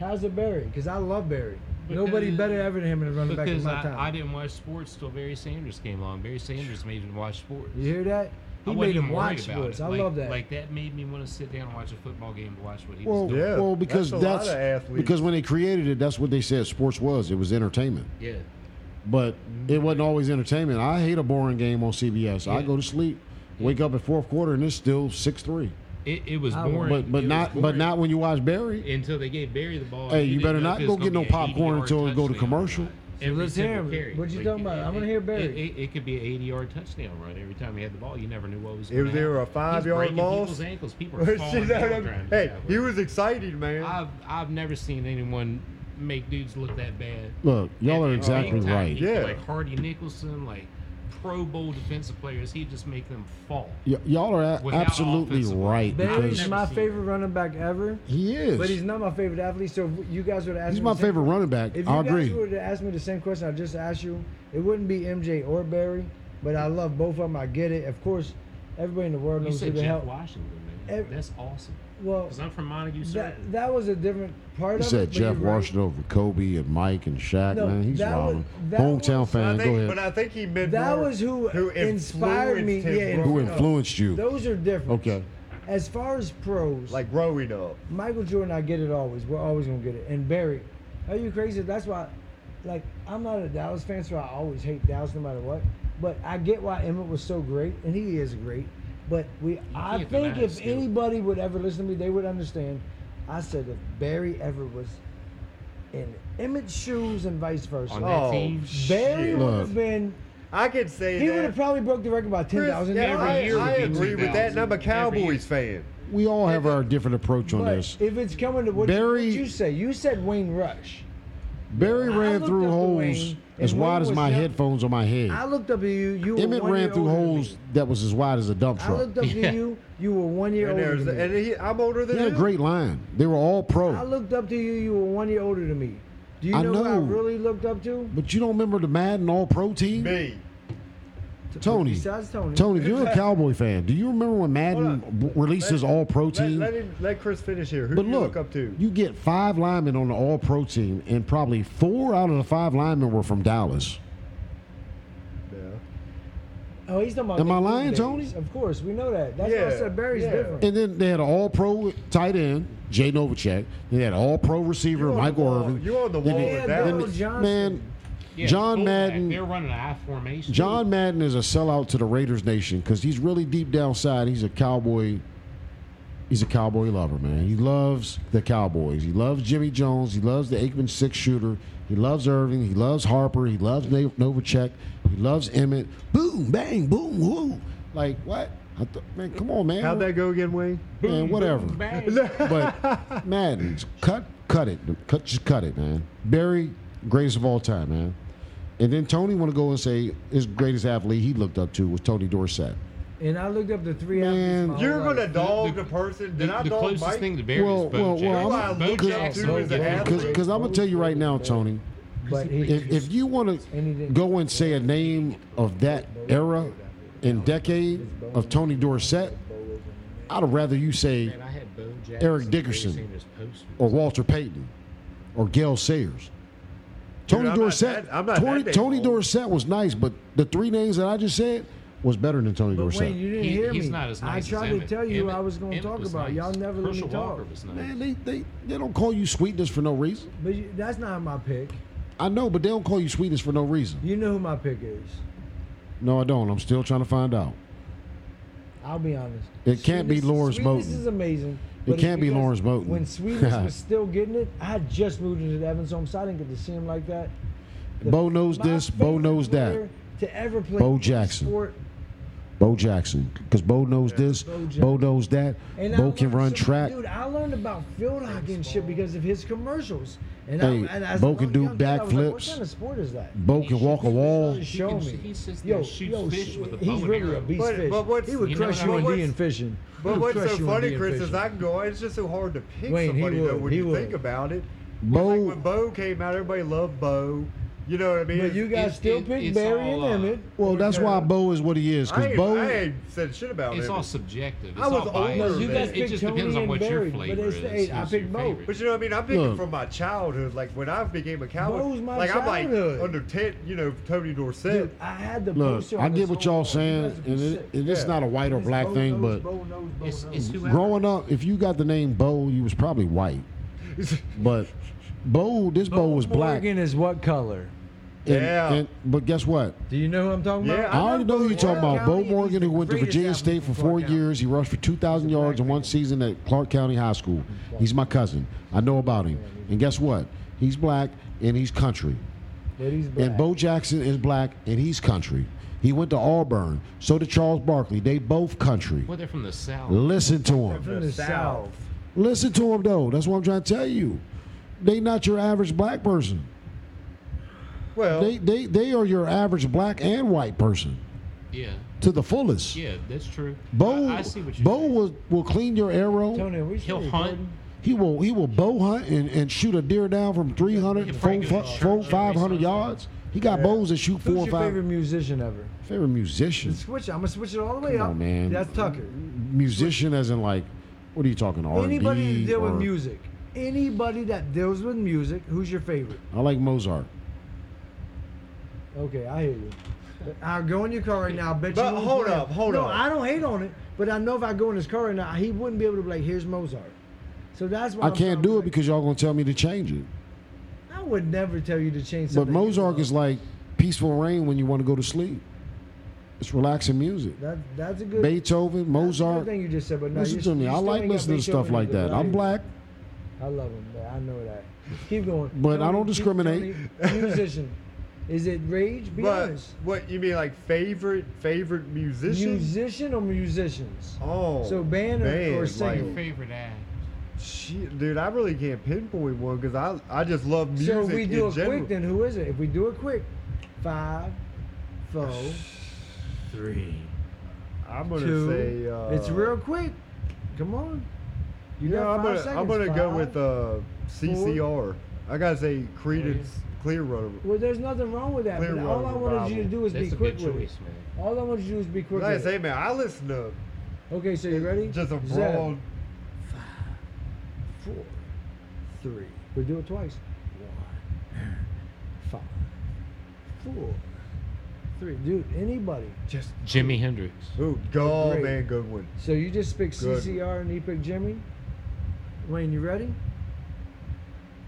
S2: How's it Barry? Because I love Barry.
S4: Because-
S2: Nobody better ever than him in the running back in
S4: Because
S2: my
S4: I,
S2: time.
S4: I didn't watch sports till Barry Sanders came along. Barry Sanders made me watch sports.
S2: You hear that?
S4: I
S2: He
S4: wasn't
S2: made him
S4: even worried
S2: watch
S4: about
S2: sports.
S4: it.
S2: I
S4: like,
S2: love that.
S4: Like that made me want to sit down and watch a football game to watch what he
S3: Well,
S4: was doing.
S1: Yeah,
S3: well, because
S1: that's a lot
S3: that's,
S1: of athletes.
S3: because when they created it, that's what they said sports was. It was entertainment.
S4: Yeah.
S3: but
S1: Mm-hmm.
S3: it wasn't always entertainment. I hate a boring game on CBS. I
S4: Yeah.
S3: go to sleep, wake up at fourth quarter, and it's still six three.
S4: It, it was
S2: I
S4: boring.
S3: But but
S4: It was
S3: not but
S4: boring
S3: not when you watch Barry.
S4: until they gave Barry the ball.
S3: Hey,
S4: and
S3: you
S4: didn't
S3: better
S4: know
S3: not
S4: if it
S3: go
S4: was
S3: get
S4: gonna
S3: no
S4: be an
S3: popcorn
S4: 80-yard
S3: until it go to
S4: touchdown or
S3: commercial.
S4: not. Every
S2: let's
S4: single
S2: hear him.
S4: carry.
S2: What you
S4: Like,
S2: talking about? I wanna hear Barry.
S4: It, it, it could be an 80 yard touchdown run every time he had the ball. You never knew what was
S1: If
S4: going to
S1: there were a five-yard loss-
S4: People's ankles. People are falling down trying to
S1: hey,
S4: tackle
S1: he
S4: him.
S1: was excited, man.
S4: I've, I've never seen anyone make dudes look that bad.
S3: Look, y'all
S4: And-
S3: are
S4: and
S3: exactly
S4: big time
S3: right.
S4: people
S1: Yeah.
S4: Like Hardy Nicholson, like Pro Bowl defensive players, he'd just make them fall.
S3: Y- y'all are a-
S4: Without
S3: absolutely
S4: offensive line.
S3: right
S2: Barry's
S3: because
S4: Never
S2: my
S4: seen it.
S2: favorite running back ever,
S3: he is.
S2: but he's not my favorite athlete. So if you guys would ask
S3: He's
S2: me
S3: my
S2: the same
S3: favorite running back.
S2: If you
S3: I
S2: guys
S3: agree.
S2: were to ask me the same question I just asked you, it wouldn't be MJ or Barry, but I love both of them. I get it. Of course, everybody in the world
S4: You
S2: knows who
S4: said
S2: the
S4: Jeff
S2: hell.
S4: Washington, man.
S2: Ev-
S4: That's awesome.
S2: Well,
S4: Because I'm from Montague
S2: that,
S4: Circle.
S2: that was a different part
S3: He
S2: of
S3: said
S2: it. but
S3: Jeff
S2: you're right.
S3: Washington over Kobe and Mike and Shaq.
S2: No,
S3: man, he's
S2: that was-
S3: wilding.
S2: that
S3: Hometown
S2: was-
S1: I
S3: fan.
S1: think,
S3: go ahead.
S1: But I think he meant
S2: That
S1: more
S2: was who inspired
S1: influenced
S2: me,
S1: him
S2: yeah, and-
S3: Who
S1: growing up.
S3: influenced you?
S2: Those are different.
S3: Okay.
S2: As far as pros, like
S1: Like growing up.
S2: Michael Jordan, I get it always. We're always gonna get it. And Barry, are you crazy? That's why, like, I'm not a Dallas fan, so I always hate Dallas no matter what. But I get why Emmett was so great, and he is great. But we, I
S4: can't
S2: think
S4: deny
S2: if
S4: his skill.
S2: anybody would ever listen to me, they would understand. I said if Barry ever was in Emmett's shoes and vice versa,
S4: On that
S1: Oh,
S4: team.
S2: Barry
S1: shit.
S2: would have
S3: Look.
S2: been.
S1: I could say
S2: He
S1: that.
S2: would have probably broke the record by ten
S1: Chris,
S2: thousand.
S1: yeah,
S4: every
S1: I,
S4: year
S1: I
S4: would be
S1: agree with that.
S4: 2,000.
S1: And I'm a
S4: Every year.
S1: Cowboys fan.
S3: We all have our different approach on
S2: But
S3: this.
S2: if it's coming to what
S3: Barry-
S2: Barry, you say, you said Wayne Rush.
S3: Barry
S2: I
S3: ran
S2: looked
S3: through
S2: up to Wayne,
S3: holes
S2: and
S3: as
S2: Wayne
S3: wide as
S2: was
S3: my
S2: young.
S3: headphones on my head.
S2: I looked up at you. You were
S3: Hmm. Emmett
S2: one
S3: ran
S2: year
S3: through
S2: older than
S3: holes
S2: me.
S3: that was as wide as a dump
S2: I
S3: truck.
S2: looked up
S4: Yeah.
S2: to you. You were one year
S1: And
S2: older
S1: there's
S2: than me.
S1: and he, I'm older
S3: They
S1: than
S3: had a
S1: him.
S3: great line. They were all
S2: I
S3: pro.
S2: looked up to you. You were one year older than me. Do you
S3: I
S2: know, who I
S3: know.
S2: really looked up to?
S3: But you don't remember the Madden All Pro team?
S1: Me.
S3: Tony.
S2: Besides Tony.
S3: Tony, if you're a Cowboy fan, do you remember when Madden
S1: on.
S3: w- released his All Pro
S1: Let,
S3: team?
S1: let, him, let Chris finish here. Who
S3: but
S1: do you
S3: look,
S1: look up to?
S3: you get five linemen on the All Pro team, and probably four out of the five linemen were from Dallas.
S1: yeah.
S2: Oh, he's talking about.
S3: Am
S2: the
S3: I
S2: good
S3: lying,
S2: days.
S3: Tony?
S2: Of course, we know that. That's why I
S1: Yeah,
S2: said Barry's
S1: yeah.
S2: different.
S3: And then they had an All Pro tight end, Jay Novacek. They had an All Pro receiver,
S1: You're on the
S3: Michael
S1: wall.
S3: Irvin.
S1: You're on the
S3: Then
S1: wall
S3: they-
S1: with
S2: Yeah,
S1: that.
S3: then
S2: Bill
S3: they-
S2: Johnson.
S3: Man,
S4: Yeah,
S3: John
S4: fullback,
S3: Madden-
S4: They're running an I formation.
S3: John Madden is a sellout to the Raiders nation because he's really deep down side. He's a cowboy. He's a cowboy lover, man. He loves the Cowboys. He loves Jimmy Jones. He loves the Aikman six shooter. He loves Irving. He loves Harper. He loves Na- Novacek. He loves Emmett. Boom, bang, boom, whoo. Like what? I th- man, come on, man.
S1: How'd that go again, Wayne?
S3: man, whatever.
S4: Bang.
S3: But Madden, cut, cut it, cut, just cut it, man. Barry, greatest of all time, man. And then Tony want to go and say his greatest athlete he looked up to was Tony Dorsett.
S2: And I looked up the three
S3: Man.
S2: athletes. my
S1: You're
S2: whole life.
S1: gonna dog
S4: the-
S1: the, person? Did
S4: the,
S1: I
S4: the
S1: dog
S4: closest
S1: Mike?
S4: thing to Barry
S3: Well,
S4: is Bo
S3: well, well,
S1: I'm-
S4: Jackson. Bo
S1: Because-
S4: Jackson.
S1: because-
S4: would get
S1: because-
S4: it.
S3: Because I'm gonna tell you right now, Tony,
S2: But he,
S3: if, if you want to go and say a name of that era and decade of Tony Dorsett, I'd rather you say
S4: Man, I had Bo Jackson,
S3: Eric Dickerson.
S4: Barry Sanders poster.
S3: or Walter Payton or Gail Sayers. Tony
S1: I'm not
S3: Dorsett.
S1: that- I'm not
S3: Tony,
S1: that damn
S3: Tony
S1: old.
S3: Dorsett was nice, but the three names that I just said was better than Tony
S2: but
S3: Dorsett.
S2: Wayne, you didn't
S4: He-
S2: hear
S4: he's
S2: me.
S4: not as nice
S2: I
S4: as
S2: tried to
S4: Emmett.
S2: tell you
S4: Emmett-
S2: I was gonna
S4: Emmett
S2: talk
S4: was
S2: about.
S4: nice.
S2: Y'all never
S4: Herschel
S2: let me talk.
S4: Walker was nice.
S3: Man, they, they, they don't call you sweetness for no reason.
S2: But you, that's not my pick.
S3: I know, but they don't call you sweetness for no reason.
S2: You know who my pick is.
S3: No, I don't. I'm still trying to find out.
S2: I'll be honest.
S3: It can't be
S2: Sweetness-
S3: Lawrence
S2: Sweetness
S3: Moten.
S2: is amazing.
S3: It
S2: but it's
S3: can't be
S2: because
S3: Lawrence Moten.
S2: When Sweetness was still getting it, I had just moved into the Evans home, so I didn't get to see him like that.
S3: Bo knows
S2: my
S3: this. Bo
S2: favorite
S3: knows that.
S2: player To ever play
S3: Bo
S2: any
S3: Jackson.
S2: sport,
S3: Bo Jackson, because Bo knows this.
S2: Bo
S3: Bo,
S2: Jackson.
S3: knows that.
S2: And I
S3: Bo can
S2: learned
S3: run
S2: so-
S3: track.
S2: Dude, I learned about field hockey and shit because of his commercials. And
S3: Hey,
S2: I, and as
S3: Bo
S2: a
S3: can
S2: young
S3: do
S2: kid, I was like, what
S3: backflips.
S2: kind of sport is that?
S3: Bo can walk a wall.
S4: He
S2: Show
S4: can-
S2: me.
S4: he sits there and shoots fish
S2: sh-
S4: with a bow
S2: he's
S4: and
S2: really
S4: arrow.
S2: a beast
S1: But-
S2: fish.
S1: but what's-
S2: he would
S4: you know
S2: crush
S4: what
S2: you
S4: I mean?
S2: in
S1: What's-
S2: D and fishing. He
S1: But
S2: would
S1: what's so
S2: crush you in D
S1: funny,
S2: and
S1: Chris, is
S2: fishing.
S1: I can go on. It's just so hard to pick
S2: Wayne, he
S1: somebody though
S2: would,
S1: when
S2: he
S1: you
S2: would.
S1: think about it.
S3: Bo-
S1: like when Bo came out, everybody loved Bo. You know what I mean?
S2: But you guys
S4: It's-
S2: still
S4: it-
S2: pick
S4: it's
S2: Barry
S4: all,
S2: and
S4: uh,
S2: Emmett.
S3: Well, that's why Bo is what he is.
S1: I
S3: Because
S1: ain't,
S3: Bo,
S1: I ain't said shit about
S4: It's
S1: him.
S4: all subjective. It's
S1: I was
S4: all biased.
S1: older
S2: But you
S1: than
S2: guys
S1: It
S2: pick
S4: just
S2: Tony
S4: depends on
S2: and
S4: what
S2: Barry,
S4: your flavor
S2: but it's the
S4: is.
S2: eight. I
S4: Who's your
S2: pick Bo.
S4: favorite?
S1: But you know what I mean? I'm picking
S3: Look.
S1: from my childhood. Like when I became a cowboy,
S2: Bo was my
S1: like I'm
S2: childhood.
S1: like under ten. You know, Tony Dorsett.
S2: Dude, I had the
S3: look,
S2: poster
S3: I
S2: on
S3: get
S2: this
S3: what
S2: whole
S3: y'all
S2: wall. You
S3: saying,
S2: guys would
S3: and
S2: be
S3: it,
S2: sick.
S3: and it's
S1: Yeah.
S3: not a white or
S2: It's
S3: black
S2: Bo knows,
S3: thing, but
S2: Bo knows, Bo
S4: It's-
S2: knows.
S4: it's whoever.
S3: growing up, if you got the name Bo, you was probably white. But Bo, this Bo was black.
S2: Morgan is what color?
S3: And-
S1: Yeah.
S3: and- but guess what?
S2: Do you know who I'm talking
S1: Yeah,
S3: I
S2: about?
S3: already know who you're talking about. Bo
S2: County, he's
S3: Morgan,
S2: the
S3: who went to
S2: greatest
S3: Virginia
S2: athlete
S3: State for
S2: from
S3: four
S2: Clark County.
S3: years. He rushed for 2,000 yards in one season at Clark County High School. He's my cousin. I know about him. And guess what? He's black and he's country.
S2: But he's
S3: And
S2: black.
S3: Bo Jackson is black and he's country. He went to Auburn. So did Charles Barkley. They both country.
S4: Well, they're from the south.
S3: Listen to him.
S2: from the south.
S3: Listen to him though. That's what I'm trying to tell you. They not your average black person.
S1: Well,
S3: They they they are your average black and white person
S4: Yeah,
S3: to the fullest.
S4: yeah, that's true.
S3: Bo
S4: I, I see what you're
S3: Bo
S4: saying.
S3: will will clean your arrow.
S2: Tony, are we still
S4: He'll hunt.
S2: recording?
S3: He will he will bow hunt and, and shoot a deer down from 300,
S4: He'll
S3: four,
S4: probably go to
S3: fi-
S4: church
S3: four,
S4: every
S3: 500
S4: Sunday.
S3: yards. He got bows that shoot
S2: Who's
S3: four
S2: your
S3: or five.
S2: favorite musician ever?
S3: favorite musician?
S2: Switch. it. I'm gonna switch it all the way
S3: Come
S2: up.
S3: on, man.
S2: That's Tucker.
S3: Musician as in like, what are you talking? R&B
S2: Anybody that deal
S3: or-
S2: with music. Anybody that deals with music. Who's your favorite?
S3: I like Mozart.
S2: Okay, I hear you. But I'll go in your car right now. I bet
S1: But
S2: you. won't
S1: hold
S2: play
S1: up,
S2: it.
S1: hold
S2: no,
S1: up.
S2: I don't hate on it, but I know if I go in his car right now, he wouldn't be able to be like, "Here's Mozart." So that's why
S3: I
S2: I'm
S3: can't
S2: trying
S3: do
S2: to
S3: it
S2: be
S3: because y'all gonna tell me to change it.
S2: like, I would never tell you to change.
S3: But
S2: something you
S3: Mozart
S2: love.
S3: is like peaceful rain when you want to go to sleep. It's relaxing music.
S2: that. That's a good.
S3: Beethoven,
S2: that's a good
S3: Mozart.
S2: thing you just said, but no,
S3: Listen
S2: you-
S3: to me.
S2: you
S3: I
S2: still
S3: like
S2: ain't got
S3: listening to stuff
S2: Beethoven
S3: like
S2: either,
S3: that.
S2: but I-
S3: I'm black.
S2: I love him. Man. I know that. Keep going.
S3: But I don't discriminate.
S2: Tony, musician. Is it rage? Be
S1: but
S2: honest.
S1: what you mean like favorite favorite musician?
S2: Musician or musicians?
S1: Oh,
S2: So band or- or
S1: like,
S4: Who's
S2: singer?
S4: your favorite act?
S1: shit, dude, I really can't pinpoint one because I I just love music.
S2: so if we do
S1: in
S2: it
S1: general.
S2: quick, then who is it? If we do it quick, five, four,
S4: Three.
S1: I'm gonna
S2: two.
S1: say uh,
S2: it's real quick. Come on. You
S1: Yeah,
S2: got
S1: I'm
S2: five
S1: gonna uh,
S2: seconds.
S1: I'm gonna go
S2: Five,
S1: with uh, CCR. I gotta say Credence clear runner.
S2: Well, there's nothing wrong with that.
S1: Clear
S2: But all I
S1: runner
S2: wanted you to
S1: revival.
S2: do is
S4: That's
S2: be
S4: a good
S2: quick with it.
S4: choice, man.
S2: All I want you to do is be quick
S1: Like I
S2: with
S1: say,
S2: it.
S1: man, I listen to
S2: Okay, so you ready?
S1: eh? just a
S2: Zeb,
S1: broad.
S2: four, three. We'll do it twice. One, five, four, three. Dude, anybody.
S1: Just
S4: Jimi Hendrix.
S1: ooh, go
S2: Great.
S1: man, good one.
S2: So you just pick
S1: Good.
S2: CCR and you pick Jimmy. Wayne, you ready?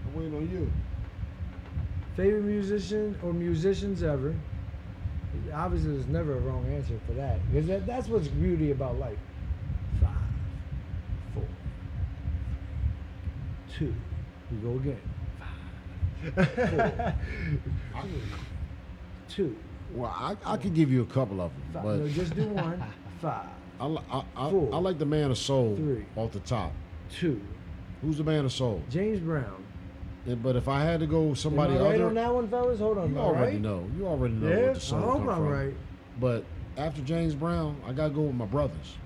S3: I'm waiting on you.
S2: Favorite musician or musicians ever? Obviously, there's never a wrong answer for that because that, that's what's beauty about life. Five, four, two. We go again. Two.
S3: Well, I, I could give you a couple of them,
S2: Five.
S3: but
S2: no, just do one. Five,
S3: I, li- I, I,
S2: Four.
S3: I like the man of soul
S2: Three.
S3: off the top.
S2: two.
S3: Who's the man of soul?
S2: James Brown.
S3: Yeah, But if I had to go
S2: Am
S3: somebody
S2: I right
S3: other,
S2: on that one, fellas? Hold on.
S3: you
S2: am I
S3: already
S2: right?
S3: know. You already know
S1: Yeah,
S3: what the
S1: I
S2: I
S3: soul
S2: hope
S3: come
S2: I'm
S3: from.
S2: right.
S3: But after James Brown, I gotta go with my brothers.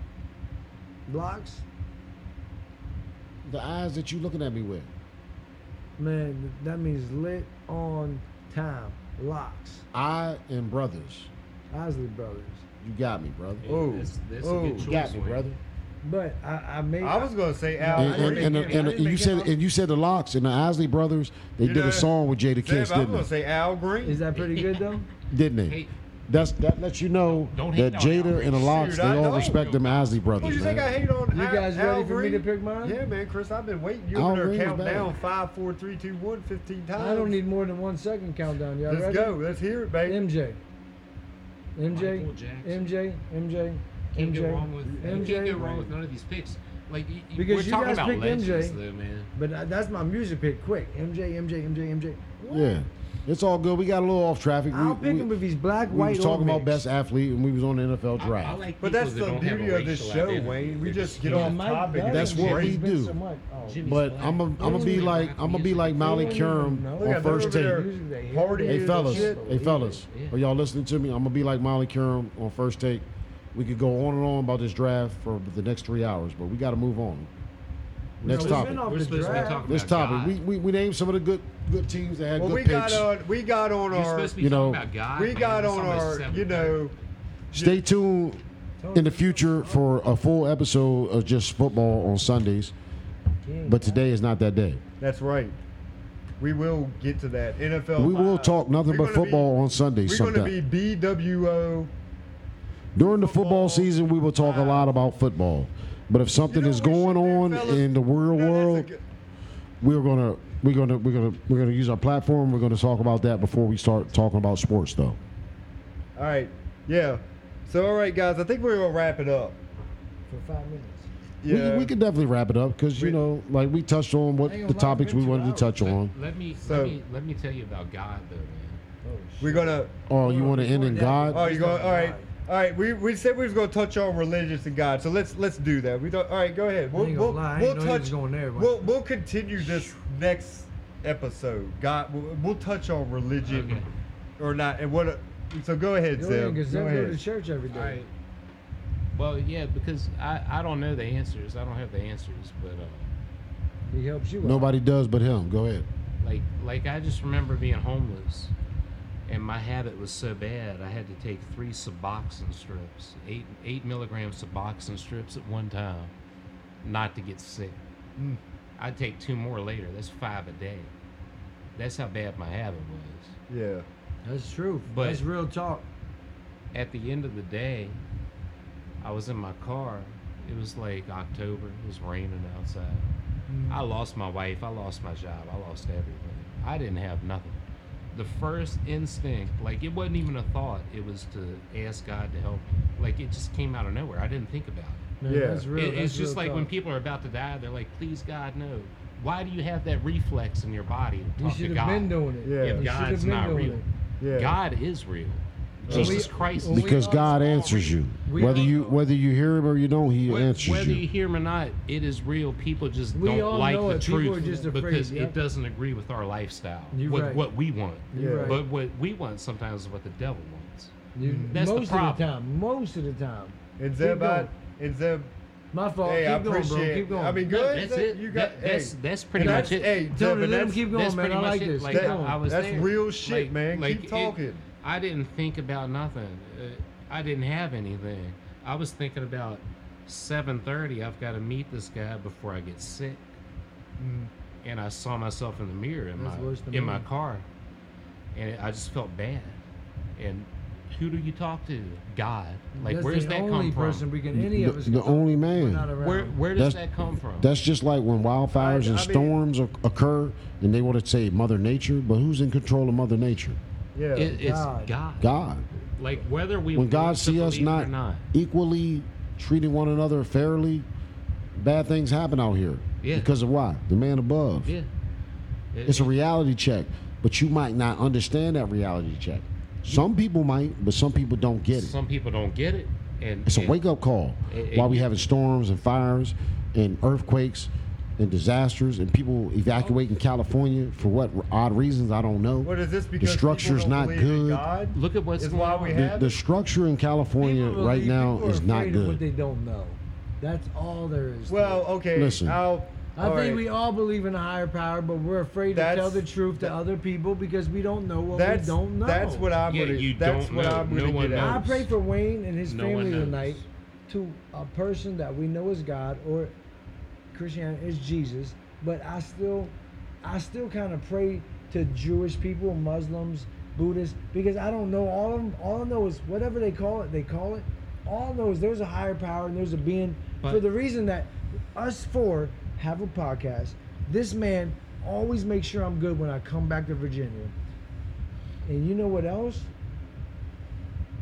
S2: Blocks.
S3: The eyes that you looking at me with.
S2: Man, that means lit on time. Locks.
S3: I and brothers.
S2: Isley Brothers.
S3: You got me, brother.
S4: Yeah,
S1: Ooh,
S4: that's, that's a
S1: ooh.
S4: good choice,
S2: Oh,
S3: You got me,
S4: Wayne.
S3: brother.
S2: But I, I made.
S1: I was gonna say Al.
S3: And, and,
S1: Green.
S3: and, and, and you said and you said the locks and the Isley brothers. They
S1: You
S3: did
S1: know,
S3: a song with Jada
S1: Zeb,
S3: Kiss,
S1: I was
S3: didn't
S1: gonna
S3: they?
S1: say Al Green.
S2: Is that pretty good though?
S3: Didn't they?
S4: Hey,
S3: That's that lets you know
S4: Don't hate
S3: that
S4: on
S3: Jada
S4: Outrage.
S3: and the locks
S1: Dude,
S3: they
S1: I
S3: all
S1: know.
S3: respect them Isley brothers.
S1: What you
S3: man.
S1: think I hate on
S2: You
S1: Al,
S2: guys
S1: Al
S2: ready for me
S1: Green?
S2: to pick mine?
S1: Yeah, man, Chris, I've been waiting. You're
S3: Al
S1: over there
S3: Green's
S1: counting
S3: bad.
S1: down five, four, three, two, one, fifteen times.
S2: I don't need more than one second countdown. Y'all
S1: Let's
S2: ready?
S1: go. Let's hear it, baby.
S2: MJ. MJ.
S4: Michael Jackson.
S2: MJ. MJ.
S4: Can't go wrong with you can't go
S2: MJ.
S4: wrong with none of these picks. Like you, you,
S2: Because
S4: we're
S2: you
S4: talking
S2: guys
S4: about
S2: picked MJ.
S4: legends, though, man.
S2: But I- that's my music pick. Quick. MJ. MJ. MJ. MJ.
S3: Yeah, it's all good. We got a little off traffic.
S2: I'll
S3: we,
S2: pick
S3: we,
S2: him if he's black,
S3: we
S2: white,
S3: was
S2: or
S3: talking about
S2: mixed.
S3: best athlete, and we was on the NFL
S4: I-
S3: draft.
S4: I like
S1: But
S4: people
S1: that's
S4: that
S1: the
S4: don't have a
S1: beauty of this
S4: racial
S1: show,
S4: identity.
S1: Wayne. We
S4: They're
S1: just get off
S4: human.
S1: Mike topic.
S2: Dunn
S3: That's
S2: is
S3: what
S2: great.
S3: we
S2: He's been
S3: do.
S2: so much- oh.
S4: Jimmy-
S3: But I'm a, I'm gonna be like I'm gonna be like Molly
S2: They don't even
S3: Curum
S2: know.
S1: Look
S3: on
S1: at that,
S3: first
S1: they're over
S3: take.
S1: there.
S2: Music they hate.
S1: Party
S3: Hey
S1: is
S3: fellas,
S1: shit.
S3: hey fellas,
S4: Yeah.
S3: are y'all listening to me? I'm gonna be like Molly Curum on first take. We could go on and on about this draft for the next three hours, but we got to move on. Next
S2: we've
S3: topic.
S2: been off
S4: We're
S2: the
S4: supposed to be
S2: draft.
S4: talking
S3: This
S4: about
S3: topic.
S4: Oh God.
S3: We, we we named some of the good good teams that had
S1: Well,
S3: good
S1: we
S3: picks.
S1: got uh, on. We got on
S4: You're
S1: our.
S4: supposed to be
S3: you
S4: talking
S3: know,
S4: about God.
S1: We
S4: man.
S1: got
S4: That's
S1: on
S4: almost
S1: our.
S4: seven
S1: You know.
S3: Stay tuned in the future for a full episode of just football on Sundays. But today is not that day.
S1: That's right. We will get to that NFL.
S3: We will
S1: Live.
S3: talk nothing
S1: We're
S3: but
S1: gonna be-
S3: football on Sundays
S1: We're going to
S3: sometime.
S1: be BWO.
S3: During the
S1: football
S3: football season, we will talk a lot about football. But if something
S1: You know
S3: is
S1: what you should
S3: going
S1: do,
S3: on
S1: fellas?
S3: in the
S1: Now,
S3: real
S1: that's a
S3: world,
S1: good-
S3: we're gonna we're gonna we're gonna we're gonna use our platform. We're gonna talk about that before we start talking about sports, though.
S1: All right. Yeah. So all right, guys. I think we're gonna wrap it up.
S2: For five minutes.
S1: Yeah.
S3: We, we can definitely wrap it up because
S1: We-
S3: you know, like we touched on what
S2: I ain't
S3: the
S2: gonna lie,
S3: topics
S2: been
S3: we
S2: two
S3: wanted to
S2: hours.
S3: touch
S4: Let,
S3: on.
S4: let me
S1: So-
S4: let me let me tell you about God though, man.
S2: Oh, shit.
S1: We're gonna.
S3: Oh, you want to end in God?
S1: Oh, you
S2: He's
S1: going?
S2: gonna
S1: All right.
S2: die.
S1: All right. We, we said we was gonna touch on religious and God. So let's let's do that. We thought. All right. Go ahead. We'll
S2: ain't gonna
S1: we'll,
S2: lie, I
S1: we'll
S2: ain't know you was
S1: touch.
S2: going there, but-
S1: we'll we'll continue this next episode. God. We'll, we'll touch on religion
S4: Okay.
S1: or not. And what? So go ahead,
S2: Go
S1: Zeb.
S2: ahead, 'cause
S1: Go
S2: they go to
S1: ahead.
S2: church every day.
S4: All right. Well, yeah, because I I don't know the answers. I don't have the answers, but uh,
S2: He helps you. out.
S3: Nobody does but him. Go ahead.
S4: like like I just remember being homeless, and my habit was so bad I had to take three Suboxone strips, eight eight milligram Suboxone strips at one time, not to get sick. I'd take two more later. That's five a day. That's how bad my habit was.
S1: Yeah.
S2: That's true.
S4: But-
S2: That's real talk.
S4: at the end of the day, I was in my car. It was like October. It was raining outside.
S2: Mm-hmm.
S4: I lost my wife. I lost my job. I lost everything. I didn't have nothing. The first instinct, like it wasn't even a thought, it was to ask God to help me. Like it just came out of nowhere. I didn't think about it.
S2: Man,
S1: Yeah.
S2: That's real.
S4: It- it's
S2: that's
S4: just
S2: real
S4: like when
S2: talk.
S4: people are about to die, they're like, please, God, no. Why do you have that reflex in your body to talk
S2: You
S4: to
S2: should
S4: God?
S2: have been doing it.
S1: Yeah. If
S2: You should have
S4: God's
S2: been
S4: not
S2: doing
S4: real.
S2: it.
S1: Yeah.
S4: God is real.
S2: Well, we-
S4: Jesus Christ
S2: well,
S4: is
S2: we
S3: Because
S2: all-
S3: God answers you.
S2: we
S3: Whether
S2: all
S3: you
S2: know.
S3: whether you hear him or you don't, he
S4: Wh-
S3: answers
S4: Whether you
S3: you.
S4: hear him or not, it is real. People just
S2: We all
S4: don't like
S2: know
S4: the
S2: it. People
S4: truth
S2: are just afraid,
S4: because
S2: yeah.
S4: it doesn't agree with our lifestyle.
S2: You're
S4: what,
S2: right.
S4: what we want.
S2: You're
S1: Yeah.
S2: right.
S4: But what we want sometimes is what the devil wants.
S2: You-
S4: Mm, That's the
S2: most of the
S4: problem.
S2: time. Most of the time.
S1: And
S2: Keep
S1: Zeb, I,
S2: going.
S1: and Zeb,
S2: My fault.
S1: Hey,
S2: keep
S1: I
S2: going, bro.
S1: appreciate
S2: Keep going.
S1: I mean,
S4: No,
S1: good.
S4: that's
S1: that
S4: it.
S1: You got,
S4: That- that's-
S1: hey,
S4: that's pretty
S1: and
S4: much
S1: that's-
S4: it.
S1: Hey,
S2: Tell
S1: Tevin,
S2: me, let him
S1: that's-
S2: keep going,
S4: That's
S2: man.
S4: pretty
S2: I
S4: much
S2: like
S4: it.
S2: this.
S4: Like,
S2: Keep
S1: that-
S2: going.
S4: I, I was
S1: that's
S4: there.
S1: real shit,
S4: Like-
S1: man.
S4: like,
S1: Keep
S4: it-
S1: talking.
S4: I didn't think about nothing. Uh, I didn't have anything. I was thinking about 7:30. I've got to meet this guy before I get sick.
S2: Mm.
S4: And I saw myself in the mirror in
S2: That's
S4: my
S2: worse than
S4: in
S2: me.
S4: my car, and I just felt bad. And who do you talk to? God. Like,
S2: That's
S4: where's
S2: the
S4: that
S2: only
S4: come from?
S2: person we can any
S3: the,
S2: of us.
S3: the
S2: can talk
S3: only
S2: to when we're
S3: man.
S2: not around.
S4: Where where does
S3: That's-
S4: that come from?
S3: That's just like when wildfires
S1: I- I
S3: and
S1: mean-
S3: storms o- occur, and they want to say Mother Nature, but who's in control of Mother Nature?
S1: Yeah.
S4: It- it's
S2: God.
S4: God.
S3: God.
S4: Like whether we
S3: When
S4: want
S3: God
S4: to
S3: see us
S4: believe it
S3: not,
S4: or not.
S3: equally treating one another fairly, bad things happen out here.
S4: Yeah.
S3: Because of why? The man above.
S4: Yeah. It-
S3: It's a reality check, but you might not understand that reality check. Some people might, but some people don't get it.
S4: Some people don't get it, and
S3: It's a
S4: and-
S3: wake up call.
S4: It- it-
S3: While we having storms and fires and earthquakes and disasters and people evacuating California for what odd reasons I don't know.
S1: What is this? Because people
S3: structure's
S1: don't
S3: not
S1: believe in
S3: good.
S1: God?
S4: Look at what's
S1: Is
S4: going
S1: why
S4: on.
S1: we
S3: the,
S1: have
S3: the structure in California
S2: People
S3: right
S2: believe-
S3: now
S2: people are
S3: is not
S2: afraid of What they
S3: good.
S2: don't know. That's all there is. to
S1: Well,
S2: it.
S1: okay.
S3: Listen.
S1: I'll,
S2: I
S1: all
S2: think
S1: right.
S2: we all believe in a higher power, but we're afraid to
S1: That's-
S2: tell the truth to
S1: that-
S2: other people because we don't know
S3: Oh,
S2: what
S1: That's
S2: we don't know.
S1: that's what I'm
S4: Yeah,
S1: gonna.
S4: you
S1: that's
S4: don't
S1: what
S4: know.
S1: I'm
S4: No
S1: gonna
S4: one
S1: get
S2: I
S1: at.
S4: knows.
S2: pray for Wayne and his
S4: No one
S2: family
S4: knows.
S2: tonight to a person that we know is God or Christianity is Jesus, but I still I still kind of pray to Jewish people, Muslims, Buddhists, because I don't know all of them. All I know is whatever they call it, they call it. All I know is there's a higher power and there's a being for
S4: But-
S2: the reason that us four have a podcast. This man always makes sure I'm good when I come back to Virginia. And you know what else?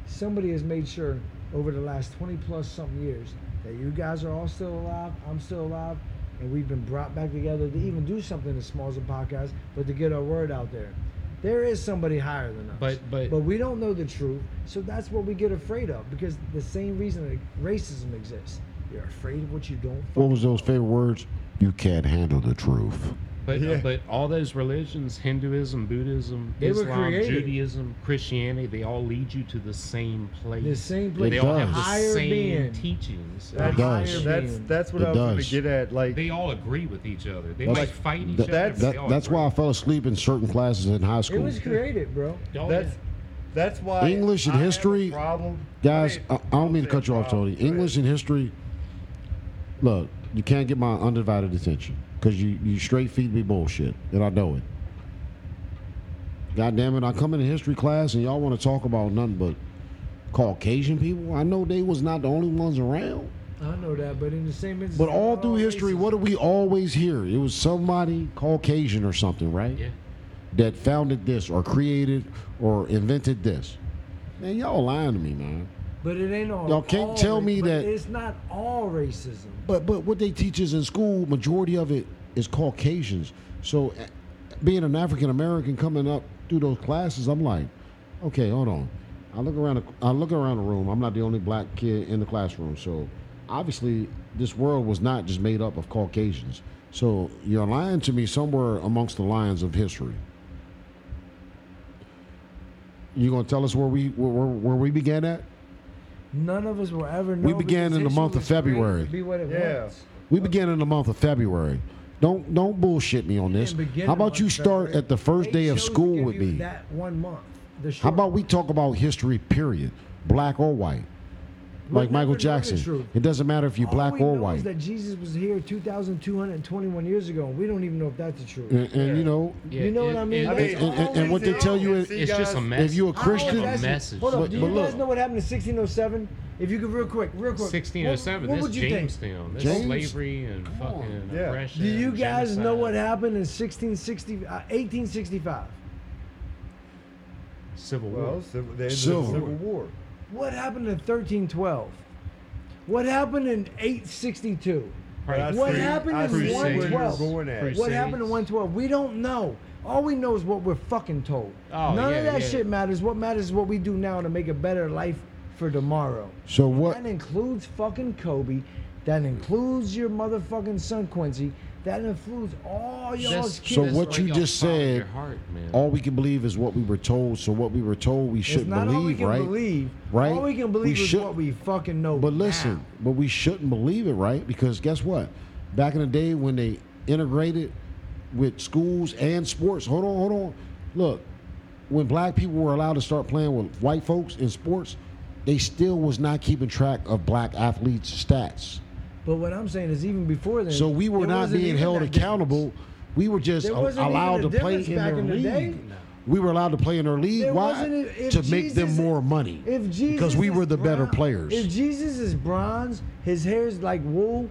S2: Somebody has made sure over the last 20 plus something years that you guys are all still alive, I'm still alive, and we've been brought back together to even do something as small as a podcast, but to get our word out there. There is somebody higher than us.
S4: But- but-
S2: we don't know the truth, so that's what we get afraid of because the same reason that racism exists. You're afraid of what you don't
S3: What
S2: fucking
S3: was those
S2: know.
S3: favorite words? You can't handle the truth.
S4: But
S1: Yeah.
S4: but all those religions, Hinduism, Buddhism,
S2: They were
S4: Islam,
S2: created.
S4: Judaism, Christianity, they all lead you to the same place.
S2: The same
S4: They
S2: place.
S4: all have
S2: higher
S4: the same
S2: being.
S4: teachings.
S1: That's,
S3: does.
S1: that's, that's what
S3: It
S1: I was gonna
S3: does.
S1: get at. Like
S4: They all agree with each other. They
S3: That's-
S4: might fight each
S3: that-
S4: other.
S1: that's-
S4: but they
S3: That,
S4: all
S3: that's
S4: agree.
S3: why I fell asleep in certain classes in high
S2: It
S3: school.
S2: was created, bro.
S4: Oh,
S1: that's
S4: yeah.
S1: that's why
S3: English and
S1: I have a
S3: history-
S1: problem.
S3: Guys, uh, I, I
S1: mean,
S3: don't mean to
S1: say
S3: cut you off,
S1: problem,
S3: Tony.
S1: but-
S3: English and history. Look, you can't get my undivided attention because you, you straight feed me bullshit, and I know it. God damn it! I come into history class and y'all want to talk about nothing but Caucasian people. I know they was not the only ones around,
S2: I know that, but in the same instance. oh,
S3: but all
S2: we're
S3: through history,
S2: racist.
S3: what do we always hear? It was somebody Caucasian or something, right?
S4: Yeah.
S3: that founded this or created or invented this. Man, y'all lying to me, man.
S2: But it ain't all.
S3: Y'all can't
S2: all
S3: tell
S2: ra-
S3: me
S2: but
S3: that-
S2: it's not all racism.
S3: But but what they teach us in school, majority of it is Caucasians. So eh, being an African American coming up through those classes, I'm like, okay, hold on. I look around. The, I look around the room. I'm not the only black kid in the classroom. So obviously, this world was not just made up of Caucasians. So you're lying to me somewhere amongst the lines of history. You gonna tell us where we where, where, where we began at?
S2: None of us will ever know.
S3: We began
S2: because
S3: in the
S2: history
S3: month of
S2: was created
S3: February.
S2: to Be what it
S1: Yeah.
S2: was.
S3: We begin in the month of February. Don't don't bullshit me on this.
S2: Didn't begin
S3: How
S2: in the
S3: about you
S2: month of
S3: start
S2: February.
S3: at the first
S2: They
S3: day of
S2: chose to
S3: school
S2: give
S3: with
S2: you
S3: me?
S2: That one month. The
S3: How
S2: short
S3: about we talk about history, period, black or white,
S2: We'll
S3: like
S2: never know
S3: Michael
S2: the
S3: Jackson.
S2: truth.
S3: It doesn't matter if you're
S2: All
S3: black
S2: we know
S3: or
S2: Is
S3: white.
S2: that Jesus was here 2,221 years ago, and we don't even know if that's the truth.
S3: And, and you know,
S4: Yeah,
S2: You know what I mean?
S1: I
S2: And-
S1: mean,
S2: and- and-
S3: and what they tell you is-
S1: see,
S4: it's just a
S1: guys,
S4: mess.
S3: if you a
S2: I don't know if
S3: Christian-
S2: that's
S4: a
S2: the-
S4: message.
S2: Hold on,
S3: But-
S2: do you
S3: but
S2: guys
S3: look-
S2: know what happened in 1607? If you could, real quick, real quick. What,
S4: 1607.
S2: what
S4: that's
S2: would you think?
S4: Jamestown. That's
S3: James-
S4: slavery and fucking
S1: Yeah.
S4: oppression.
S2: Do you guys know
S4: genocide.
S2: what happened in 1660, uh, 1865?
S4: Civil War.
S1: Well, civil, there's
S3: Civil.
S1: a civil war.
S2: What happened in 1312? What happened in 862?
S1: But I
S4: Right.
S2: What
S1: see-
S2: happened
S1: I
S2: in
S1: see where you're
S2: 112?
S1: going at.
S4: Pre-
S2: What happened in
S4: Crusades.
S2: 112? We don't know. All we know is what we're fucking told.
S4: Oh,
S2: None of
S4: yeah,
S2: that
S4: yeah.
S2: shit matters. What matters is what we do now to make a better life for tomorrow.
S3: so what?
S2: That includes fucking Kobe. That includes your motherfucking son Quincy. That infludes all y'all's
S4: That's-
S2: kids.
S3: So
S4: that's
S3: what
S4: where
S3: you
S4: y'all
S3: just
S4: follow
S3: said-
S4: Your heart, man.
S3: All we can believe is what we were told. So what we were told, we
S2: It's
S3: shouldn't
S2: not all we
S3: believe,
S2: can
S3: right?
S2: believe.
S3: Right?
S2: All we can
S3: We
S2: believe is
S3: should-
S2: what we fucking know.
S3: But listen,
S2: now.
S3: but we shouldn't believe it, right? Because guess what? Back in the day when they integrated with schools and sports, hold on, hold on. Look, when black people were allowed to start playing with white folks in sports, they still was not keeping track of black athletes' stats.
S2: But what I'm saying is, even before then,
S3: So we were
S2: there
S3: not
S2: wasn't
S3: being
S2: even
S3: held
S2: that difference.
S3: accountable. We were just
S2: There
S3: a-
S2: wasn't even
S3: allowed
S2: a
S3: to play
S2: difference
S3: in
S2: back
S3: their
S2: in the
S3: league.
S2: day.
S3: We were allowed to play in their league.
S2: There
S3: Why?
S2: wasn't a- if
S3: to make them
S2: Jesus-
S3: more money.
S2: If Jesus
S3: because we
S2: is
S3: were the better
S2: brown-
S3: players.
S2: If Jesus is bronze, his hair's like wool,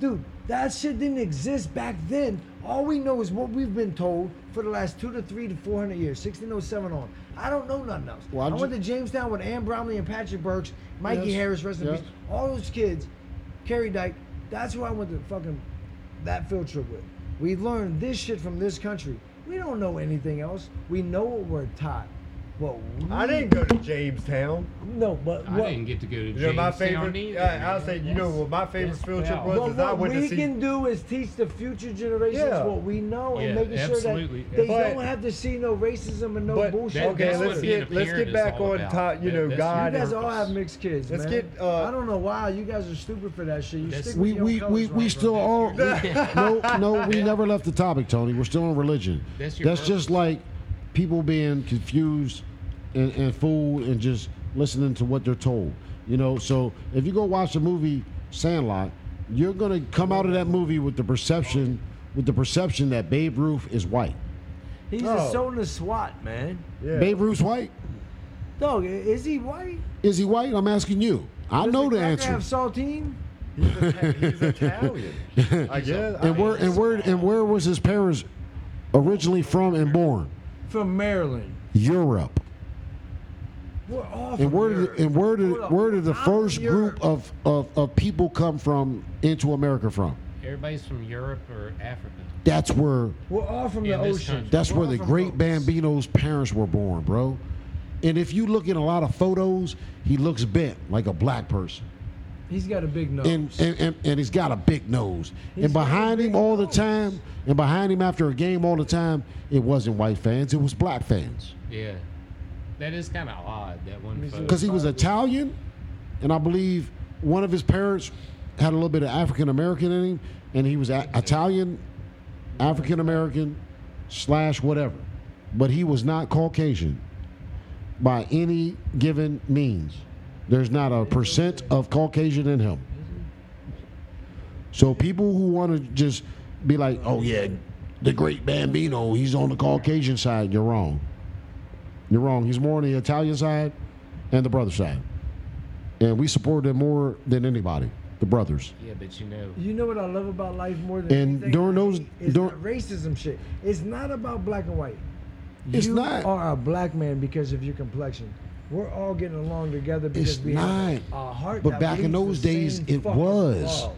S2: dude. That shit didn't exist back then. All we know is what we've been told for the last two to three to four hundred years, sixteen oh seven on. I don't know nothing else.
S3: Well,
S2: I
S3: I'm
S2: went
S3: ju-
S2: to Jamestown with Ann Bromley and Patrick Burks, Mikey
S3: Yes,
S2: Harris, rest in
S3: yes.
S2: peace. All those kids, Kerry Dyke. That's who I went to fucking that field trip with. We learned this shit from this country. We don't know anything else. We know what we're taught. What
S1: I
S2: we
S1: didn't go to Jamestown.
S2: no, but
S4: I
S2: what,
S4: didn't get to go to
S1: You know my
S4: Jamestown
S1: favorite.
S4: either,
S1: I, I'll
S4: man.
S1: say you know what my favorite
S4: That's
S1: field trip
S4: foul.
S1: was.
S2: but
S1: is I
S2: what
S1: went
S2: we
S1: to see.
S2: can do is teach the future generations
S1: Yeah.
S2: what we know and
S4: Yeah,
S2: making
S4: absolutely.
S2: sure that they
S1: But-
S2: don't have to see no racism and no
S1: but
S2: bullshit.
S4: That-
S1: okay,
S4: that's
S1: let's
S4: what being
S1: get
S4: a
S1: let's
S4: parent
S1: get
S4: is
S1: back
S4: all
S1: on
S4: about.
S1: top. You
S4: That-
S1: know,
S4: that's-
S1: God.
S2: you guys
S1: and-
S2: all have mixed kids.
S1: Let's
S2: man.
S1: get, uh,
S2: I don't know why you guys are stupid for that shit. You
S4: That's-
S2: stick with
S3: we
S2: your
S3: we,
S2: colors,
S3: we,
S2: right,
S3: we still
S2: bro.
S3: all we- no no we never left the topic tony we're still on religion
S4: That's your
S3: just
S4: purpose.
S3: like people being confused and, and fooled and just listening to what they're told you know so if you go watch the movie sandlot you're gonna come out of that movie with the perception with the perception that babe ruth is white
S2: He's
S1: Oh.
S2: a sold to SWAT man.
S1: yeah.
S3: babe ruth's white
S2: Dog, i- is he white?
S3: is he white i'm asking you i
S2: Does
S3: know the
S2: cracker
S3: answer
S2: Have saltine?
S1: He's, Ita- he's Italian. I guess. I
S3: and where and where and where was his parents originally from and born
S2: from Maryland.
S3: europe
S2: We're all from
S3: And where did
S2: Europe.
S3: and where
S2: Hold up.
S3: did where did the
S2: I'm from
S3: first
S2: Europe.
S3: group of, of, of people come from into America from?
S4: Everybody's from Europe or Africa.
S3: That's where
S2: We're all from
S4: in
S2: the
S4: this
S2: ocean.
S4: country.
S3: that's
S2: We're
S3: where
S2: all
S3: the
S2: from
S3: great
S2: boats.
S3: Bambino's parents were born, bro. And if you look at a lot of photos, he looks bent like a black person.
S2: He's got a big nose.
S3: And and, and, and he's got a big nose.
S2: He's
S3: and
S2: got a
S3: behind
S2: big
S3: him all
S2: nose.
S3: the time, and behind him after a game all the time, it wasn't white fans, it was black fans.
S4: Yeah, that is kind of odd. That one. photo.
S3: because he was Italian, and I believe one of his parents had a little bit of African American in him, and he was a- Italian, African American, slash whatever, but he was not Caucasian by any given means. There's not a percent of Caucasian in him. So people who want to just be like, "Oh yeah, the great Bambino, he's on the Caucasian side," you're wrong. You're wrong. He's more on the Italian side and the brother side. And we support them more than anybody, the brothers.
S4: Yeah, but you know,
S2: You know what I love about life more than
S3: And
S2: anything?
S3: during those-
S2: is
S3: dur-
S2: that racism shit. It's not about black and white.
S3: It's
S2: you
S3: not.
S2: are a black man because of your complexion. We're all getting along together because
S3: It's
S2: we have
S3: not.
S2: a heart.
S3: But
S2: that
S3: back in
S2: bleeds
S3: those
S2: the
S3: days,
S2: same
S3: it
S2: fucking
S3: was.
S2: love.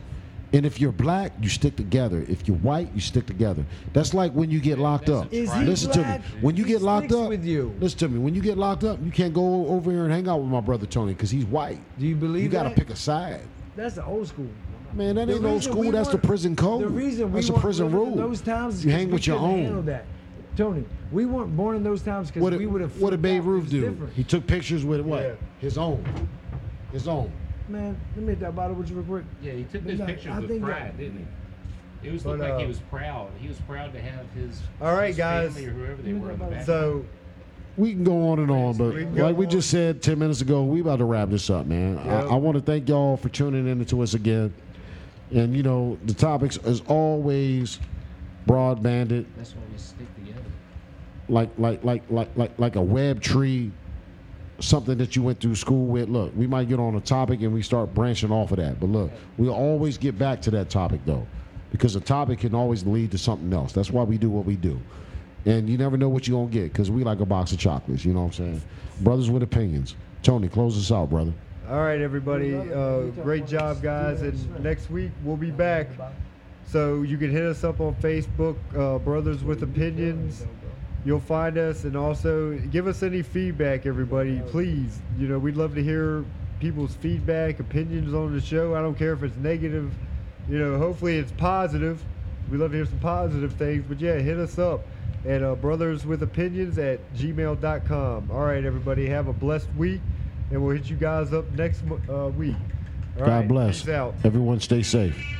S3: And if you're black, you stick together. If you're white, you stick together. That's like when you get locked up.
S2: Is he
S3: listen
S2: black?
S3: to me. When you
S2: He
S3: get locked
S2: sticks
S3: up,
S2: with you.
S3: listen to me. When you get locked up, you can't go over here and hang out with my brother Tony because he's white.
S2: Do you believe
S3: You got to
S2: that?
S3: pick a side.
S2: That's the old school.
S3: Man, that
S2: The
S3: ain't no
S2: reason we
S3: school. That's the
S2: weren't-
S3: prison code.
S2: The reason we
S3: that's the
S2: weren't
S3: prison
S2: living
S3: rule.
S2: in those times, is
S3: you
S2: 'cause
S3: hang
S2: we
S3: with your
S2: couldn't handle
S3: own.
S2: That. Tony, we weren't born in those times because
S3: What did,
S2: we would have.
S3: what did Babe Ruth do? He took pictures with what?
S1: Yeah.
S3: His own. His own.
S2: Man, let me hit that bottle with you real quick.
S4: yeah, he took
S2: But
S4: those
S2: no,
S4: pictures
S2: I
S4: with
S2: think that-
S4: pride, didn't he? It was
S1: But,
S4: looked like he
S1: uh,
S4: was proud. He was proud to have his
S1: All right,
S4: his
S1: guys.
S4: family or whoever they were in the back.
S1: So
S3: We can go on and on, but
S1: We can go
S3: like we
S1: on.
S3: just said 10 minutes ago, we about to wrap this up, man.
S1: Yeah.
S3: I, I want to thank y'all for tuning in to us again. And, you know, the topics is always broad banded,
S4: that's why we stick together.
S3: like, like, like, like, like, like a web tree, something that you went through school with. Look, we might get on a topic and we start branching off of that. But look, we always get back to that topic, though, because the topic can always lead to something else. That's why we do what we do. And you never know what you're going to get because we like a box of chocolates. You know what I'm saying? Brothers with opinions. Tony, close us out, brother.
S1: all right, everybody. Uh, great job, guys. And next week we'll be back. So you can hit us up on Facebook, uh, Brothers with Opinions. You'll find us, and also give us any feedback, everybody. Please, you know, we'd love to hear people's feedback, opinions on the show. I don't care if it's negative. You know, hopefully it's positive. We love to hear some positive things, but yeah, hit us up at uh, brotherswithopinions at gmail.com. All right, everybody, have a blessed week, and we'll hit you guys up next mo- uh, week. All
S3: God
S1: right,
S3: bless.
S1: Peace out.
S3: Everyone stay safe.